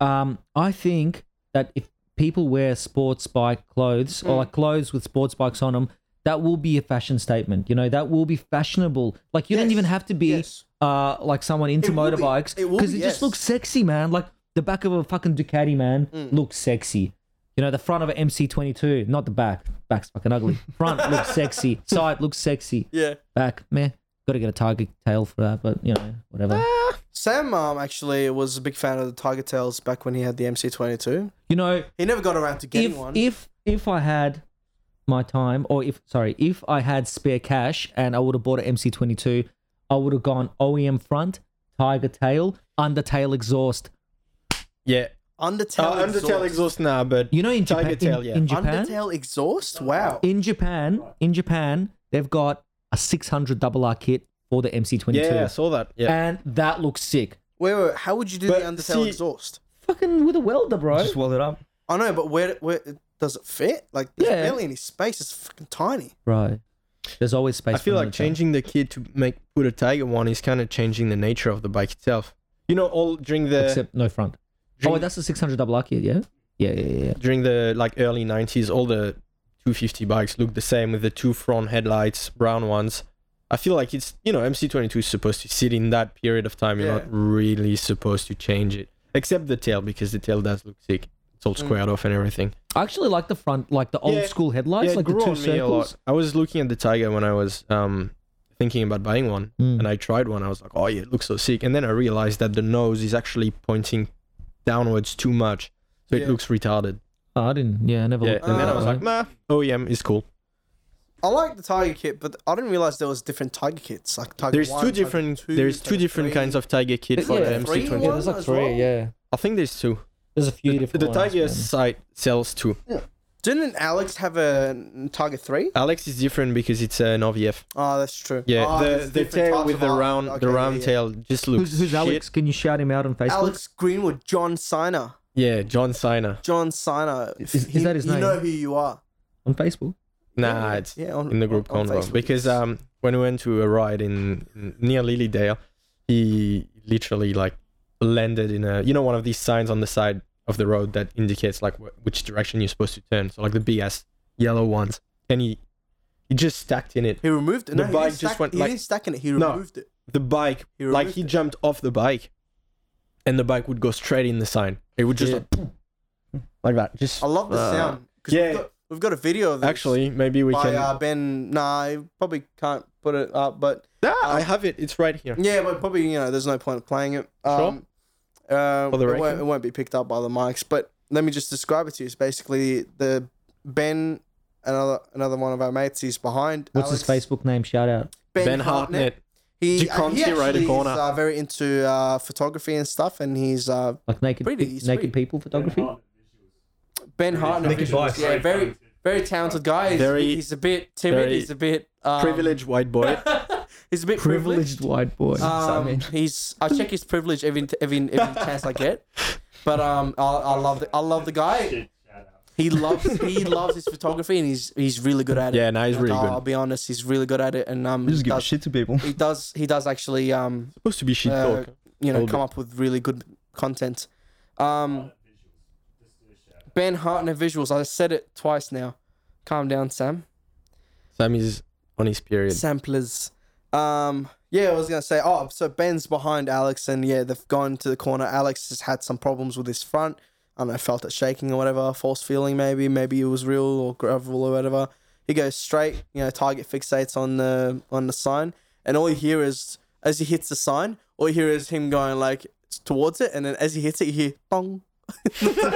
[SPEAKER 4] um, I think that if people wear sports bike clothes
[SPEAKER 5] Hmm.
[SPEAKER 4] or like clothes with sports bikes on them, that will be a fashion statement. You know, that will be fashionable. Like you don't
[SPEAKER 5] Yes,
[SPEAKER 4] even have to be
[SPEAKER 5] yes.
[SPEAKER 4] uh, like someone into
[SPEAKER 5] It will be-
[SPEAKER 4] motorbikes
[SPEAKER 5] it will
[SPEAKER 4] because it,
[SPEAKER 5] be,
[SPEAKER 4] just
[SPEAKER 5] yes.
[SPEAKER 4] looks sexy, man. Like the back of a fucking Ducati, man,
[SPEAKER 5] Hmm.
[SPEAKER 4] looks sexy. You know, the front of an MC22, not the back. Back's fucking ugly. Front looks sexy. Side looks sexy.
[SPEAKER 5] Yeah.
[SPEAKER 4] Back, meh. Got to get a target tail for that, but you know, whatever.
[SPEAKER 5] Sam um, actually was a big fan of the Tiger Tails back when he had the MC22.
[SPEAKER 4] You know,
[SPEAKER 5] He never got around to getting
[SPEAKER 4] if,
[SPEAKER 5] one.
[SPEAKER 4] if if I had my time, or if sorry, if I had spare cash and I would have bought an MC22, I would have gone OEM front, Tiger tail, undertail exhaust.
[SPEAKER 7] Yeah.
[SPEAKER 5] Undertale
[SPEAKER 7] Uh, Undertale
[SPEAKER 5] exhaust.
[SPEAKER 7] exhaust now, but
[SPEAKER 4] You know in Japan,
[SPEAKER 7] Tiger
[SPEAKER 4] in,
[SPEAKER 7] tail, yeah.
[SPEAKER 4] in Japan,
[SPEAKER 5] Undertale exhaust? Wow.
[SPEAKER 4] in Japan, in Japan, they've got a 600 double R kit for the MC22,
[SPEAKER 7] yeah, I saw that. Yeah.
[SPEAKER 4] and that looks sick.
[SPEAKER 5] Wait, wait, how would you do
[SPEAKER 7] But
[SPEAKER 5] the Undertale
[SPEAKER 7] see-
[SPEAKER 5] exhaust?
[SPEAKER 4] Fucking with a welder, bro.
[SPEAKER 6] Just weld it up.
[SPEAKER 5] I know, but where where does it fit? Like, there's
[SPEAKER 4] Yeah.
[SPEAKER 5] barely any space. It's fucking tiny.
[SPEAKER 4] Right. There's always space.
[SPEAKER 7] I feel
[SPEAKER 4] for
[SPEAKER 7] like
[SPEAKER 4] another
[SPEAKER 7] changing the kid to make put a tiger one is kind of changing the nature of the bike itself. You know, all during
[SPEAKER 4] tail,
[SPEAKER 7] the
[SPEAKER 4] except no front.
[SPEAKER 7] during,
[SPEAKER 4] oh, that's a 600 double R kit, yeah. Yeah, yeah, yeah. yeah.
[SPEAKER 7] during the like early '90s, all the 250 bikes looked the same with the two front headlights, brown ones. I feel like it's you know MC22 is supposed to sit in that period of time. You're
[SPEAKER 5] Yeah.
[SPEAKER 7] not really supposed to change it, except the tail because the tail does look sick. It's all squared off and everything.
[SPEAKER 4] I actually like the front, like the old
[SPEAKER 7] Mm. Yeah.
[SPEAKER 4] school headlights,
[SPEAKER 7] it
[SPEAKER 4] like the
[SPEAKER 7] grew
[SPEAKER 4] two
[SPEAKER 7] on me a lot.
[SPEAKER 4] circles.
[SPEAKER 7] I was looking at the tiger when I was um thinking about buying one,
[SPEAKER 4] Mm.
[SPEAKER 7] and I tried one. I was like, oh yeah, it looks so sick. And then I realized that the nose is actually pointing downwards too much, so
[SPEAKER 5] Yeah.
[SPEAKER 7] it looks retarded.
[SPEAKER 4] Oh, I didn't. Yeah, I never.
[SPEAKER 7] Yeah,
[SPEAKER 4] looked
[SPEAKER 7] and
[SPEAKER 4] at
[SPEAKER 7] then I
[SPEAKER 4] it.
[SPEAKER 7] was like, nah, OEM is cool.
[SPEAKER 5] I like the Tiger kit, but I didn't realize there was different Tiger kits. Like Tiger
[SPEAKER 7] There's
[SPEAKER 5] one,
[SPEAKER 7] two
[SPEAKER 5] Tiger
[SPEAKER 7] different.
[SPEAKER 5] two,
[SPEAKER 7] there's two
[SPEAKER 5] Tiger
[SPEAKER 7] different
[SPEAKER 5] three.
[SPEAKER 7] kinds of Tiger kit for
[SPEAKER 5] yeah,
[SPEAKER 7] the
[SPEAKER 5] three
[SPEAKER 7] MC20.
[SPEAKER 5] one
[SPEAKER 9] there's like
[SPEAKER 5] as
[SPEAKER 9] three,
[SPEAKER 5] well?
[SPEAKER 9] yeah.
[SPEAKER 7] I think there's two.
[SPEAKER 9] There's a few
[SPEAKER 7] The,
[SPEAKER 9] different
[SPEAKER 7] the
[SPEAKER 9] ones,
[SPEAKER 7] Tiger
[SPEAKER 9] man.
[SPEAKER 7] side sells two.
[SPEAKER 5] Didn't Alex have a Tiger three?
[SPEAKER 7] Alex is different because it's an OVF.
[SPEAKER 5] Oh, that's true.
[SPEAKER 7] Yeah,
[SPEAKER 5] Oh,
[SPEAKER 7] the
[SPEAKER 5] there's
[SPEAKER 7] the
[SPEAKER 5] different
[SPEAKER 7] tail
[SPEAKER 5] types
[SPEAKER 7] with
[SPEAKER 5] of
[SPEAKER 7] the
[SPEAKER 5] art.
[SPEAKER 7] round
[SPEAKER 5] Okay,
[SPEAKER 7] the
[SPEAKER 5] yeah,
[SPEAKER 7] round
[SPEAKER 5] yeah.
[SPEAKER 7] tail just looks.
[SPEAKER 4] who's, who's
[SPEAKER 7] shit.
[SPEAKER 4] Alex? Can you shout him out on Facebook?
[SPEAKER 5] Alex Greenwood, John Cena,
[SPEAKER 7] Yeah, John Ciner.
[SPEAKER 5] John Cena.
[SPEAKER 4] Is- is that his
[SPEAKER 5] you
[SPEAKER 4] name?
[SPEAKER 5] know who you are.
[SPEAKER 4] on Facebook.
[SPEAKER 7] Nah, it's
[SPEAKER 5] yeah, on,
[SPEAKER 7] in the group
[SPEAKER 5] on- on
[SPEAKER 7] convo
[SPEAKER 5] Facebook.
[SPEAKER 7] because um when we went to a ride in, in near Lilydale, he literally like landed in a you know one of these signs on the side of the road that indicates like wh- which direction you're supposed to turn. So like the BS yellow ones, and he he just stacked in it.
[SPEAKER 5] he removed it.
[SPEAKER 7] the
[SPEAKER 5] no,
[SPEAKER 7] bike
[SPEAKER 5] he didn't
[SPEAKER 7] just
[SPEAKER 5] stack-
[SPEAKER 7] went
[SPEAKER 5] He
[SPEAKER 7] like-
[SPEAKER 5] didn't stack in it. He
[SPEAKER 7] No.
[SPEAKER 5] removed it.
[SPEAKER 7] The bike
[SPEAKER 5] He
[SPEAKER 7] like
[SPEAKER 5] removed
[SPEAKER 7] he
[SPEAKER 5] it.
[SPEAKER 7] jumped off the bike, and the bike would go straight in the sign. It would just
[SPEAKER 6] Yeah.
[SPEAKER 7] like, poof, like that. Just
[SPEAKER 5] I love the
[SPEAKER 7] uh,
[SPEAKER 5] sound. 'cause
[SPEAKER 7] yeah.
[SPEAKER 5] we've got, we've got a video of this
[SPEAKER 7] Actually, maybe we
[SPEAKER 5] by
[SPEAKER 7] can.
[SPEAKER 5] uh, Ben. Nah, I probably can't put it up, but
[SPEAKER 7] Ah,
[SPEAKER 5] uh,
[SPEAKER 7] I have it. It's right here.
[SPEAKER 5] Yeah, but probably you know, there's no point of playing it. Um, uh,
[SPEAKER 7] For the
[SPEAKER 5] it, won't,
[SPEAKER 7] record.
[SPEAKER 5] it won't be picked up by the mics. But let me just describe it to you. It's basically the Ben, another another one of our mates. He's behind.
[SPEAKER 4] What's his
[SPEAKER 5] Alex.
[SPEAKER 4] Facebook name? Shout out.
[SPEAKER 7] Ben Hartnett.
[SPEAKER 5] He,
[SPEAKER 7] You can't
[SPEAKER 5] he
[SPEAKER 7] see right in
[SPEAKER 5] actually
[SPEAKER 7] corner.
[SPEAKER 5] Is, uh, very into uh, photography and stuff, and he's uh,
[SPEAKER 4] Like naked,
[SPEAKER 5] Pretty,
[SPEAKER 4] naked
[SPEAKER 5] he's pretty.
[SPEAKER 4] people photography.
[SPEAKER 5] Ben Hartnett.
[SPEAKER 6] Nick Advice.
[SPEAKER 5] Yeah, very very talented guy. He's,
[SPEAKER 7] Very-
[SPEAKER 5] he's a bit timid.
[SPEAKER 7] very
[SPEAKER 5] he's a bit um,
[SPEAKER 7] Privileged white boy.
[SPEAKER 5] He's a bit privileged.
[SPEAKER 4] Privileged Ah. white boy.
[SPEAKER 5] Um, he's I check his privilege every every every chance I get. But um, I, I love the, I love the guy. He loves he loves his photography and he's he's really good at it.
[SPEAKER 7] Yeah, no, he's
[SPEAKER 5] Like,
[SPEAKER 7] really
[SPEAKER 5] I'll, I'll
[SPEAKER 7] good.
[SPEAKER 5] be honest, he's really good at it, and um,
[SPEAKER 6] You
[SPEAKER 5] he
[SPEAKER 6] just give a
[SPEAKER 5] does,
[SPEAKER 6] shit to people.
[SPEAKER 5] he does he does actually um,
[SPEAKER 7] Supposed to be shit
[SPEAKER 5] uh,
[SPEAKER 7] talk.
[SPEAKER 5] you know,
[SPEAKER 7] Hold
[SPEAKER 5] come
[SPEAKER 7] it.
[SPEAKER 5] up with really good content. Um, Ben Hartner visuals. I said it twice now. Calm down, Sam.
[SPEAKER 7] Sam is on his period.
[SPEAKER 5] samplers. Um, yeah, I was gonna say. Oh, so Ben's behind Alex, and yeah, they've gone to the corner. Alex has had some problems with his front. I don't know, felt it shaking or whatever, false feeling maybe. Maybe it was real or gravel or whatever. He goes straight. You know, target fixates on the on the sign, and all you hear is as he hits the sign, all you hear is him going like towards it, and then as he hits it, you hear dong,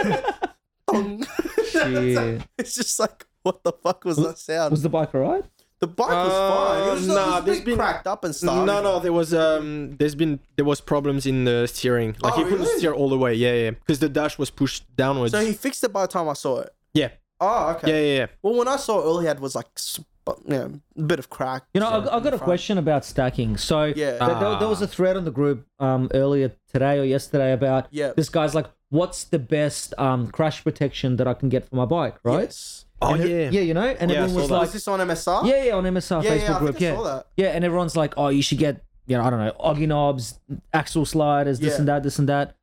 [SPEAKER 5] dong.
[SPEAKER 4] Shit.
[SPEAKER 5] It's just like what the fuck was that sound?
[SPEAKER 4] Was the bike alright?
[SPEAKER 5] The bike was fine. It
[SPEAKER 7] Uh,
[SPEAKER 5] was,
[SPEAKER 7] nah,
[SPEAKER 5] nah, it was a
[SPEAKER 7] there's
[SPEAKER 5] bit
[SPEAKER 7] been-
[SPEAKER 5] cracked up and stuff.
[SPEAKER 7] No, no, there was um, there's been there was problems in the steering. Like
[SPEAKER 5] Oh,
[SPEAKER 7] he couldn't
[SPEAKER 5] really?
[SPEAKER 7] steer all the way. Yeah, yeah, because the dash was pushed downwards.
[SPEAKER 5] So he fixed it by the time I saw it.
[SPEAKER 7] yeah,
[SPEAKER 5] Oh, okay.
[SPEAKER 7] yeah, yeah, yeah.
[SPEAKER 5] Well, when I saw it, all he had was like, sp- you know, a bit of crack.
[SPEAKER 4] You know, I, I got a
[SPEAKER 5] front.
[SPEAKER 4] question about stacking. So
[SPEAKER 5] Yeah.
[SPEAKER 4] th- there, there was a thread on the group um, earlier today or yesterday about
[SPEAKER 5] Yeah.
[SPEAKER 4] this guy's like, what's the best um, crash protection that I can get for my bike, right?
[SPEAKER 5] Yes.
[SPEAKER 7] Oh
[SPEAKER 4] And it-
[SPEAKER 7] yeah.
[SPEAKER 4] yeah, you know, and
[SPEAKER 7] Yeah, I
[SPEAKER 4] everyone was
[SPEAKER 7] saw that.
[SPEAKER 5] Was
[SPEAKER 4] like,
[SPEAKER 5] this on MSR?
[SPEAKER 4] yeah, yeah, on MSR
[SPEAKER 5] Oh. Yeah,
[SPEAKER 4] Facebook
[SPEAKER 5] yeah, I
[SPEAKER 4] group,
[SPEAKER 5] think I
[SPEAKER 4] yeah,
[SPEAKER 5] saw that.
[SPEAKER 4] yeah, and everyone's like, oh, you should get, you know, I don't know, Oggy knobs, axle sliders, this
[SPEAKER 5] Yeah.
[SPEAKER 4] and that, this and that,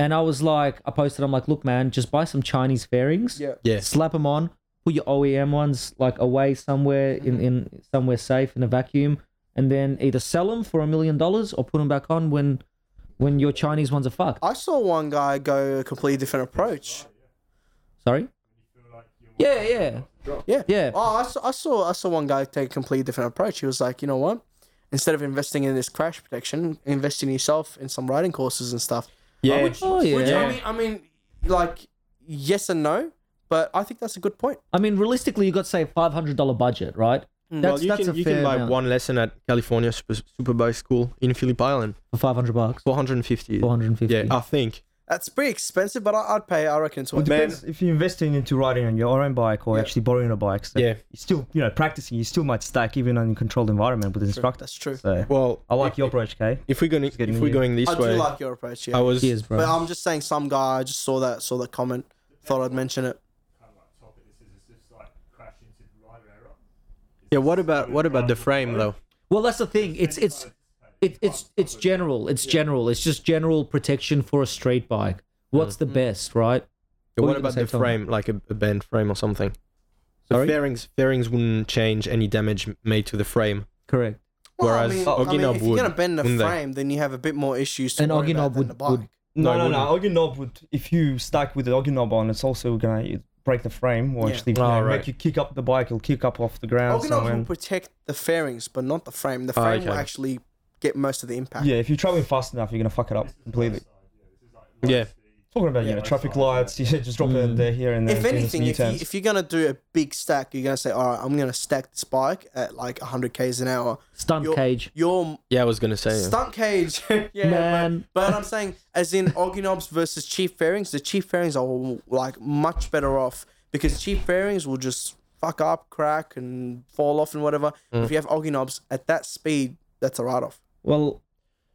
[SPEAKER 4] and I was like, I posted, I'm like, look, man, just buy some Chinese fairings,
[SPEAKER 5] Yeah.
[SPEAKER 7] Yeah.
[SPEAKER 4] slap them on, put your OEM ones like away somewhere
[SPEAKER 5] Mm-hmm.
[SPEAKER 4] in, in somewhere safe in a vacuum, and then either sell them for a million dollars or put them back on when when your Chinese ones are fucked.
[SPEAKER 5] I saw one guy go a completely different approach.
[SPEAKER 4] Sorry. Yeah, yeah,
[SPEAKER 5] Yeah.
[SPEAKER 4] yeah.
[SPEAKER 5] Oh, I saw, I saw, I saw one guy take a completely different approach. He was like, you know what? Instead of investing in this crash protection, invest in yourself in some riding courses and stuff.
[SPEAKER 7] Yeah.
[SPEAKER 5] Which,
[SPEAKER 4] Oh, yeah.
[SPEAKER 5] which I mean, I mean, like, yes and no, but I think that's a good point.
[SPEAKER 4] I mean, realistically, you got say five hundred dollar budget, right?
[SPEAKER 5] Hmm.
[SPEAKER 4] That's
[SPEAKER 7] well, you can you can buy
[SPEAKER 4] amount
[SPEAKER 7] one lesson at California Super, Superbike School in Phillip Island,
[SPEAKER 4] for five hundred bucks,
[SPEAKER 7] 450.
[SPEAKER 4] four hundred and fifty.
[SPEAKER 7] Yeah, I think.
[SPEAKER 5] That's pretty expensive, but I, I'd pay. I reckon it's
[SPEAKER 6] Well,
[SPEAKER 5] worth
[SPEAKER 6] it
[SPEAKER 5] it.
[SPEAKER 6] depends if you're investing into riding on your own bike or
[SPEAKER 5] Yeah.
[SPEAKER 6] actually borrowing a bike. So
[SPEAKER 7] Yeah.
[SPEAKER 6] You're still, you know, practicing. You still might stack even in a controlled environment with an instructor.
[SPEAKER 5] That's true.
[SPEAKER 6] So
[SPEAKER 7] Well,
[SPEAKER 6] I like your approach, Kay.
[SPEAKER 7] if we're going if
[SPEAKER 6] getting
[SPEAKER 7] we're
[SPEAKER 6] you.
[SPEAKER 7] going this
[SPEAKER 5] I do
[SPEAKER 7] way,
[SPEAKER 5] like your approach, yeah.
[SPEAKER 7] I was
[SPEAKER 4] Cheers, bro.
[SPEAKER 5] but I'm just saying, some guy I just saw that saw that comment, thought I'd mention it.
[SPEAKER 7] yeah. What about what about the frame though?
[SPEAKER 4] Well, that's the thing. It's it's it, it's it's general. It's general. It's just general protection for a straight bike. What's
[SPEAKER 5] Mm-hmm.
[SPEAKER 4] the best, right?
[SPEAKER 7] Yeah,
[SPEAKER 4] What
[SPEAKER 7] what
[SPEAKER 4] were you gonna
[SPEAKER 7] about the
[SPEAKER 4] say, Tom?
[SPEAKER 7] frame, like a, a bent frame or something? So
[SPEAKER 4] Sorry?
[SPEAKER 7] fairings fairings wouldn't change any damage made to the frame.
[SPEAKER 4] Correct.
[SPEAKER 5] Well,
[SPEAKER 7] Whereas
[SPEAKER 5] I mean, I mean,
[SPEAKER 7] Oginob
[SPEAKER 5] if you're
[SPEAKER 7] would.
[SPEAKER 5] gonna bend the
[SPEAKER 7] wouldn't they?
[SPEAKER 5] frame, then you have a bit more issues. To
[SPEAKER 4] And
[SPEAKER 5] worry about
[SPEAKER 4] Oginob
[SPEAKER 5] than
[SPEAKER 4] would-
[SPEAKER 5] the bike.
[SPEAKER 4] would-
[SPEAKER 6] No,
[SPEAKER 7] I
[SPEAKER 6] no, no. Oggy knob would, if you stack with an oggy knob on, it's also gonna break the frame or
[SPEAKER 5] Yeah.
[SPEAKER 6] actually
[SPEAKER 7] Oh,
[SPEAKER 6] you know,
[SPEAKER 7] right.
[SPEAKER 6] make you kick up the bike. You'll kick up off the ground.
[SPEAKER 5] Organizers will
[SPEAKER 6] somewhere.
[SPEAKER 5] protect the fairings, but not the frame. The
[SPEAKER 7] Oh,
[SPEAKER 5] frame will
[SPEAKER 7] okay.
[SPEAKER 5] actually get most of the impact.
[SPEAKER 6] Yeah, if you're traveling fast enough, you're gonna fuck it up completely.
[SPEAKER 7] Yeah.
[SPEAKER 6] Talking about you
[SPEAKER 5] Yeah.
[SPEAKER 6] know traffic lights, you just dropping it there, here, and there.
[SPEAKER 5] If
[SPEAKER 6] doing some
[SPEAKER 5] anything, if, you,
[SPEAKER 6] U-turns.
[SPEAKER 5] if you're gonna do a big stack, you're gonna say, "All right, I'm gonna stack this bike at like 100 k's an hour."
[SPEAKER 4] Stunt
[SPEAKER 5] Your-
[SPEAKER 4] cage.
[SPEAKER 5] Your
[SPEAKER 7] Yeah, I was gonna say. yeah.
[SPEAKER 5] stunt cage, yeah,
[SPEAKER 4] Man.
[SPEAKER 5] But, but I'm saying, as in Orginobs versus cheap fairings, the cheap fairings are like much better off because cheap fairings will just fuck up, crack, and fall off and whatever.
[SPEAKER 6] Mm.
[SPEAKER 5] If you have Orginobs at that speed, that's a write-off.
[SPEAKER 4] Well,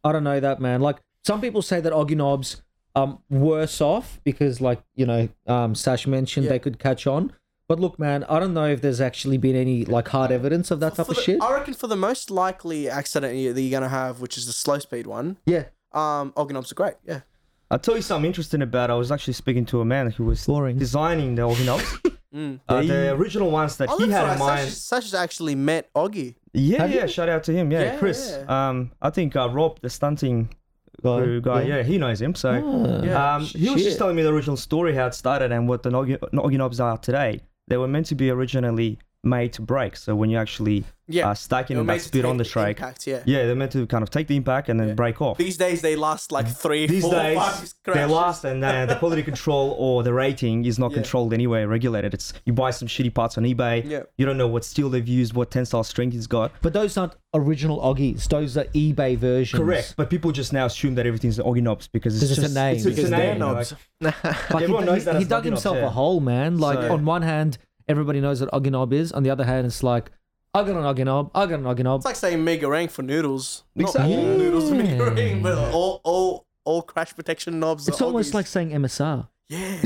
[SPEAKER 4] I don't know that man. Like some people say that Oggy Knobs um worse off because like, you know, um Sash mentioned
[SPEAKER 5] Yeah.
[SPEAKER 4] they could catch on. But look, man, I don't know if there's actually been any like hard evidence of that type
[SPEAKER 5] For
[SPEAKER 4] of
[SPEAKER 5] the-
[SPEAKER 4] shit.
[SPEAKER 5] I reckon for the most likely accident you- that you're gonna have, which is the slow speed one,
[SPEAKER 4] Yeah.
[SPEAKER 5] um, Orginobs are great. Yeah.
[SPEAKER 6] I'll tell you something interesting about. I was actually speaking to a man who was
[SPEAKER 4] Boring.
[SPEAKER 6] designing the Orginals. uh, the original ones that
[SPEAKER 5] Mm. Oh,
[SPEAKER 6] he
[SPEAKER 5] that's
[SPEAKER 6] had
[SPEAKER 5] right.
[SPEAKER 6] in mind.
[SPEAKER 5] Sasha's, Sasha's actually met Oggy.
[SPEAKER 6] Yeah,
[SPEAKER 4] Have
[SPEAKER 6] yeah.
[SPEAKER 4] you?
[SPEAKER 6] Shout out to him. Yeah,
[SPEAKER 5] Yeah,
[SPEAKER 6] Chris.
[SPEAKER 5] yeah.
[SPEAKER 6] Um, I think uh, Rob, the stunting
[SPEAKER 4] Guy,
[SPEAKER 6] crew guy,
[SPEAKER 4] yeah. Ah,
[SPEAKER 6] yeah. he knows him. So,
[SPEAKER 5] Yeah.
[SPEAKER 6] um, he was
[SPEAKER 4] Shit.
[SPEAKER 6] just telling me the original story how it started and what the Nogi- Nogi knobs are today. They were meant to be originally made to break. So when you actually
[SPEAKER 5] Yeah.
[SPEAKER 6] are
[SPEAKER 5] They were
[SPEAKER 6] Uh, stacking
[SPEAKER 5] made
[SPEAKER 6] that
[SPEAKER 5] to
[SPEAKER 6] speed on the
[SPEAKER 5] take
[SPEAKER 6] track,
[SPEAKER 5] impact, yeah.
[SPEAKER 6] yeah, they're meant to kind of take the impact and then break off.
[SPEAKER 5] These days they last like three,
[SPEAKER 6] These
[SPEAKER 5] four,
[SPEAKER 6] days,
[SPEAKER 5] five
[SPEAKER 6] they're
[SPEAKER 5] crashes.
[SPEAKER 6] last, and uh, the quality control or the rating is not controlled anyway, regulated. It's you buy some shitty parts on eBay.
[SPEAKER 5] Yeah.
[SPEAKER 6] You don't know what steel they've used, what tensile strength it's got.
[SPEAKER 4] But those aren't original Oggies. Those are eBay versions.
[SPEAKER 6] Correct, but people just now assume that everything's Oggy Knobs because it's,
[SPEAKER 4] Because it's a
[SPEAKER 6] just,
[SPEAKER 4] name.
[SPEAKER 6] It's, it's
[SPEAKER 4] Because
[SPEAKER 6] a
[SPEAKER 7] they're
[SPEAKER 6] name. you know,
[SPEAKER 7] knobs.
[SPEAKER 6] like-
[SPEAKER 4] Like,
[SPEAKER 6] Everyone
[SPEAKER 4] he,
[SPEAKER 6] knows
[SPEAKER 4] he-
[SPEAKER 6] that
[SPEAKER 4] he
[SPEAKER 6] it's
[SPEAKER 4] dug
[SPEAKER 6] Oggy Knobs,
[SPEAKER 4] himself
[SPEAKER 6] yeah.
[SPEAKER 4] a hole, man. Like
[SPEAKER 6] So-
[SPEAKER 4] on one hand, everybody knows what Oggy Knob is. On the other hand, it's like I got an Oggy Knob. I got an Oggy Knob.
[SPEAKER 5] It's like saying mega rank for noodles.
[SPEAKER 6] Exactly.
[SPEAKER 5] Not all noodles are mega
[SPEAKER 4] Yeah.
[SPEAKER 5] rank, but all all all crash protection knobs.
[SPEAKER 4] It's
[SPEAKER 5] are
[SPEAKER 4] almost
[SPEAKER 5] Oggies.
[SPEAKER 4] like saying MSR.
[SPEAKER 5] yeah.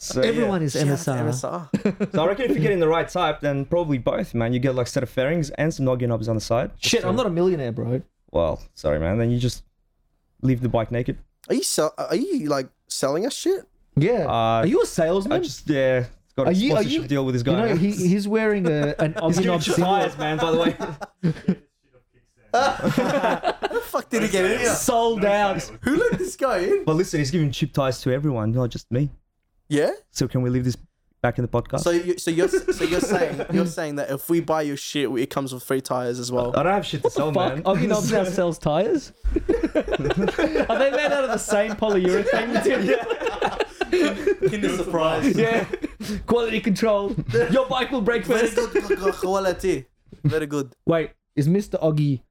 [SPEAKER 6] So, yeah.
[SPEAKER 4] Everyone is
[SPEAKER 5] Shout out to
[SPEAKER 4] MSR.
[SPEAKER 5] MSR.
[SPEAKER 6] So I reckon if you're getting the right type, then probably both, man. You get like a set of fairings and some Oggy Knobs on the side.
[SPEAKER 4] Shit, I'm not a millionaire, bro.
[SPEAKER 6] Well, sorry, man. Then you just leave the bike naked.
[SPEAKER 5] Are you sell? Are you like selling us shit?
[SPEAKER 4] Yeah.
[SPEAKER 6] Uh,
[SPEAKER 4] are you a
[SPEAKER 6] I
[SPEAKER 4] salesman?
[SPEAKER 6] just yeah, got a
[SPEAKER 4] Mm. are you? Are
[SPEAKER 6] sponsorship
[SPEAKER 4] you
[SPEAKER 6] deal with this
[SPEAKER 4] You
[SPEAKER 6] guy.
[SPEAKER 4] know, he, he's wearing a, an
[SPEAKER 6] He's
[SPEAKER 4] Oggy
[SPEAKER 6] giving
[SPEAKER 4] Knob
[SPEAKER 6] you
[SPEAKER 4] symbol.
[SPEAKER 6] tires, man. By the way,
[SPEAKER 5] Who the fuck did he get in here?
[SPEAKER 6] sold out.
[SPEAKER 5] Who let this guy in?
[SPEAKER 6] But listen, he's giving cheap tires to everyone, not just me.
[SPEAKER 5] Yeah.
[SPEAKER 6] So can we leave this back in the podcast?
[SPEAKER 5] So you so you're so you're saying you're saying that if we buy your shit, it comes with free tires as well.
[SPEAKER 6] I don't have shit to sell,
[SPEAKER 4] Fuck,
[SPEAKER 6] man.
[SPEAKER 4] Oggy Knob now sells tires. are they made out of the same polyurethane material?
[SPEAKER 5] Kinder surprise.
[SPEAKER 4] Yeah. Quality control. Your bike will break
[SPEAKER 5] Very
[SPEAKER 4] first.
[SPEAKER 5] good quality. Very good.
[SPEAKER 4] Wait, is Mr. Oggy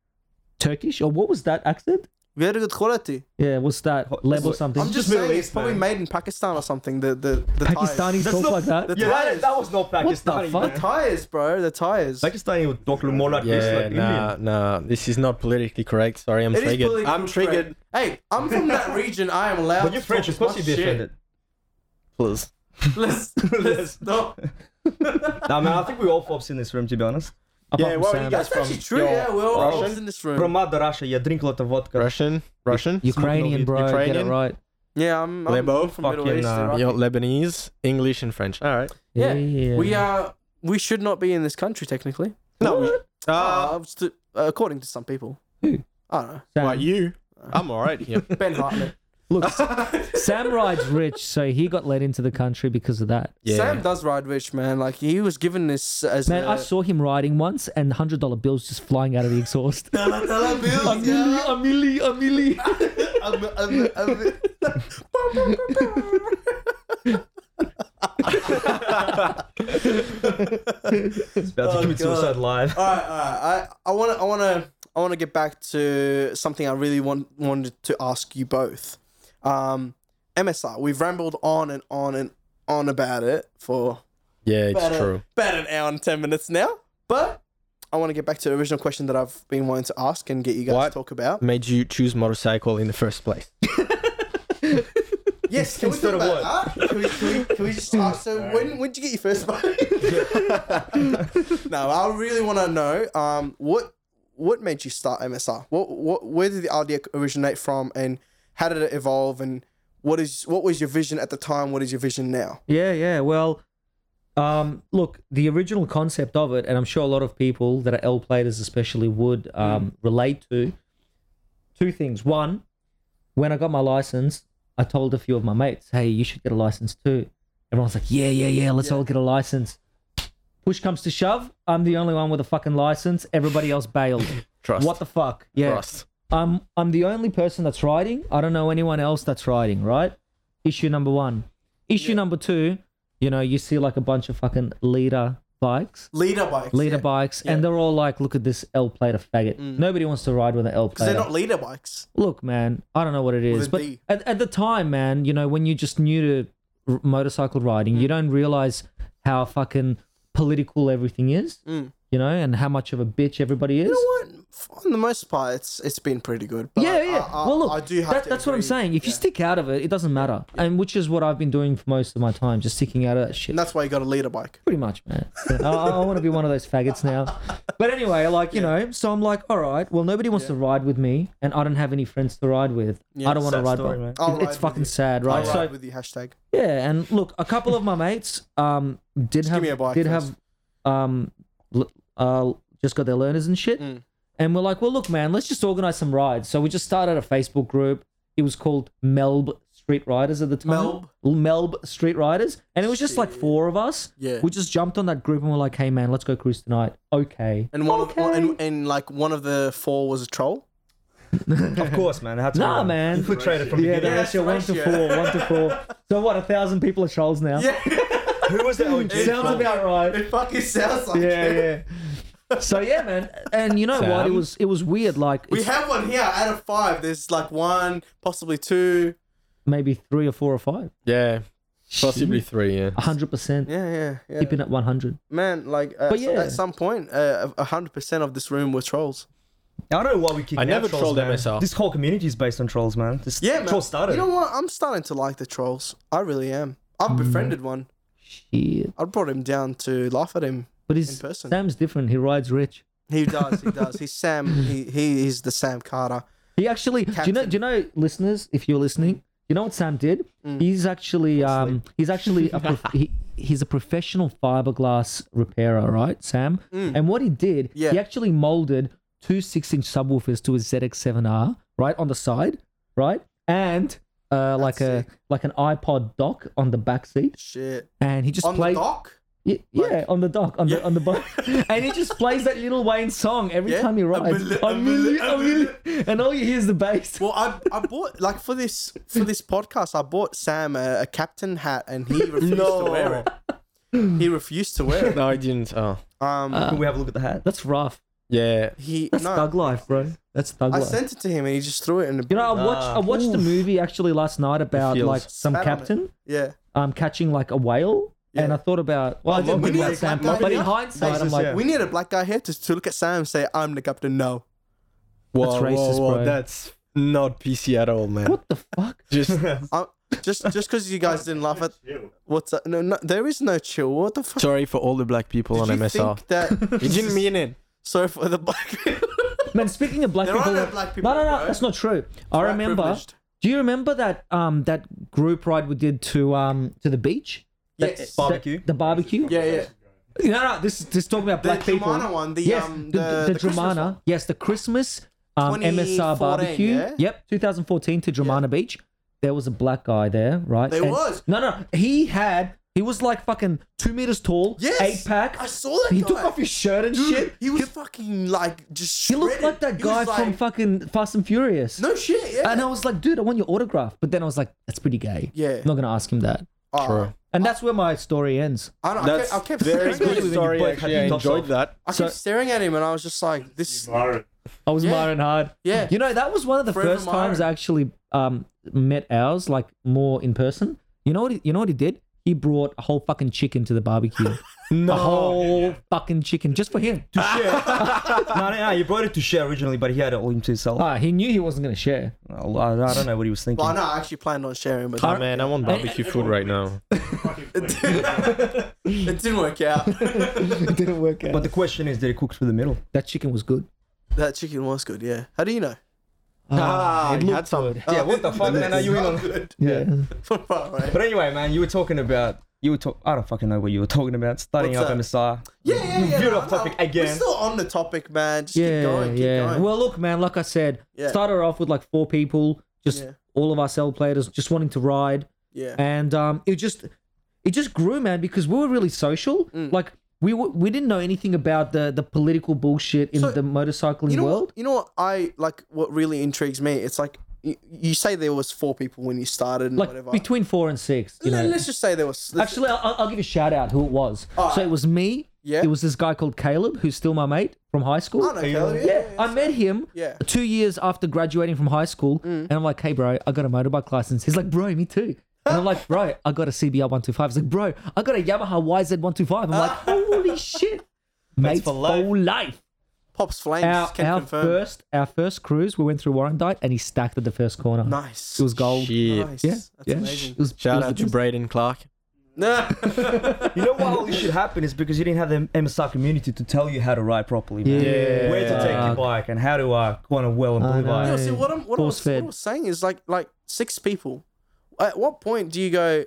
[SPEAKER 4] Turkish or what was that accent?
[SPEAKER 5] Very good quality.
[SPEAKER 4] Yeah, what's that? Leb or something.
[SPEAKER 5] I'm just
[SPEAKER 6] Middle
[SPEAKER 5] saying,
[SPEAKER 6] East,
[SPEAKER 5] it's probably
[SPEAKER 6] man.
[SPEAKER 5] made in Pakistan or something. The the the
[SPEAKER 4] Pakistanis
[SPEAKER 5] Tires.
[SPEAKER 4] talk like that.
[SPEAKER 5] The
[SPEAKER 6] Yeah,
[SPEAKER 5] tires.
[SPEAKER 6] that, that was not
[SPEAKER 4] What the
[SPEAKER 6] Pakistani.
[SPEAKER 4] fuck?
[SPEAKER 5] The tires, bro. The tires.
[SPEAKER 6] Pakistani would talk more like this,
[SPEAKER 7] Yeah,
[SPEAKER 6] like
[SPEAKER 7] nah, nah. This is not politically correct. Sorry, I'm
[SPEAKER 5] It is
[SPEAKER 7] triggered.
[SPEAKER 5] politically
[SPEAKER 7] I'm triggered.
[SPEAKER 5] correct. Hey, I'm from that region. I am allowed.
[SPEAKER 6] But you're French, of course you'd be offended.
[SPEAKER 7] Please.
[SPEAKER 5] Let's let's not.
[SPEAKER 6] Nah, man, I think we all fobs in this room, to be honest.
[SPEAKER 4] Apart from
[SPEAKER 7] where
[SPEAKER 4] Sam.
[SPEAKER 7] you guys
[SPEAKER 5] That's actually true.
[SPEAKER 7] Yo,
[SPEAKER 5] Yeah, we're all
[SPEAKER 7] Russian?
[SPEAKER 5] in this room.
[SPEAKER 6] From Mother Russia, you drink a lot of vodka.
[SPEAKER 7] Russian, Russian,
[SPEAKER 4] Ukrainian, bro. Get
[SPEAKER 7] Ukrainian?
[SPEAKER 4] it right.
[SPEAKER 5] yeah, I'm.
[SPEAKER 7] They're
[SPEAKER 5] I'm
[SPEAKER 7] both
[SPEAKER 5] from Middle
[SPEAKER 6] fucking,
[SPEAKER 5] East.
[SPEAKER 6] uh,
[SPEAKER 5] right?
[SPEAKER 7] Yo, Lebanese, English, and French. All right.
[SPEAKER 5] Yeah, We are. We should not be in this country technically.
[SPEAKER 7] No. Uh,
[SPEAKER 5] Uh, st- according to some people.
[SPEAKER 4] Who?
[SPEAKER 5] I don't know.
[SPEAKER 4] Sam.
[SPEAKER 7] like you. I'm all right here.
[SPEAKER 5] Ben Hartman.
[SPEAKER 4] Look, Sam rides rich, so he got let into the country because of that.
[SPEAKER 7] Yeah.
[SPEAKER 5] Sam does ride rich, man. Like he was given this as
[SPEAKER 4] Man,
[SPEAKER 5] a-
[SPEAKER 4] I saw him riding once, and hundred dollar bills just flying out of the exhaust. a
[SPEAKER 5] Dollar, dollar bills,
[SPEAKER 4] milli,
[SPEAKER 5] yeah.
[SPEAKER 4] a milli, a milli.
[SPEAKER 5] Um, um, um,
[SPEAKER 6] It's about to
[SPEAKER 5] Oh,
[SPEAKER 6] commit
[SPEAKER 5] God.
[SPEAKER 6] suicide live.
[SPEAKER 5] all right, all right. I I want to I want to I want to get back to something I really want wanted to ask you both. Um, MSR. We've rambled on and on and on about it for
[SPEAKER 7] Yeah,
[SPEAKER 5] about,
[SPEAKER 7] it's
[SPEAKER 5] a-
[SPEAKER 7] true.
[SPEAKER 5] about an hour and ten minutes now, but. I want to get back to the original question that I've been wanting to ask and get you guys
[SPEAKER 7] What?
[SPEAKER 5] to talk about.
[SPEAKER 7] Made you choose motorcycle in the first place.
[SPEAKER 5] Yes, can we
[SPEAKER 6] Instead
[SPEAKER 5] talk
[SPEAKER 6] of
[SPEAKER 5] about that? Can we, can we, can we just ask, so when when did you get your first bike? no, I really want to know um what what made you start MSR? What what where did the idea originate from, and how did it evolve? And what is what was your vision at the time? What is your vision now?
[SPEAKER 4] Yeah, yeah. Well, um, look, the original concept of it, and I'm sure a lot of people that are L platers especially would
[SPEAKER 7] Mm.
[SPEAKER 4] um, relate to two things. One, when I got my license, I told a few of my mates, hey, you should get a license too. Everyone's like, yeah, yeah, yeah, let's all get a license. Push comes to shove, I'm the only one with a fucking license. Everybody else bailed.
[SPEAKER 7] Trust.
[SPEAKER 4] What the fuck? Yeah.
[SPEAKER 7] Trust.
[SPEAKER 4] I'm I'm the only person that's riding. I don't know anyone else that's riding, right? Issue number one. Issue number two, you know, you see like a bunch of fucking leader bikes.
[SPEAKER 5] Leader bikes.
[SPEAKER 4] Leader bikes, and they're all like, look at this L plate of faggot. Nobody wants to ride with an L
[SPEAKER 5] Because
[SPEAKER 4] plate.
[SPEAKER 5] Mm. they're not leader bikes.
[SPEAKER 4] Look, man, I don't know what it is,
[SPEAKER 5] a
[SPEAKER 4] but
[SPEAKER 5] D.
[SPEAKER 4] at, at the time, man, you know, when you're just new to r- motorcycle riding,
[SPEAKER 5] Mm.
[SPEAKER 4] you don't realize how fucking political everything is, you know, and how much of a bitch everybody is.
[SPEAKER 5] Mm. You know what? On the most part, it's it's been pretty good. But
[SPEAKER 4] yeah,
[SPEAKER 5] I-
[SPEAKER 4] yeah.
[SPEAKER 5] I, I,
[SPEAKER 4] well, look,
[SPEAKER 5] I do have
[SPEAKER 4] that,
[SPEAKER 5] to
[SPEAKER 4] that's what I'm
[SPEAKER 5] agree.
[SPEAKER 4] saying. If you
[SPEAKER 5] Yeah.
[SPEAKER 4] stick out of it, it doesn't matter, and which is what I've been doing for most of my time, just sticking out of that shit.
[SPEAKER 5] and that's why you got a leader bike.
[SPEAKER 4] pretty much, man. Yeah, I, I want to be one of those faggots now. But anyway, like you know, so I'm like, all right, well, nobody wants to ride with me, and I don't have any friends to ride with. I don't want to
[SPEAKER 6] sad
[SPEAKER 4] ride.
[SPEAKER 6] story,
[SPEAKER 4] by-
[SPEAKER 6] man.
[SPEAKER 5] I'll
[SPEAKER 4] It-
[SPEAKER 5] ride
[SPEAKER 4] it's
[SPEAKER 5] with
[SPEAKER 4] fucking
[SPEAKER 5] you.
[SPEAKER 4] sad,
[SPEAKER 5] I'll
[SPEAKER 4] right?
[SPEAKER 5] ride
[SPEAKER 4] so
[SPEAKER 5] with you hashtag.
[SPEAKER 4] yeah, and look, a couple of my mates um did
[SPEAKER 5] Just give
[SPEAKER 4] have
[SPEAKER 5] me a bike
[SPEAKER 4] did
[SPEAKER 5] first.
[SPEAKER 4] have um l- uh just got their learners and shit,
[SPEAKER 5] Mm.
[SPEAKER 4] and we're like, well, look, man, let's just organize some rides. So we just started a Facebook group. It was called Melb Street Riders at the time.
[SPEAKER 5] Melb?
[SPEAKER 4] L- Melb Street Riders, and it was just like four of us.
[SPEAKER 5] Yeah.
[SPEAKER 4] we just jumped on that group and we're like, hey, man, let's go cruise tonight. Okay.
[SPEAKER 5] And one of and, and like one of the four was a troll.
[SPEAKER 6] Of course, man. That's
[SPEAKER 4] Nah, man.
[SPEAKER 6] Infiltrated from the
[SPEAKER 4] Yeah, the
[SPEAKER 6] beginning.
[SPEAKER 4] ratio one to
[SPEAKER 5] ratio.
[SPEAKER 4] four, one to four. So what? A thousand people are trolls now. Yeah,
[SPEAKER 6] Who was the OG?
[SPEAKER 4] sounds about right.
[SPEAKER 5] It fucking sounds like
[SPEAKER 4] yeah, yeah. So yeah, man, and you know what? It
[SPEAKER 7] Sam?
[SPEAKER 4] was it was weird. Like
[SPEAKER 5] We
[SPEAKER 4] it's
[SPEAKER 5] have one here out of five. There's like one, possibly two.
[SPEAKER 4] maybe three or four or five.
[SPEAKER 7] Yeah. Possibly three, yeah.
[SPEAKER 4] hundred percent
[SPEAKER 5] Yeah, yeah, yeah.
[SPEAKER 4] keeping at one hundred.
[SPEAKER 5] Man, like at,
[SPEAKER 4] But yeah.
[SPEAKER 5] at some point, hundred percent of this room were trolls.
[SPEAKER 6] I don't know why we kicked
[SPEAKER 7] I
[SPEAKER 6] out
[SPEAKER 7] never
[SPEAKER 6] trolls,
[SPEAKER 7] trolled
[SPEAKER 6] man.
[SPEAKER 7] MSR.
[SPEAKER 6] This whole community is based on trolls, man. This
[SPEAKER 5] Yeah, man.
[SPEAKER 6] troll started.
[SPEAKER 5] You know what? I'm starting to like the trolls. I really am.
[SPEAKER 4] Mm.
[SPEAKER 5] I've befriended one.
[SPEAKER 4] Shit,
[SPEAKER 5] I brought him down to laugh at him.
[SPEAKER 4] but he's
[SPEAKER 5] In person.
[SPEAKER 4] Sam's different. He rides rich.
[SPEAKER 5] He does. He does. He's Sam. He he is the Sam Carter.
[SPEAKER 4] He actually, do you know? Do you know, listeners, if you're
[SPEAKER 5] Mm.
[SPEAKER 4] listening, you know what Sam did? He's actually, um, he's actually, a prof- he, he's a professional fiberglass repairer, right, Sam? And what he did,
[SPEAKER 5] Mm. Yeah.
[SPEAKER 4] he actually molded two six-inch subwoofers to a ZX7R, right, on the side, right, and uh, like a
[SPEAKER 5] sick.
[SPEAKER 4] like an iPod dock on the back seat,
[SPEAKER 5] Shit.
[SPEAKER 4] and he just
[SPEAKER 5] On
[SPEAKER 4] played.
[SPEAKER 5] the dock.
[SPEAKER 4] Y- yeah, on the dock, on the on the boat, and he just plays that Little Wayne song every
[SPEAKER 5] Yeah.
[SPEAKER 4] time he
[SPEAKER 5] A
[SPEAKER 4] rides.
[SPEAKER 5] mili-
[SPEAKER 4] A
[SPEAKER 5] a mili-
[SPEAKER 4] mili-
[SPEAKER 5] a
[SPEAKER 4] a mili- and all you hear is the bass.
[SPEAKER 5] Well, I, I bought like for this for this podcast, I bought Sam a, a captain hat, and he refused to wear it. He refused to wear it.
[SPEAKER 7] No, I didn't. Oh.
[SPEAKER 5] Um,
[SPEAKER 6] Can we have a look at the hat?
[SPEAKER 4] That's rough.
[SPEAKER 7] Yeah.
[SPEAKER 5] he
[SPEAKER 4] That's
[SPEAKER 5] no.
[SPEAKER 4] thug life, bro. That's thug
[SPEAKER 5] I
[SPEAKER 4] life.
[SPEAKER 5] sent it to him, and he just threw it in the.
[SPEAKER 4] you know, I watched I watched a movie actually last night about
[SPEAKER 7] feels-
[SPEAKER 4] like some
[SPEAKER 5] Spat on it.
[SPEAKER 4] captain
[SPEAKER 5] yeah.
[SPEAKER 4] um catching like a whale, and
[SPEAKER 5] Yeah.
[SPEAKER 4] I thought about well, I didn't
[SPEAKER 5] we
[SPEAKER 4] think
[SPEAKER 5] need
[SPEAKER 4] about
[SPEAKER 5] a
[SPEAKER 4] Sam,
[SPEAKER 5] captain.
[SPEAKER 4] but in
[SPEAKER 5] Yeah.
[SPEAKER 4] hindsight, I'm
[SPEAKER 6] Basis,
[SPEAKER 4] like,
[SPEAKER 6] yeah.
[SPEAKER 5] We need a black guy here to, to look at Sam and say, "I'm the captain." No.
[SPEAKER 7] Whoa,
[SPEAKER 4] That's racist,
[SPEAKER 7] whoa, whoa,
[SPEAKER 4] bro.
[SPEAKER 7] That's not PC at all, man.
[SPEAKER 4] what the fuck?
[SPEAKER 7] Just
[SPEAKER 5] i Uh, just just because you guys didn't laugh at what's that? No, no, there is no chill. What the fuck?
[SPEAKER 7] sorry for all the black people
[SPEAKER 5] Did
[SPEAKER 7] on
[SPEAKER 5] you
[SPEAKER 7] MSR.
[SPEAKER 5] think that?
[SPEAKER 7] You didn't mean it.
[SPEAKER 5] sorry for the black.
[SPEAKER 4] Man, speaking of black
[SPEAKER 5] There are
[SPEAKER 4] people,
[SPEAKER 5] no
[SPEAKER 4] like-
[SPEAKER 5] black people,
[SPEAKER 4] no, no, no,
[SPEAKER 5] bro.
[SPEAKER 4] that's not true. I
[SPEAKER 5] White
[SPEAKER 4] remember.
[SPEAKER 5] privileged.
[SPEAKER 4] Do you remember that um that group ride we did to um to the beach? That-
[SPEAKER 5] Yes.
[SPEAKER 4] that-
[SPEAKER 6] Barbecue?
[SPEAKER 4] The barbecue.
[SPEAKER 5] Yeah, yeah.
[SPEAKER 4] No, no. This is just talking about
[SPEAKER 5] The
[SPEAKER 4] black people.
[SPEAKER 5] Germana one, the
[SPEAKER 4] yes,
[SPEAKER 5] um,
[SPEAKER 4] the,
[SPEAKER 5] the,
[SPEAKER 4] the,
[SPEAKER 5] the Christmas
[SPEAKER 4] Germana.
[SPEAKER 5] one.
[SPEAKER 4] Yes, the Christmas um, MSR
[SPEAKER 5] 2014,
[SPEAKER 4] barbecue.
[SPEAKER 5] yeah?
[SPEAKER 4] Yep, 2014 to Germana Beach. There was a black guy there, right?
[SPEAKER 5] There was.
[SPEAKER 4] No, no. He had. He was like fucking two meters tall.
[SPEAKER 5] Yes,
[SPEAKER 4] Eight pack.
[SPEAKER 5] I saw that
[SPEAKER 4] He
[SPEAKER 5] guy.
[SPEAKER 4] took off his shirt and
[SPEAKER 5] Dude,
[SPEAKER 4] shit.
[SPEAKER 5] he was fucking like just.
[SPEAKER 4] He looked
[SPEAKER 5] shredded.
[SPEAKER 4] like that
[SPEAKER 5] He
[SPEAKER 4] guy
[SPEAKER 5] was
[SPEAKER 4] from
[SPEAKER 5] like,
[SPEAKER 4] fucking Fast and Furious.
[SPEAKER 5] No shit. Yeah.
[SPEAKER 4] And I was like, dude, I want your autograph. But then I was like, that's pretty gay.
[SPEAKER 5] Yeah.
[SPEAKER 4] I'm not gonna ask him that.
[SPEAKER 5] Oh,
[SPEAKER 7] True.
[SPEAKER 4] And that's where my story ends.
[SPEAKER 5] I, don't, I
[SPEAKER 7] That's
[SPEAKER 5] kept, I kept
[SPEAKER 7] very
[SPEAKER 5] staring at
[SPEAKER 7] good
[SPEAKER 5] him.
[SPEAKER 7] story.
[SPEAKER 6] book,
[SPEAKER 7] Actually, I
[SPEAKER 6] happy doctor.
[SPEAKER 7] enjoyed that.
[SPEAKER 5] I kept staring at him, and I was just like, "This."
[SPEAKER 4] I was
[SPEAKER 5] Yeah.
[SPEAKER 4] miring hard.
[SPEAKER 5] Yeah.
[SPEAKER 4] You know, that was one of the
[SPEAKER 5] Forever
[SPEAKER 4] first times I
[SPEAKER 5] miring.
[SPEAKER 4] actually um, met ours, like more in person. You know what he, you know what he did? He brought a whole fucking chicken to the barbecue. no. A whole fucking chicken just for him.
[SPEAKER 6] no, no, no. You brought it to share originally, but he had it all to himself.
[SPEAKER 4] Ah, he knew he wasn't gonna share.
[SPEAKER 6] Oh, I, I don't know what he was thinking.
[SPEAKER 5] Well, no, I actually planned on sharing, but
[SPEAKER 7] Oh, man, I want barbecue food right now.
[SPEAKER 5] it didn't work out.
[SPEAKER 4] It didn't work out.
[SPEAKER 6] But the question is, did it cook through the middle?
[SPEAKER 4] that chicken was good.
[SPEAKER 5] that chicken was good. Yeah. How do you know? Oh,
[SPEAKER 7] Ah, you had some.
[SPEAKER 6] yeah, what the fuck, man? Are you in on?
[SPEAKER 4] Yeah.
[SPEAKER 5] Alright.
[SPEAKER 6] But anyway, man, you were talking about you were talk. I don't fucking know what you were talking about. Starting
[SPEAKER 5] What's
[SPEAKER 6] up
[SPEAKER 5] that?
[SPEAKER 6] MSR.
[SPEAKER 5] Yeah, yeah, yeah.
[SPEAKER 6] Veered
[SPEAKER 5] no,
[SPEAKER 6] off topic
[SPEAKER 5] no, We're
[SPEAKER 6] again.
[SPEAKER 5] still on the topic, man. Just
[SPEAKER 4] yeah,
[SPEAKER 5] keep going, keep
[SPEAKER 4] yeah.
[SPEAKER 5] going.
[SPEAKER 4] Well, look, man. Like I said,
[SPEAKER 5] Yeah.
[SPEAKER 4] started off with like four people, just
[SPEAKER 5] Yeah.
[SPEAKER 4] all of us L players just wanting to ride,
[SPEAKER 5] Yeah.
[SPEAKER 4] and um, it just it just grew, man, because we were really social.
[SPEAKER 5] Mm.
[SPEAKER 4] Like we were, we didn't know anything about the the political bullshit in
[SPEAKER 5] So,
[SPEAKER 4] the motorcycling
[SPEAKER 5] you know
[SPEAKER 4] world.
[SPEAKER 5] What, you know what I like. What really intrigues me, it's like you, you say there was four people when you started and
[SPEAKER 4] Like
[SPEAKER 5] whatever.
[SPEAKER 4] between four and six, you
[SPEAKER 5] Let-
[SPEAKER 4] know.
[SPEAKER 5] Let's just say there was let's-
[SPEAKER 4] Actually, I'll, I'll give a shout out who it was. so it was me.
[SPEAKER 5] Yeah. Oh,
[SPEAKER 4] It was this guy called Caleb, who's still my mate from high school.
[SPEAKER 5] I don't know, Caleb, yeah, yeah,
[SPEAKER 4] I met him
[SPEAKER 5] Yeah. Mm.
[SPEAKER 4] two years after graduating from high school, and I'm like, "Hey, bro, I got a motorbike license." He's like, "Bro, me too." And I'm like, "Bro, I got a CBR 125." He's like, "Bro, I got a Yamaha YZ125." I'm like, "Holy shit, mates for
[SPEAKER 6] for life.
[SPEAKER 4] life." life.
[SPEAKER 5] pops flames.
[SPEAKER 4] Our,
[SPEAKER 5] can
[SPEAKER 4] our
[SPEAKER 5] confirm.
[SPEAKER 4] first, our first cruise, we went through Warrandyte, and he stacked at the first corner.
[SPEAKER 5] nice.
[SPEAKER 4] It was gold.
[SPEAKER 7] Shit.
[SPEAKER 5] nice.
[SPEAKER 4] Yeah,
[SPEAKER 5] That's
[SPEAKER 4] yeah.
[SPEAKER 5] amazing.
[SPEAKER 4] It was, it
[SPEAKER 7] Shout
[SPEAKER 4] was the
[SPEAKER 7] out to
[SPEAKER 4] best.
[SPEAKER 7] Braden Clark.
[SPEAKER 5] Nah.
[SPEAKER 6] You know why all this shit happened is because you didn't have the MSR community to tell you how to ride properly, man.
[SPEAKER 4] Yeah.
[SPEAKER 6] Where to take your bike and how to uh, corner well and
[SPEAKER 4] I
[SPEAKER 6] blue
[SPEAKER 4] know.
[SPEAKER 5] You know,
[SPEAKER 6] bike.
[SPEAKER 5] see what I'm what I, was, what
[SPEAKER 4] Force-fed.
[SPEAKER 5] I was saying is like like six people. At what point do you go?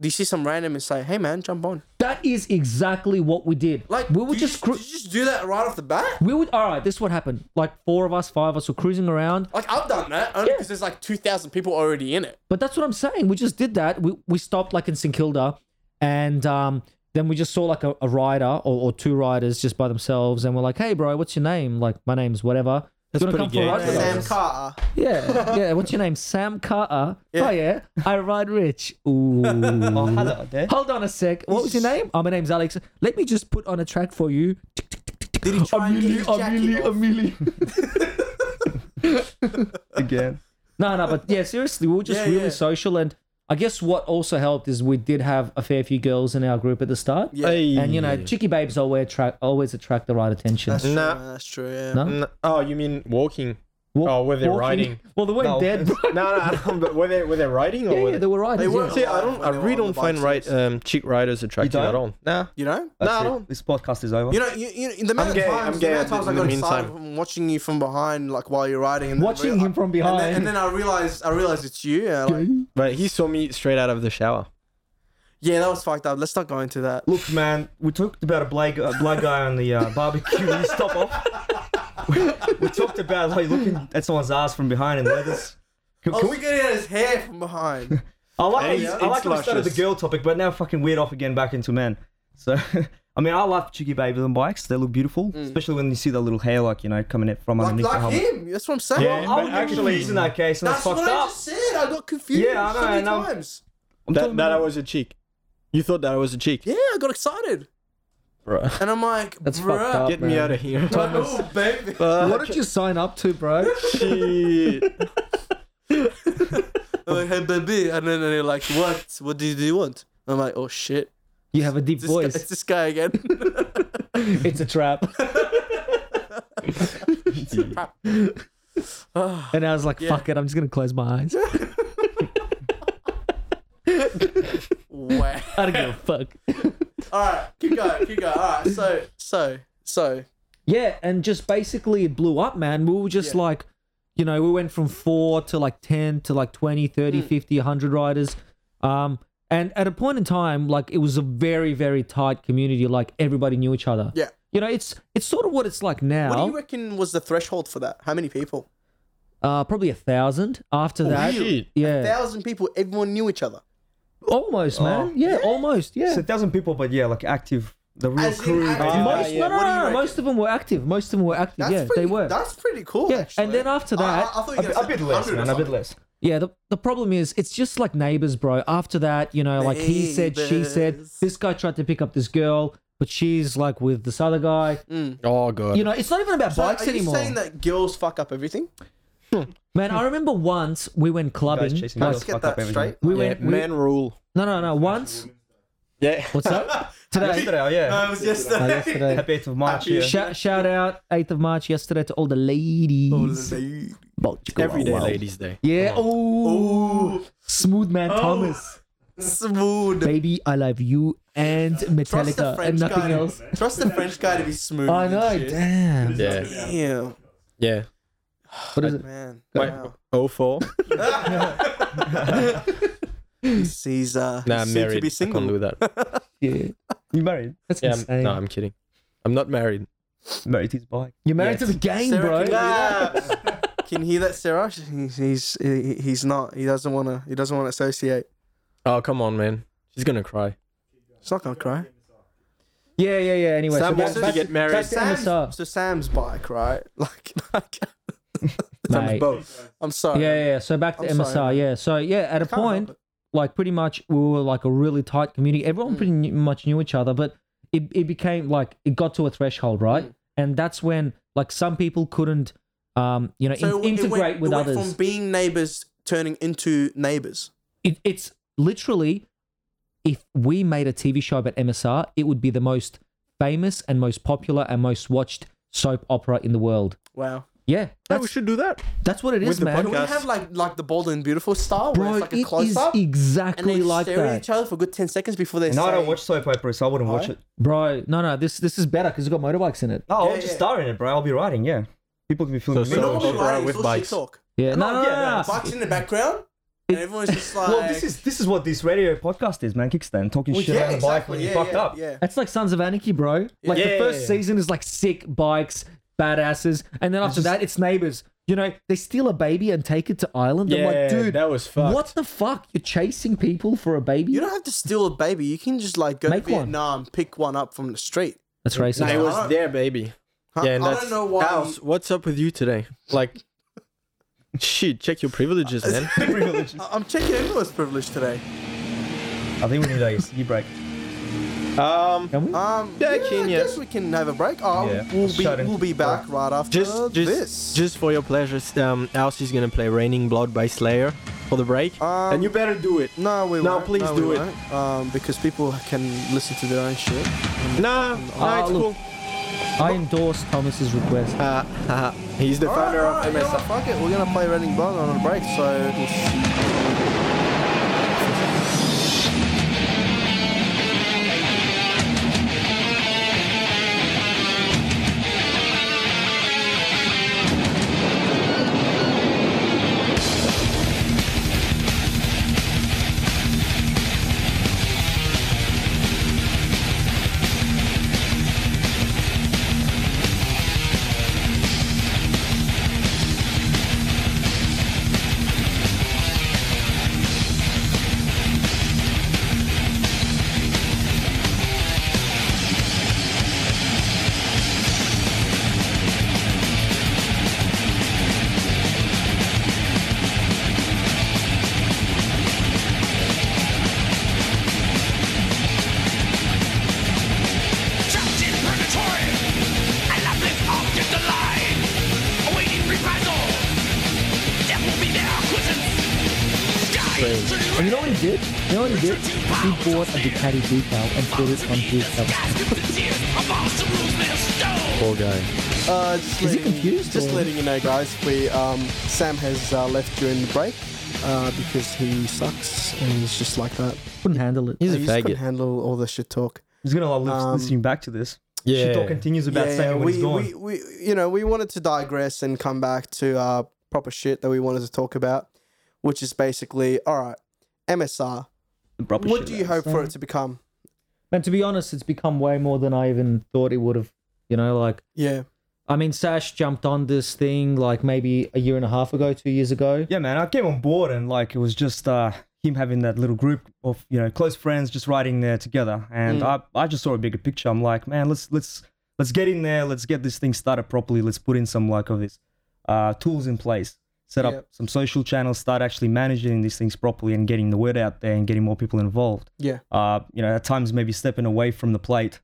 [SPEAKER 5] Do you see some random and say, "Hey man, jump on"?
[SPEAKER 4] That is exactly what we did.
[SPEAKER 5] Like
[SPEAKER 4] we were
[SPEAKER 5] do
[SPEAKER 4] just
[SPEAKER 5] you,
[SPEAKER 4] cru-
[SPEAKER 5] did you just do that right off the bat.
[SPEAKER 4] we would all right. This is what happened. Like four of us, five of us were cruising around.
[SPEAKER 5] Like I've done that only
[SPEAKER 4] Yeah.
[SPEAKER 5] because there's like two thousand people already in it.
[SPEAKER 4] But that's what I'm saying. We just did that. We we stopped like in St Kilda, and um, then we just saw like a, a rider or, or two riders just by themselves, and we're like, "Hey, bro, what's your name?" Like, my name's whatever. That's gonna
[SPEAKER 7] pretty
[SPEAKER 4] come for a ride
[SPEAKER 7] gay.
[SPEAKER 4] with
[SPEAKER 5] Sam
[SPEAKER 4] us?"
[SPEAKER 5] Carter.
[SPEAKER 4] Yeah, yeah. What's your name? Sam Carter.
[SPEAKER 5] Yeah.
[SPEAKER 4] Oh yeah, I ride rich. Ooh.
[SPEAKER 6] Oh, hello there.
[SPEAKER 4] Hold on a sec. What was your name? Oh, my name's Alex. Let me just put on a track for you.
[SPEAKER 5] Did he try and get his jacket off?
[SPEAKER 6] Again.
[SPEAKER 4] No, no, but yeah, seriously, we were just
[SPEAKER 5] Yeah,
[SPEAKER 4] really
[SPEAKER 5] yeah.
[SPEAKER 4] social, and I guess what also helped is we did have a fair few girls in our group at the start,
[SPEAKER 5] Yeah.
[SPEAKER 4] and you know, chicky babes always attract always attract the right attention.
[SPEAKER 5] That's true.
[SPEAKER 7] Nah.
[SPEAKER 5] man, that's true. Yeah.
[SPEAKER 4] No?
[SPEAKER 7] N- oh, you mean walking?
[SPEAKER 4] Wa-
[SPEAKER 7] oh, were they
[SPEAKER 4] walking-
[SPEAKER 7] riding?
[SPEAKER 4] Well, they weren't
[SPEAKER 6] No.
[SPEAKER 4] dead. Bro.
[SPEAKER 7] no, no, no, but were they were they riding or
[SPEAKER 4] Yeah,
[SPEAKER 7] were
[SPEAKER 4] yeah,
[SPEAKER 7] they?
[SPEAKER 4] they were riders.
[SPEAKER 5] They were-
[SPEAKER 4] yeah.
[SPEAKER 7] See, I don't, I
[SPEAKER 5] They were
[SPEAKER 7] really
[SPEAKER 5] on
[SPEAKER 7] don't
[SPEAKER 5] the
[SPEAKER 7] find right
[SPEAKER 5] bicycles.
[SPEAKER 7] um, chick riders attractive
[SPEAKER 6] don't?
[SPEAKER 7] at all. Nah,
[SPEAKER 5] You know.
[SPEAKER 7] nah,
[SPEAKER 6] That's
[SPEAKER 7] I
[SPEAKER 6] it.
[SPEAKER 7] don't.
[SPEAKER 6] This podcast is over.
[SPEAKER 5] You know, you, you know, the amount
[SPEAKER 7] gay,
[SPEAKER 5] of
[SPEAKER 7] I'm
[SPEAKER 5] times,
[SPEAKER 7] gay
[SPEAKER 5] the amount of
[SPEAKER 7] at
[SPEAKER 5] times
[SPEAKER 7] the-
[SPEAKER 5] I
[SPEAKER 7] in
[SPEAKER 5] got
[SPEAKER 7] the
[SPEAKER 5] excited
[SPEAKER 7] meantime.
[SPEAKER 5] from watching you from behind, like while you're riding, and then
[SPEAKER 4] Watching
[SPEAKER 5] real-
[SPEAKER 4] him from
[SPEAKER 5] and
[SPEAKER 4] behind.
[SPEAKER 5] then, and then I realized, I realized it's you. Yeah, like,
[SPEAKER 7] But he saw me straight out of the shower.
[SPEAKER 5] yeah, that was fucked up. Let's not go into that.
[SPEAKER 6] Look, man, we talked about a black, uh, black guy on the uh, barbecue. You stop off. We, we talked about like looking at someone's ass from behind and leathers. Can,
[SPEAKER 5] Oh,
[SPEAKER 6] can
[SPEAKER 5] we
[SPEAKER 6] we,
[SPEAKER 5] get at his hair from behind.
[SPEAKER 6] I like,
[SPEAKER 7] It's-
[SPEAKER 6] I like
[SPEAKER 7] it's
[SPEAKER 6] how we started the
[SPEAKER 7] luscious.
[SPEAKER 6] girl topic, but now fucking weird off again back into men. So, I mean, I love cheeky babies on bikes. They look beautiful, especially when you see the little hair, like, you know, coming out from
[SPEAKER 5] Mm. like
[SPEAKER 6] underneath the
[SPEAKER 5] like
[SPEAKER 6] helmet.
[SPEAKER 5] him. That's what I'm saying.
[SPEAKER 7] Yeah,
[SPEAKER 6] I
[SPEAKER 7] But
[SPEAKER 6] would get
[SPEAKER 7] actually-
[SPEAKER 6] confused in that case, and that's,
[SPEAKER 5] that's what
[SPEAKER 6] fucked
[SPEAKER 5] I
[SPEAKER 6] up.
[SPEAKER 5] just said. I got confused
[SPEAKER 6] Yeah, I know,
[SPEAKER 5] so many
[SPEAKER 6] and I'm-
[SPEAKER 5] times.
[SPEAKER 6] I'm
[SPEAKER 7] That
[SPEAKER 6] talking
[SPEAKER 7] that I
[SPEAKER 6] about-
[SPEAKER 7] was a chick. You thought that I was a chick,
[SPEAKER 5] Yeah, I got excited,
[SPEAKER 7] bro?
[SPEAKER 5] and I'm like,
[SPEAKER 4] That's
[SPEAKER 5] bruh.
[SPEAKER 4] fucked up.
[SPEAKER 7] Get me
[SPEAKER 4] man.
[SPEAKER 7] out of here.
[SPEAKER 5] Like, oh, baby.
[SPEAKER 4] What did you sign up to, bro?
[SPEAKER 7] Shit.
[SPEAKER 5] I'm like, hey, baby. And then they're like, what? What do you want? I'm like, oh, shit.
[SPEAKER 4] You have a deep
[SPEAKER 5] This guy, it's
[SPEAKER 4] voice.
[SPEAKER 5] this guy again.
[SPEAKER 4] It's a trap. and I was like, "Fuck it, I'm just gonna close my eyes. I
[SPEAKER 5] wow.
[SPEAKER 4] don't give a fuck."
[SPEAKER 5] All right, keep going, keep going. All right, so, so, so,
[SPEAKER 4] Yeah, and just basically it blew up, man. We were just like, you know, we went from four to like 10 to like 20, 30,
[SPEAKER 5] Mm.
[SPEAKER 4] 50, 100 riders. Um, and at a point in time, like it was a very, very tight community. Like everybody knew each other.
[SPEAKER 5] yeah.
[SPEAKER 4] You know, it's it's sort of what it's like
[SPEAKER 5] What do
[SPEAKER 4] now.
[SPEAKER 5] you reckon was the threshold for that? How many people?
[SPEAKER 4] uh, probably a thousand
[SPEAKER 5] Oh,
[SPEAKER 4] after that.
[SPEAKER 7] shit.
[SPEAKER 4] Yeah.
[SPEAKER 5] thousand people. Everyone knew each other.
[SPEAKER 4] almost,
[SPEAKER 5] Oh.
[SPEAKER 4] man. Yeah, almost. Yeah.
[SPEAKER 6] It's a thousand people, but yeah, like active, the real
[SPEAKER 5] As in
[SPEAKER 6] crew. Uh,
[SPEAKER 5] active.
[SPEAKER 6] yeah.
[SPEAKER 4] most,
[SPEAKER 5] yeah.
[SPEAKER 4] No, no,
[SPEAKER 5] What do you
[SPEAKER 4] no, no,
[SPEAKER 5] reckon?
[SPEAKER 4] Most of them were active. Most of them were active.
[SPEAKER 5] That's
[SPEAKER 4] yeah,
[SPEAKER 5] pretty,
[SPEAKER 4] they were.
[SPEAKER 5] That's pretty cool.
[SPEAKER 4] Yeah, and
[SPEAKER 5] actually.
[SPEAKER 4] then after that-
[SPEAKER 5] I, I, I thought
[SPEAKER 6] a,
[SPEAKER 5] you
[SPEAKER 6] bit- a bit less, man, a bit less.
[SPEAKER 4] Yeah, the, the problem is it's just like neighbors, bro. After that, you know, like he said, she said,
[SPEAKER 5] Neighbours.
[SPEAKER 4] this guy tried to pick up this girl, but she's like with this other guy.
[SPEAKER 7] Oh god.
[SPEAKER 4] You know, it's not even about
[SPEAKER 5] Mm. So are
[SPEAKER 4] bikes
[SPEAKER 5] you
[SPEAKER 4] anymore.
[SPEAKER 5] saying that girls fuck up everything?
[SPEAKER 4] Man, I remember once we went
[SPEAKER 6] Guys
[SPEAKER 4] clubbing.
[SPEAKER 6] chasing
[SPEAKER 4] Like,
[SPEAKER 6] girls,
[SPEAKER 5] get
[SPEAKER 6] fuck
[SPEAKER 5] that
[SPEAKER 6] up everything.
[SPEAKER 5] straight.
[SPEAKER 4] we
[SPEAKER 7] yeah,
[SPEAKER 4] went we-
[SPEAKER 7] man rule.
[SPEAKER 4] No, no, no. Once.
[SPEAKER 7] Yeah.
[SPEAKER 4] What's up?
[SPEAKER 6] Yesterday, oh, yeah.
[SPEAKER 5] it was yesterday.
[SPEAKER 4] Oh, yesterday.
[SPEAKER 6] Happy 8th of March, yeah.
[SPEAKER 4] Shout, shout out 8th of March yesterday to all the ladies. But you go
[SPEAKER 7] Every day,
[SPEAKER 4] wild.
[SPEAKER 7] ladies' day.
[SPEAKER 4] Yeah. Oh. Smooth man Thomas.
[SPEAKER 5] Smooth.
[SPEAKER 4] Baby, I love you and
[SPEAKER 5] Trust the
[SPEAKER 4] Metallica and
[SPEAKER 5] French
[SPEAKER 4] nothing
[SPEAKER 5] guy.
[SPEAKER 4] else.
[SPEAKER 5] Trust the French guy to be smooth.
[SPEAKER 4] I
[SPEAKER 5] and
[SPEAKER 4] know,
[SPEAKER 5] shit.
[SPEAKER 4] damn.
[SPEAKER 7] Yeah.
[SPEAKER 5] Damn.
[SPEAKER 7] Yeah.
[SPEAKER 4] What is it?
[SPEAKER 5] Man.
[SPEAKER 7] Wait,
[SPEAKER 5] Wow.
[SPEAKER 7] oh four.
[SPEAKER 5] Caesar.
[SPEAKER 7] Nah, I'm
[SPEAKER 5] Soon to
[SPEAKER 7] married.
[SPEAKER 5] be
[SPEAKER 7] I can't
[SPEAKER 5] single.
[SPEAKER 7] do that.
[SPEAKER 4] Yeah.
[SPEAKER 6] You married?
[SPEAKER 4] That's
[SPEAKER 7] Yeah, I'm,
[SPEAKER 4] insane.
[SPEAKER 7] no, I'm kidding. I'm not married.
[SPEAKER 6] Married his bike.
[SPEAKER 4] You're married to the game,
[SPEAKER 5] Sarah
[SPEAKER 4] bro.
[SPEAKER 5] can do that. Can you hear that, Sarah? He's he's, he- he's not. He doesn't want to. He doesn't want to associate.
[SPEAKER 7] Oh, come on, man. She's gonna cry.
[SPEAKER 5] She's not gonna cry.
[SPEAKER 4] Yeah, yeah, yeah. Anyway,
[SPEAKER 7] Sam
[SPEAKER 4] so
[SPEAKER 7] wants
[SPEAKER 4] back-
[SPEAKER 7] to get married.
[SPEAKER 4] back to MSR.
[SPEAKER 5] so Sam's bike, right? Like, like
[SPEAKER 4] Mate.
[SPEAKER 5] both. I'm sorry.
[SPEAKER 4] Yeah, yeah. yeah. So back to
[SPEAKER 5] I'm
[SPEAKER 4] MSR.
[SPEAKER 5] sorry.
[SPEAKER 4] Yeah. So yeah, at a
[SPEAKER 5] Can't
[SPEAKER 4] point,
[SPEAKER 5] help Mm.
[SPEAKER 4] like pretty much we were like a really tight community. Everyone pretty knew- much knew each other, but it, it became like it got to a threshold, right?
[SPEAKER 5] Mm.
[SPEAKER 4] And that's when like some people couldn't, um, you know,
[SPEAKER 5] it. So
[SPEAKER 4] in-
[SPEAKER 5] it went-
[SPEAKER 4] integrate
[SPEAKER 5] it
[SPEAKER 4] with
[SPEAKER 5] went
[SPEAKER 4] others.
[SPEAKER 5] From being neighbors turning into neighbors.
[SPEAKER 4] it, it's literally if we made a TV show about MSR, it would be the most famous and most popular and most watched soap opera in the world.
[SPEAKER 5] Wow.
[SPEAKER 4] Yeah,
[SPEAKER 7] Yeah, we
[SPEAKER 4] that's,
[SPEAKER 7] should do that.
[SPEAKER 4] that's what it is,
[SPEAKER 7] the
[SPEAKER 4] man.
[SPEAKER 5] Can we have like like the bold and beautiful style where
[SPEAKER 4] Bro,
[SPEAKER 5] it's like a
[SPEAKER 4] it
[SPEAKER 5] close
[SPEAKER 4] is
[SPEAKER 5] up and
[SPEAKER 4] exactly
[SPEAKER 5] they
[SPEAKER 4] like
[SPEAKER 5] stare
[SPEAKER 4] that.
[SPEAKER 5] at each other for a good ten seconds before they.
[SPEAKER 6] And I don't
[SPEAKER 5] say-
[SPEAKER 6] watch soap operas, so I wouldn't watch
[SPEAKER 5] Alright.
[SPEAKER 6] it.
[SPEAKER 4] Bro, no, no, this this is better because it's got motorbikes in it.
[SPEAKER 6] No,
[SPEAKER 5] Yeah,
[SPEAKER 6] I'll just
[SPEAKER 5] yeah.
[SPEAKER 6] star in it, bro. I'll be writing, yeah. People can be filming
[SPEAKER 7] So
[SPEAKER 5] You
[SPEAKER 6] me.
[SPEAKER 5] know
[SPEAKER 7] soap
[SPEAKER 5] what we
[SPEAKER 7] opera
[SPEAKER 5] like is
[SPEAKER 7] with
[SPEAKER 5] all shit
[SPEAKER 7] bikes.
[SPEAKER 5] Talk.
[SPEAKER 4] Yeah, no,
[SPEAKER 6] No,
[SPEAKER 4] no,
[SPEAKER 6] yeah,
[SPEAKER 4] no,
[SPEAKER 6] no.
[SPEAKER 4] no.
[SPEAKER 5] Bikes in the background. And everyone's just like.
[SPEAKER 6] Well, this is this is what this radio podcast is, man. Kickstand talking
[SPEAKER 5] Well,
[SPEAKER 6] shit on the bike when
[SPEAKER 5] exactly.
[SPEAKER 6] you
[SPEAKER 5] yeah,
[SPEAKER 6] fucked
[SPEAKER 5] yeah,
[SPEAKER 6] up.
[SPEAKER 5] Yeah.
[SPEAKER 4] That's like Sons of Anarchy, bro. Like
[SPEAKER 6] Yeah.
[SPEAKER 4] the first season is like sick bikes, badasses, and then after that, it's neighbors. You know, they steal a baby and take it to Ireland. I'm like, dude,
[SPEAKER 7] that was fucked.
[SPEAKER 4] what the fuck? You're chasing people for a baby?
[SPEAKER 5] You don't have to steal a baby. You can just like go
[SPEAKER 4] Make
[SPEAKER 5] to
[SPEAKER 4] one.
[SPEAKER 5] Vietnam, pick one up from the street.
[SPEAKER 4] That's racist.
[SPEAKER 7] It
[SPEAKER 5] Alright.
[SPEAKER 7] was their baby.
[SPEAKER 5] Huh?
[SPEAKER 7] Yeah, and
[SPEAKER 5] I
[SPEAKER 7] that's,
[SPEAKER 5] don't know why.
[SPEAKER 7] Alf, what's up with you today? Like, shit, check your privileges, man.
[SPEAKER 5] I- I'm checking everyone's privilege today.
[SPEAKER 6] I think we need a ski break.
[SPEAKER 7] Um,
[SPEAKER 4] Can we?
[SPEAKER 5] Um,
[SPEAKER 7] Yeah,
[SPEAKER 5] yeah,
[SPEAKER 7] Kenya.
[SPEAKER 5] I guess we can have a break. Oh,
[SPEAKER 6] Yeah.
[SPEAKER 5] we'll be
[SPEAKER 6] Shut in.
[SPEAKER 5] we'll be back right after
[SPEAKER 7] just, just,
[SPEAKER 5] this.
[SPEAKER 7] just for your pleasure, s- um, Alf is gonna play "Raining Blood" by Slayer for the break,
[SPEAKER 5] Um,
[SPEAKER 7] and you better do it.
[SPEAKER 5] no, we
[SPEAKER 7] No,
[SPEAKER 5] won't.
[SPEAKER 7] please
[SPEAKER 5] we
[SPEAKER 7] do it.
[SPEAKER 5] won't. Um, because people can listen to their own shit.
[SPEAKER 7] Nah, nah, it's
[SPEAKER 4] look.
[SPEAKER 7] cool.
[SPEAKER 4] I endorse Thomas's request.
[SPEAKER 7] Uh, haha, he's the founder
[SPEAKER 5] Alright, alright,
[SPEAKER 7] of
[SPEAKER 5] you know
[SPEAKER 7] MSR.
[SPEAKER 5] what, Fuck it, we're gonna play Running Blood on a break. So we'll see.
[SPEAKER 2] Trapped in purgatory, a loveless object alive, awaiting reprisal. Death will be their cushions. Sky is to the
[SPEAKER 4] And you know what he did? You know what he did? He bought a Ducati decal and put it on his cover.
[SPEAKER 7] Poor guy.
[SPEAKER 5] Uh, just
[SPEAKER 4] Is he
[SPEAKER 5] letting,
[SPEAKER 4] confused
[SPEAKER 5] Just
[SPEAKER 4] or-
[SPEAKER 5] letting you know, guys. We um, Sam has uh, left during the break uh, because he sucks and he's just like that.
[SPEAKER 4] Couldn't handle it.
[SPEAKER 7] He's a
[SPEAKER 5] he just couldn't
[SPEAKER 7] faggot.
[SPEAKER 5] handle all the shit talk.
[SPEAKER 6] He's gonna love
[SPEAKER 5] Um,
[SPEAKER 6] listening back to this.
[SPEAKER 7] Yeah.
[SPEAKER 6] Shit talk continues about
[SPEAKER 5] yeah,
[SPEAKER 6] saying when
[SPEAKER 5] we,
[SPEAKER 6] he's gone.
[SPEAKER 5] we, we, you know, we wanted to digress and come back to uh, proper shit that we wanted to talk about, which is basically all right. MSR.
[SPEAKER 6] Proper
[SPEAKER 5] what
[SPEAKER 6] shit,
[SPEAKER 5] do
[SPEAKER 6] man.
[SPEAKER 5] you hope for it to become?
[SPEAKER 4] And to be honest, it's become way more than I even thought it would have. You know, like
[SPEAKER 5] Yeah,
[SPEAKER 4] I mean, Sash jumped on this thing like maybe a year and a half ago, two years ago.
[SPEAKER 6] Yeah, man, I came on board and like it was just uh, him having that little group of you know close friends just riding there together, and I, I just saw a bigger picture. I'm like, man, let's let's let's get in there, let's get this thing started properly, let's put in some like of this uh, tools in place, set up
[SPEAKER 5] Yep.
[SPEAKER 6] some social channels, start actually managing these things properly and getting the word out there and getting more people involved.
[SPEAKER 5] yeah.
[SPEAKER 6] Uh, you know, at times maybe stepping away from the plate.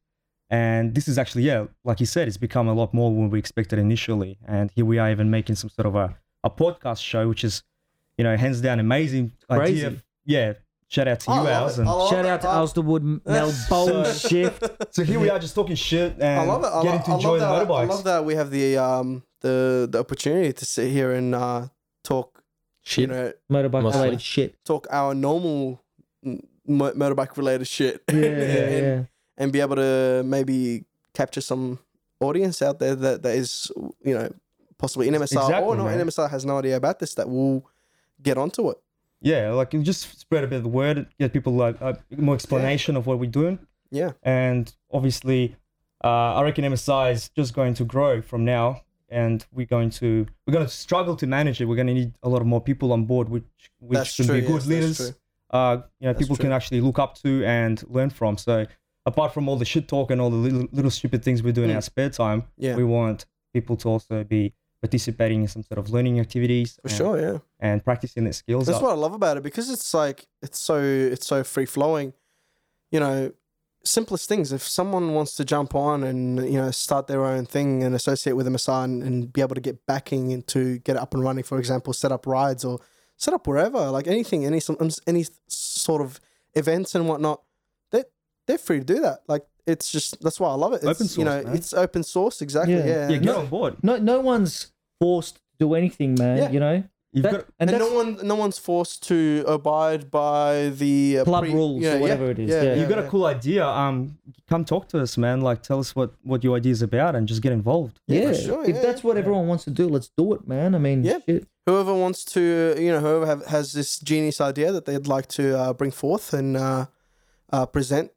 [SPEAKER 6] And this is actually, yeah, like you said, it's become a lot more than we expected initially. And here we are even making some sort of a, a podcast show, which is, you know, hands down amazing
[SPEAKER 4] Crazy.
[SPEAKER 6] idea. Yeah. Shout out to
[SPEAKER 5] I
[SPEAKER 6] you,
[SPEAKER 5] love
[SPEAKER 6] Al's.
[SPEAKER 5] it.
[SPEAKER 6] And
[SPEAKER 5] I love
[SPEAKER 4] Shout
[SPEAKER 5] it.
[SPEAKER 4] out to
[SPEAKER 5] I-
[SPEAKER 4] Alistair Wood, Mel Bowen shift.
[SPEAKER 6] so here we are just talking shit and
[SPEAKER 5] I love it. I,
[SPEAKER 6] getting
[SPEAKER 5] lo-
[SPEAKER 6] to
[SPEAKER 5] I
[SPEAKER 6] enjoy the
[SPEAKER 5] love that, I
[SPEAKER 6] motorbikes.
[SPEAKER 5] love that we have the um the the opportunity to sit here and uh talk
[SPEAKER 7] Shit.
[SPEAKER 5] you know
[SPEAKER 4] Motorbike
[SPEAKER 7] Mostly.
[SPEAKER 4] related shit.
[SPEAKER 5] talk our normal m- mo- motorbike related shit.
[SPEAKER 4] Yeah, yeah,
[SPEAKER 5] and,
[SPEAKER 4] yeah.
[SPEAKER 5] and be able to maybe capture some audience out there that that is you know possibly in MSR
[SPEAKER 6] Exactly,
[SPEAKER 5] or not
[SPEAKER 6] man.
[SPEAKER 5] in MSR has no idea about this that will get onto it.
[SPEAKER 6] yeah, like you just spread a bit of the word, get people like uh, more explanation of what we're doing.
[SPEAKER 5] Yeah.
[SPEAKER 6] and obviously uh, I reckon MSI is just going to grow from now. and we're going to we're going to struggle to manage it. We're going to need a lot of more people on board, which which
[SPEAKER 5] That's
[SPEAKER 6] can be
[SPEAKER 5] true,
[SPEAKER 6] good
[SPEAKER 5] yes, that's
[SPEAKER 6] leaders.
[SPEAKER 5] true.
[SPEAKER 6] Uh, you know,
[SPEAKER 5] That's
[SPEAKER 6] people can
[SPEAKER 5] true.
[SPEAKER 6] actually look up to and learn from. So apart from all the shit talk and all the little, little stupid things we do in
[SPEAKER 5] Mm.
[SPEAKER 6] our spare time,
[SPEAKER 5] Yeah.
[SPEAKER 6] we want people to also be participating in some sort of learning activities
[SPEAKER 5] For
[SPEAKER 6] and,
[SPEAKER 5] sure, yeah.
[SPEAKER 6] and practicing their skills.
[SPEAKER 5] That's
[SPEAKER 6] up.
[SPEAKER 5] what I love about it because it's like it's so it's so free flowing. You know, simplest things. If someone wants to jump on and you know start their own thing and associate with a Masan and, and be able to get backing and to get it up and running, for example, set up rides or set up wherever, like anything, any some um, any sort of events and whatnot. They they're free to do that. Like it's just that's why I love it. It's,
[SPEAKER 6] Open
[SPEAKER 5] you
[SPEAKER 6] source,
[SPEAKER 5] know,
[SPEAKER 6] man.
[SPEAKER 5] it's open source exactly.
[SPEAKER 4] Yeah.
[SPEAKER 5] Yeah,
[SPEAKER 6] yeah,
[SPEAKER 5] And-
[SPEAKER 6] get on board.
[SPEAKER 4] No, no one's forced to do anything, man.
[SPEAKER 5] Yeah.
[SPEAKER 4] You know,
[SPEAKER 6] You've
[SPEAKER 4] That-
[SPEAKER 6] got
[SPEAKER 5] and
[SPEAKER 4] and, that's
[SPEAKER 5] no one, no one's forced to abide by the uh,
[SPEAKER 4] Club rules or whatever it is, yeah.
[SPEAKER 6] you got a cool idea. Um, come talk to us, man. Like, tell us what what your idea is about, and just get involved.
[SPEAKER 4] yeah.
[SPEAKER 5] for sure,
[SPEAKER 4] if
[SPEAKER 5] yeah,
[SPEAKER 4] that's what everyone wants to do, let's do it, man. I mean,
[SPEAKER 5] Yeah.
[SPEAKER 4] shit.
[SPEAKER 5] Whoever wants to, you know, whoever have, has this genius idea that they'd like to uh, bring forth and uh, uh, present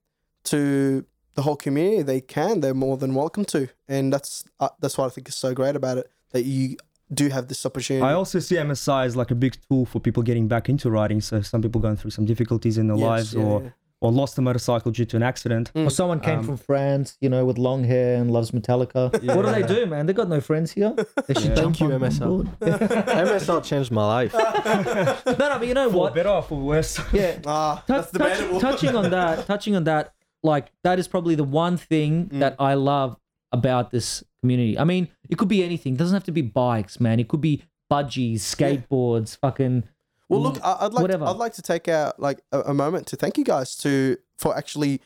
[SPEAKER 5] to the whole community, they can. They're more than welcome to, and that's uh, that's what I think is so great about it that you do have this opportunity.
[SPEAKER 6] I also see MSI as like a big tool for people getting back into riding. So some people going through some difficulties in their
[SPEAKER 5] Yes,
[SPEAKER 6] lives,
[SPEAKER 5] yeah,
[SPEAKER 6] or
[SPEAKER 5] yeah. Mm.
[SPEAKER 6] or lost a motorcycle due to an accident.
[SPEAKER 4] Or someone came
[SPEAKER 6] Um,
[SPEAKER 4] from France, you know, with long hair and loves Metallica. What do they do, man? They got no friends here. They should
[SPEAKER 6] Yeah.
[SPEAKER 4] jump
[SPEAKER 7] Thank you,
[SPEAKER 4] on
[SPEAKER 7] MSR.
[SPEAKER 4] board.
[SPEAKER 7] MSR changed my life.
[SPEAKER 4] no, no, but you know
[SPEAKER 6] For
[SPEAKER 4] what?
[SPEAKER 6] better or for worse.
[SPEAKER 4] Yeah,
[SPEAKER 5] ah,
[SPEAKER 4] Tou-
[SPEAKER 5] that's
[SPEAKER 4] touch-
[SPEAKER 5] debatable.
[SPEAKER 4] touching on that, touching on that, like that is probably the one thing
[SPEAKER 5] Mm.
[SPEAKER 4] that I love about this community. I mean, it could be anything. It doesn't have to be bikes, man. It could be budgies, skateboards, fucking.
[SPEAKER 5] Well, look, I- I'd like
[SPEAKER 4] Mm. Whatever.
[SPEAKER 5] I'd like to take out like a, a moment to thank you guys to for actually,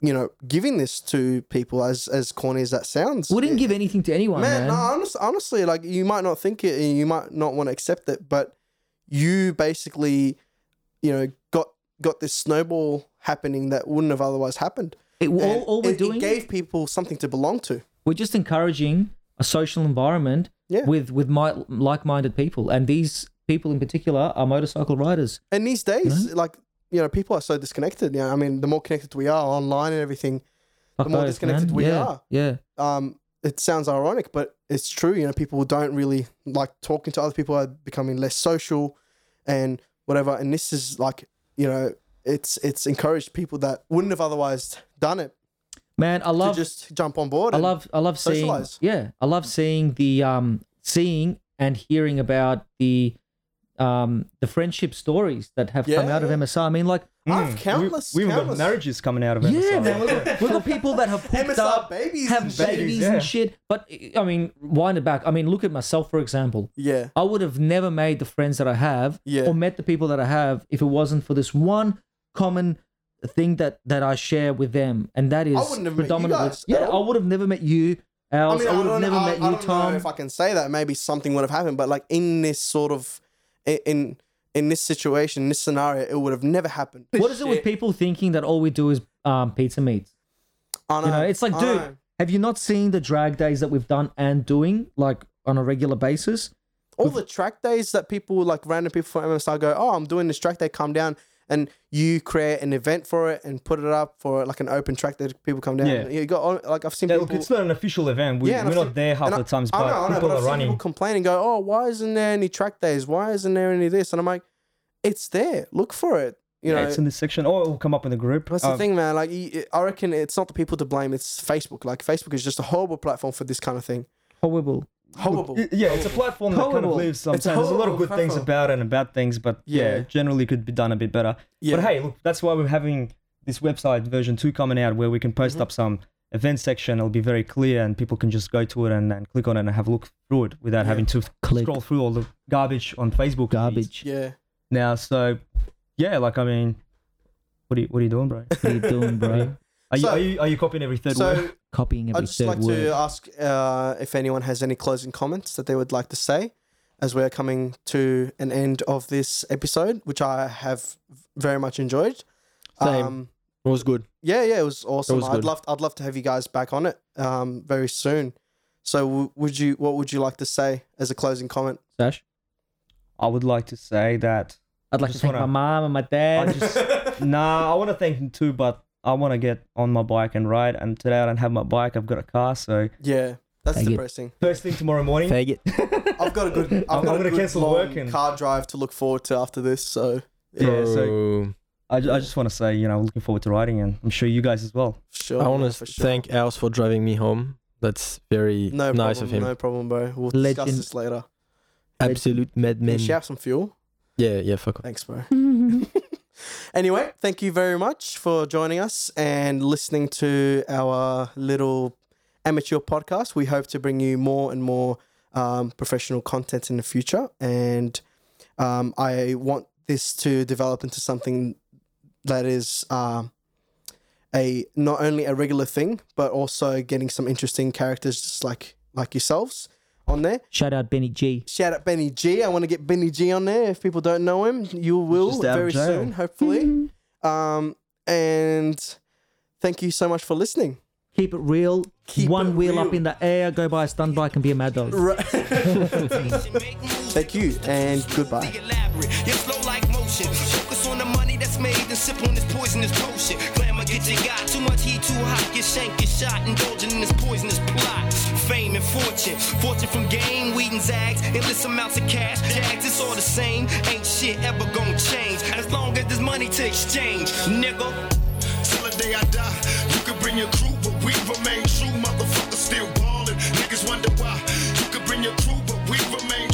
[SPEAKER 5] you know, giving this to people as as corny as that sounds.
[SPEAKER 4] Wouldn't give anything to anyone,
[SPEAKER 5] man,
[SPEAKER 4] man.
[SPEAKER 5] No, honest, honestly, like you might not think it and you might not want to accept it, but you basically, you know, got got this snowball happening that wouldn't have otherwise happened.
[SPEAKER 4] It- all,
[SPEAKER 5] And
[SPEAKER 4] all we're
[SPEAKER 5] it- it
[SPEAKER 4] doing,
[SPEAKER 5] gave people something to belong to.
[SPEAKER 4] we're just encouraging a social environment
[SPEAKER 5] Yeah.
[SPEAKER 4] with with my like-minded people, and these people in particular are motorcycle riders.
[SPEAKER 5] And these days,
[SPEAKER 4] Mm-hmm.
[SPEAKER 5] like you know, people are so disconnected. You know, I mean, the more connected we are online and everything,
[SPEAKER 4] Fuck
[SPEAKER 5] The more
[SPEAKER 4] those,
[SPEAKER 5] disconnected
[SPEAKER 4] man.
[SPEAKER 5] we
[SPEAKER 4] yeah,
[SPEAKER 5] are.
[SPEAKER 4] yeah.
[SPEAKER 5] um, it sounds ironic, but it's true. You know, people don't really like talking to other people. Are becoming less social, and whatever. And this is like, you know, it's it's encouraged people that wouldn't have otherwise done it
[SPEAKER 4] Man, I love
[SPEAKER 5] to just jump on board.
[SPEAKER 4] I
[SPEAKER 5] and-
[SPEAKER 4] love I love seeing
[SPEAKER 5] socialize.
[SPEAKER 4] yeah I love seeing the um seeing and hearing about the um the friendship stories that have come
[SPEAKER 5] Yeah,
[SPEAKER 4] out of
[SPEAKER 5] yeah.
[SPEAKER 4] MSR. I mean, like
[SPEAKER 5] I've countless-
[SPEAKER 6] Mm. We, we've got
[SPEAKER 5] countless-
[SPEAKER 6] marriages coming out of MSI.
[SPEAKER 4] yeah, man, we've got, we've got people that have hooked
[SPEAKER 5] MSR
[SPEAKER 4] up
[SPEAKER 5] babies
[SPEAKER 4] have
[SPEAKER 5] and
[SPEAKER 4] babies,
[SPEAKER 5] babies,
[SPEAKER 6] yeah.
[SPEAKER 4] and shit. But I mean, wind it back. I mean, look at myself for example.
[SPEAKER 5] Yeah,
[SPEAKER 4] I would have never made the friends that I have
[SPEAKER 5] Yeah.
[SPEAKER 4] or met the people that I have if it wasn't for this one common thing that that I share with them, and that is
[SPEAKER 5] wouldn't have met you
[SPEAKER 4] predominantly.
[SPEAKER 5] guys at
[SPEAKER 4] yeah, I
[SPEAKER 5] all.
[SPEAKER 4] would have never met you. Else.
[SPEAKER 5] I
[SPEAKER 4] I, would have
[SPEAKER 5] don't-
[SPEAKER 4] never
[SPEAKER 5] I-
[SPEAKER 4] met you,
[SPEAKER 5] I don't
[SPEAKER 4] Tom.
[SPEAKER 5] Know if I can say that, maybe something would have happened. But like in this sort of in- in in this situation, in this scenario, it would have never happened.
[SPEAKER 4] What is it with people thinking that all we do is um, pizza meat?
[SPEAKER 5] I
[SPEAKER 4] You know, it's like,
[SPEAKER 5] I
[SPEAKER 4] dude,
[SPEAKER 5] know.
[SPEAKER 4] have you not seen the drag days that we've done and doing like on a regular basis?
[SPEAKER 5] all the track days that people like random people from MSI go, oh, I'm doing this track day, come down, and you create an event for it and put it up for like an open track that people come down.
[SPEAKER 6] Yeah.
[SPEAKER 5] you got like I've seen
[SPEAKER 6] Yeah,
[SPEAKER 5] people.
[SPEAKER 6] look, it's not an official event. We,
[SPEAKER 5] Yeah, and
[SPEAKER 6] we're
[SPEAKER 5] I've
[SPEAKER 6] not
[SPEAKER 5] seen-
[SPEAKER 6] there half
[SPEAKER 5] and I-
[SPEAKER 6] the times,
[SPEAKER 5] I
[SPEAKER 6] but
[SPEAKER 5] know, I know,
[SPEAKER 6] people
[SPEAKER 5] but
[SPEAKER 6] are
[SPEAKER 5] I've seen
[SPEAKER 6] running.
[SPEAKER 5] People complain and go, oh, why isn't there any track days? Why isn't there any this? And I'm like, it's there. Look for it. You
[SPEAKER 6] yeah,
[SPEAKER 5] know,
[SPEAKER 6] it's in this section. Oh, it will come up in the group.
[SPEAKER 5] that's the
[SPEAKER 6] Um,
[SPEAKER 5] thing, man. Like, you- I reckon it's not the people to blame. It's Facebook. Like, Facebook is just a horrible platform for this kind of thing.
[SPEAKER 4] Horrible.
[SPEAKER 5] Horrible.
[SPEAKER 6] Y- Yeah, it's a platform that kind of
[SPEAKER 4] Horrible.
[SPEAKER 6] lives sometimes.
[SPEAKER 5] It's a
[SPEAKER 6] There's a lot of
[SPEAKER 5] horrible
[SPEAKER 6] good things
[SPEAKER 5] platform.
[SPEAKER 6] about it and bad things, but yeah,
[SPEAKER 5] Yeah.
[SPEAKER 6] generally could be done a bit better.
[SPEAKER 5] Yeah.
[SPEAKER 6] But hey, look, that's why we're having this website version two coming out where we can
[SPEAKER 5] Mm-hmm.
[SPEAKER 6] post up some event section. It'll be very clear and people can just go to it and, and click on it and have a look through it without having to
[SPEAKER 4] Click.
[SPEAKER 6] scroll through all the garbage on Facebook. feeds
[SPEAKER 4] Garbage.
[SPEAKER 5] Yeah.
[SPEAKER 6] Now, so yeah, like I mean, what are you, what are you doing, bro?
[SPEAKER 4] What are you doing, bro?
[SPEAKER 6] Are you,
[SPEAKER 5] So-
[SPEAKER 6] are you are you copying every third
[SPEAKER 5] So,
[SPEAKER 6] word?
[SPEAKER 4] Copying every
[SPEAKER 5] I'd just
[SPEAKER 4] third
[SPEAKER 5] like
[SPEAKER 4] word.
[SPEAKER 5] to ask uh, if anyone has any closing comments that they would like to say as we are coming to an end of this episode, which I have very much enjoyed. Um,
[SPEAKER 7] Same. It was good.
[SPEAKER 5] yeah, yeah, it was awesome.
[SPEAKER 7] was
[SPEAKER 5] I'd
[SPEAKER 7] good.
[SPEAKER 5] love, I'd love to have you guys back on it um, very soon. So, w- would you? What would you like to say as a closing comment?
[SPEAKER 4] Sash.
[SPEAKER 6] I would like to say that
[SPEAKER 4] I'd like to
[SPEAKER 6] just
[SPEAKER 4] thank
[SPEAKER 6] wanna-
[SPEAKER 4] my mom and my dad.
[SPEAKER 6] I just nah. I want to thank them too, but I want to get on my bike and ride. And today I don't have my bike. I've got a car, so
[SPEAKER 5] Yeah, That's
[SPEAKER 4] Thank you.
[SPEAKER 5] depressing.
[SPEAKER 6] First thing tomorrow morning.
[SPEAKER 7] Faggot.
[SPEAKER 5] I've got a good. I've
[SPEAKER 6] I'm
[SPEAKER 5] got a
[SPEAKER 6] gonna
[SPEAKER 5] good
[SPEAKER 6] cancel
[SPEAKER 5] long
[SPEAKER 6] work and-
[SPEAKER 5] car drive to look forward to after this. So
[SPEAKER 6] Yeah, so
[SPEAKER 7] Bro.
[SPEAKER 6] I, ju- I just want to say, you know, looking forward to riding, and I'm sure you guys as well.
[SPEAKER 5] sure.
[SPEAKER 7] I want
[SPEAKER 5] yeah,
[SPEAKER 7] to
[SPEAKER 5] for sure.
[SPEAKER 7] thank Alice for driving me home. That's very
[SPEAKER 5] No
[SPEAKER 7] nice
[SPEAKER 5] problem,
[SPEAKER 7] of him.
[SPEAKER 5] No problem, bro. We'll
[SPEAKER 4] Legend.
[SPEAKER 5] discuss this later.
[SPEAKER 7] Absolute madman.
[SPEAKER 5] Can you have some fuel?
[SPEAKER 7] Yeah, yeah, fuck off.
[SPEAKER 5] Thanks, bro. anyway, thank you very much for joining us and listening to our little amateur podcast. We hope to bring you more and more um, professional content in the future. And um, I want this to develop into something that is um, a not only a regular thing, but also getting some interesting characters just like like yourselves on there.
[SPEAKER 4] Shout out Benny G.
[SPEAKER 5] Shout out Benny G. I want to get Benny G on there. If people don't know him, you will
[SPEAKER 6] Just out of
[SPEAKER 5] very
[SPEAKER 6] jail. Mm-hmm.
[SPEAKER 5] soon, hopefully. um, and thank you so much for listening.
[SPEAKER 4] Keep it real.
[SPEAKER 5] Keep
[SPEAKER 4] One
[SPEAKER 5] it
[SPEAKER 4] wheel
[SPEAKER 5] real.
[SPEAKER 4] up in the air. Go buy a stunt bike and be a mad dog.
[SPEAKER 5] Thank you and goodbye.
[SPEAKER 2] elaborate, yet slow like motion. Focus on the money that's made and sip on this poisonous potion. Glamour get you got too much heat, too hot. Get shanked, get shot, indulging in this poisonous plot. Fame and fortune, fortune from game, weed and zags, endless amounts of cash. Jags, it's all the same. Ain't shit ever gonna change as long as there's money to exchange, nigga. Till the day I die, you can bring your crew, but we remain true. Motherfuckers still ballin'. Niggas wonder why. You can bring your crew, but we remain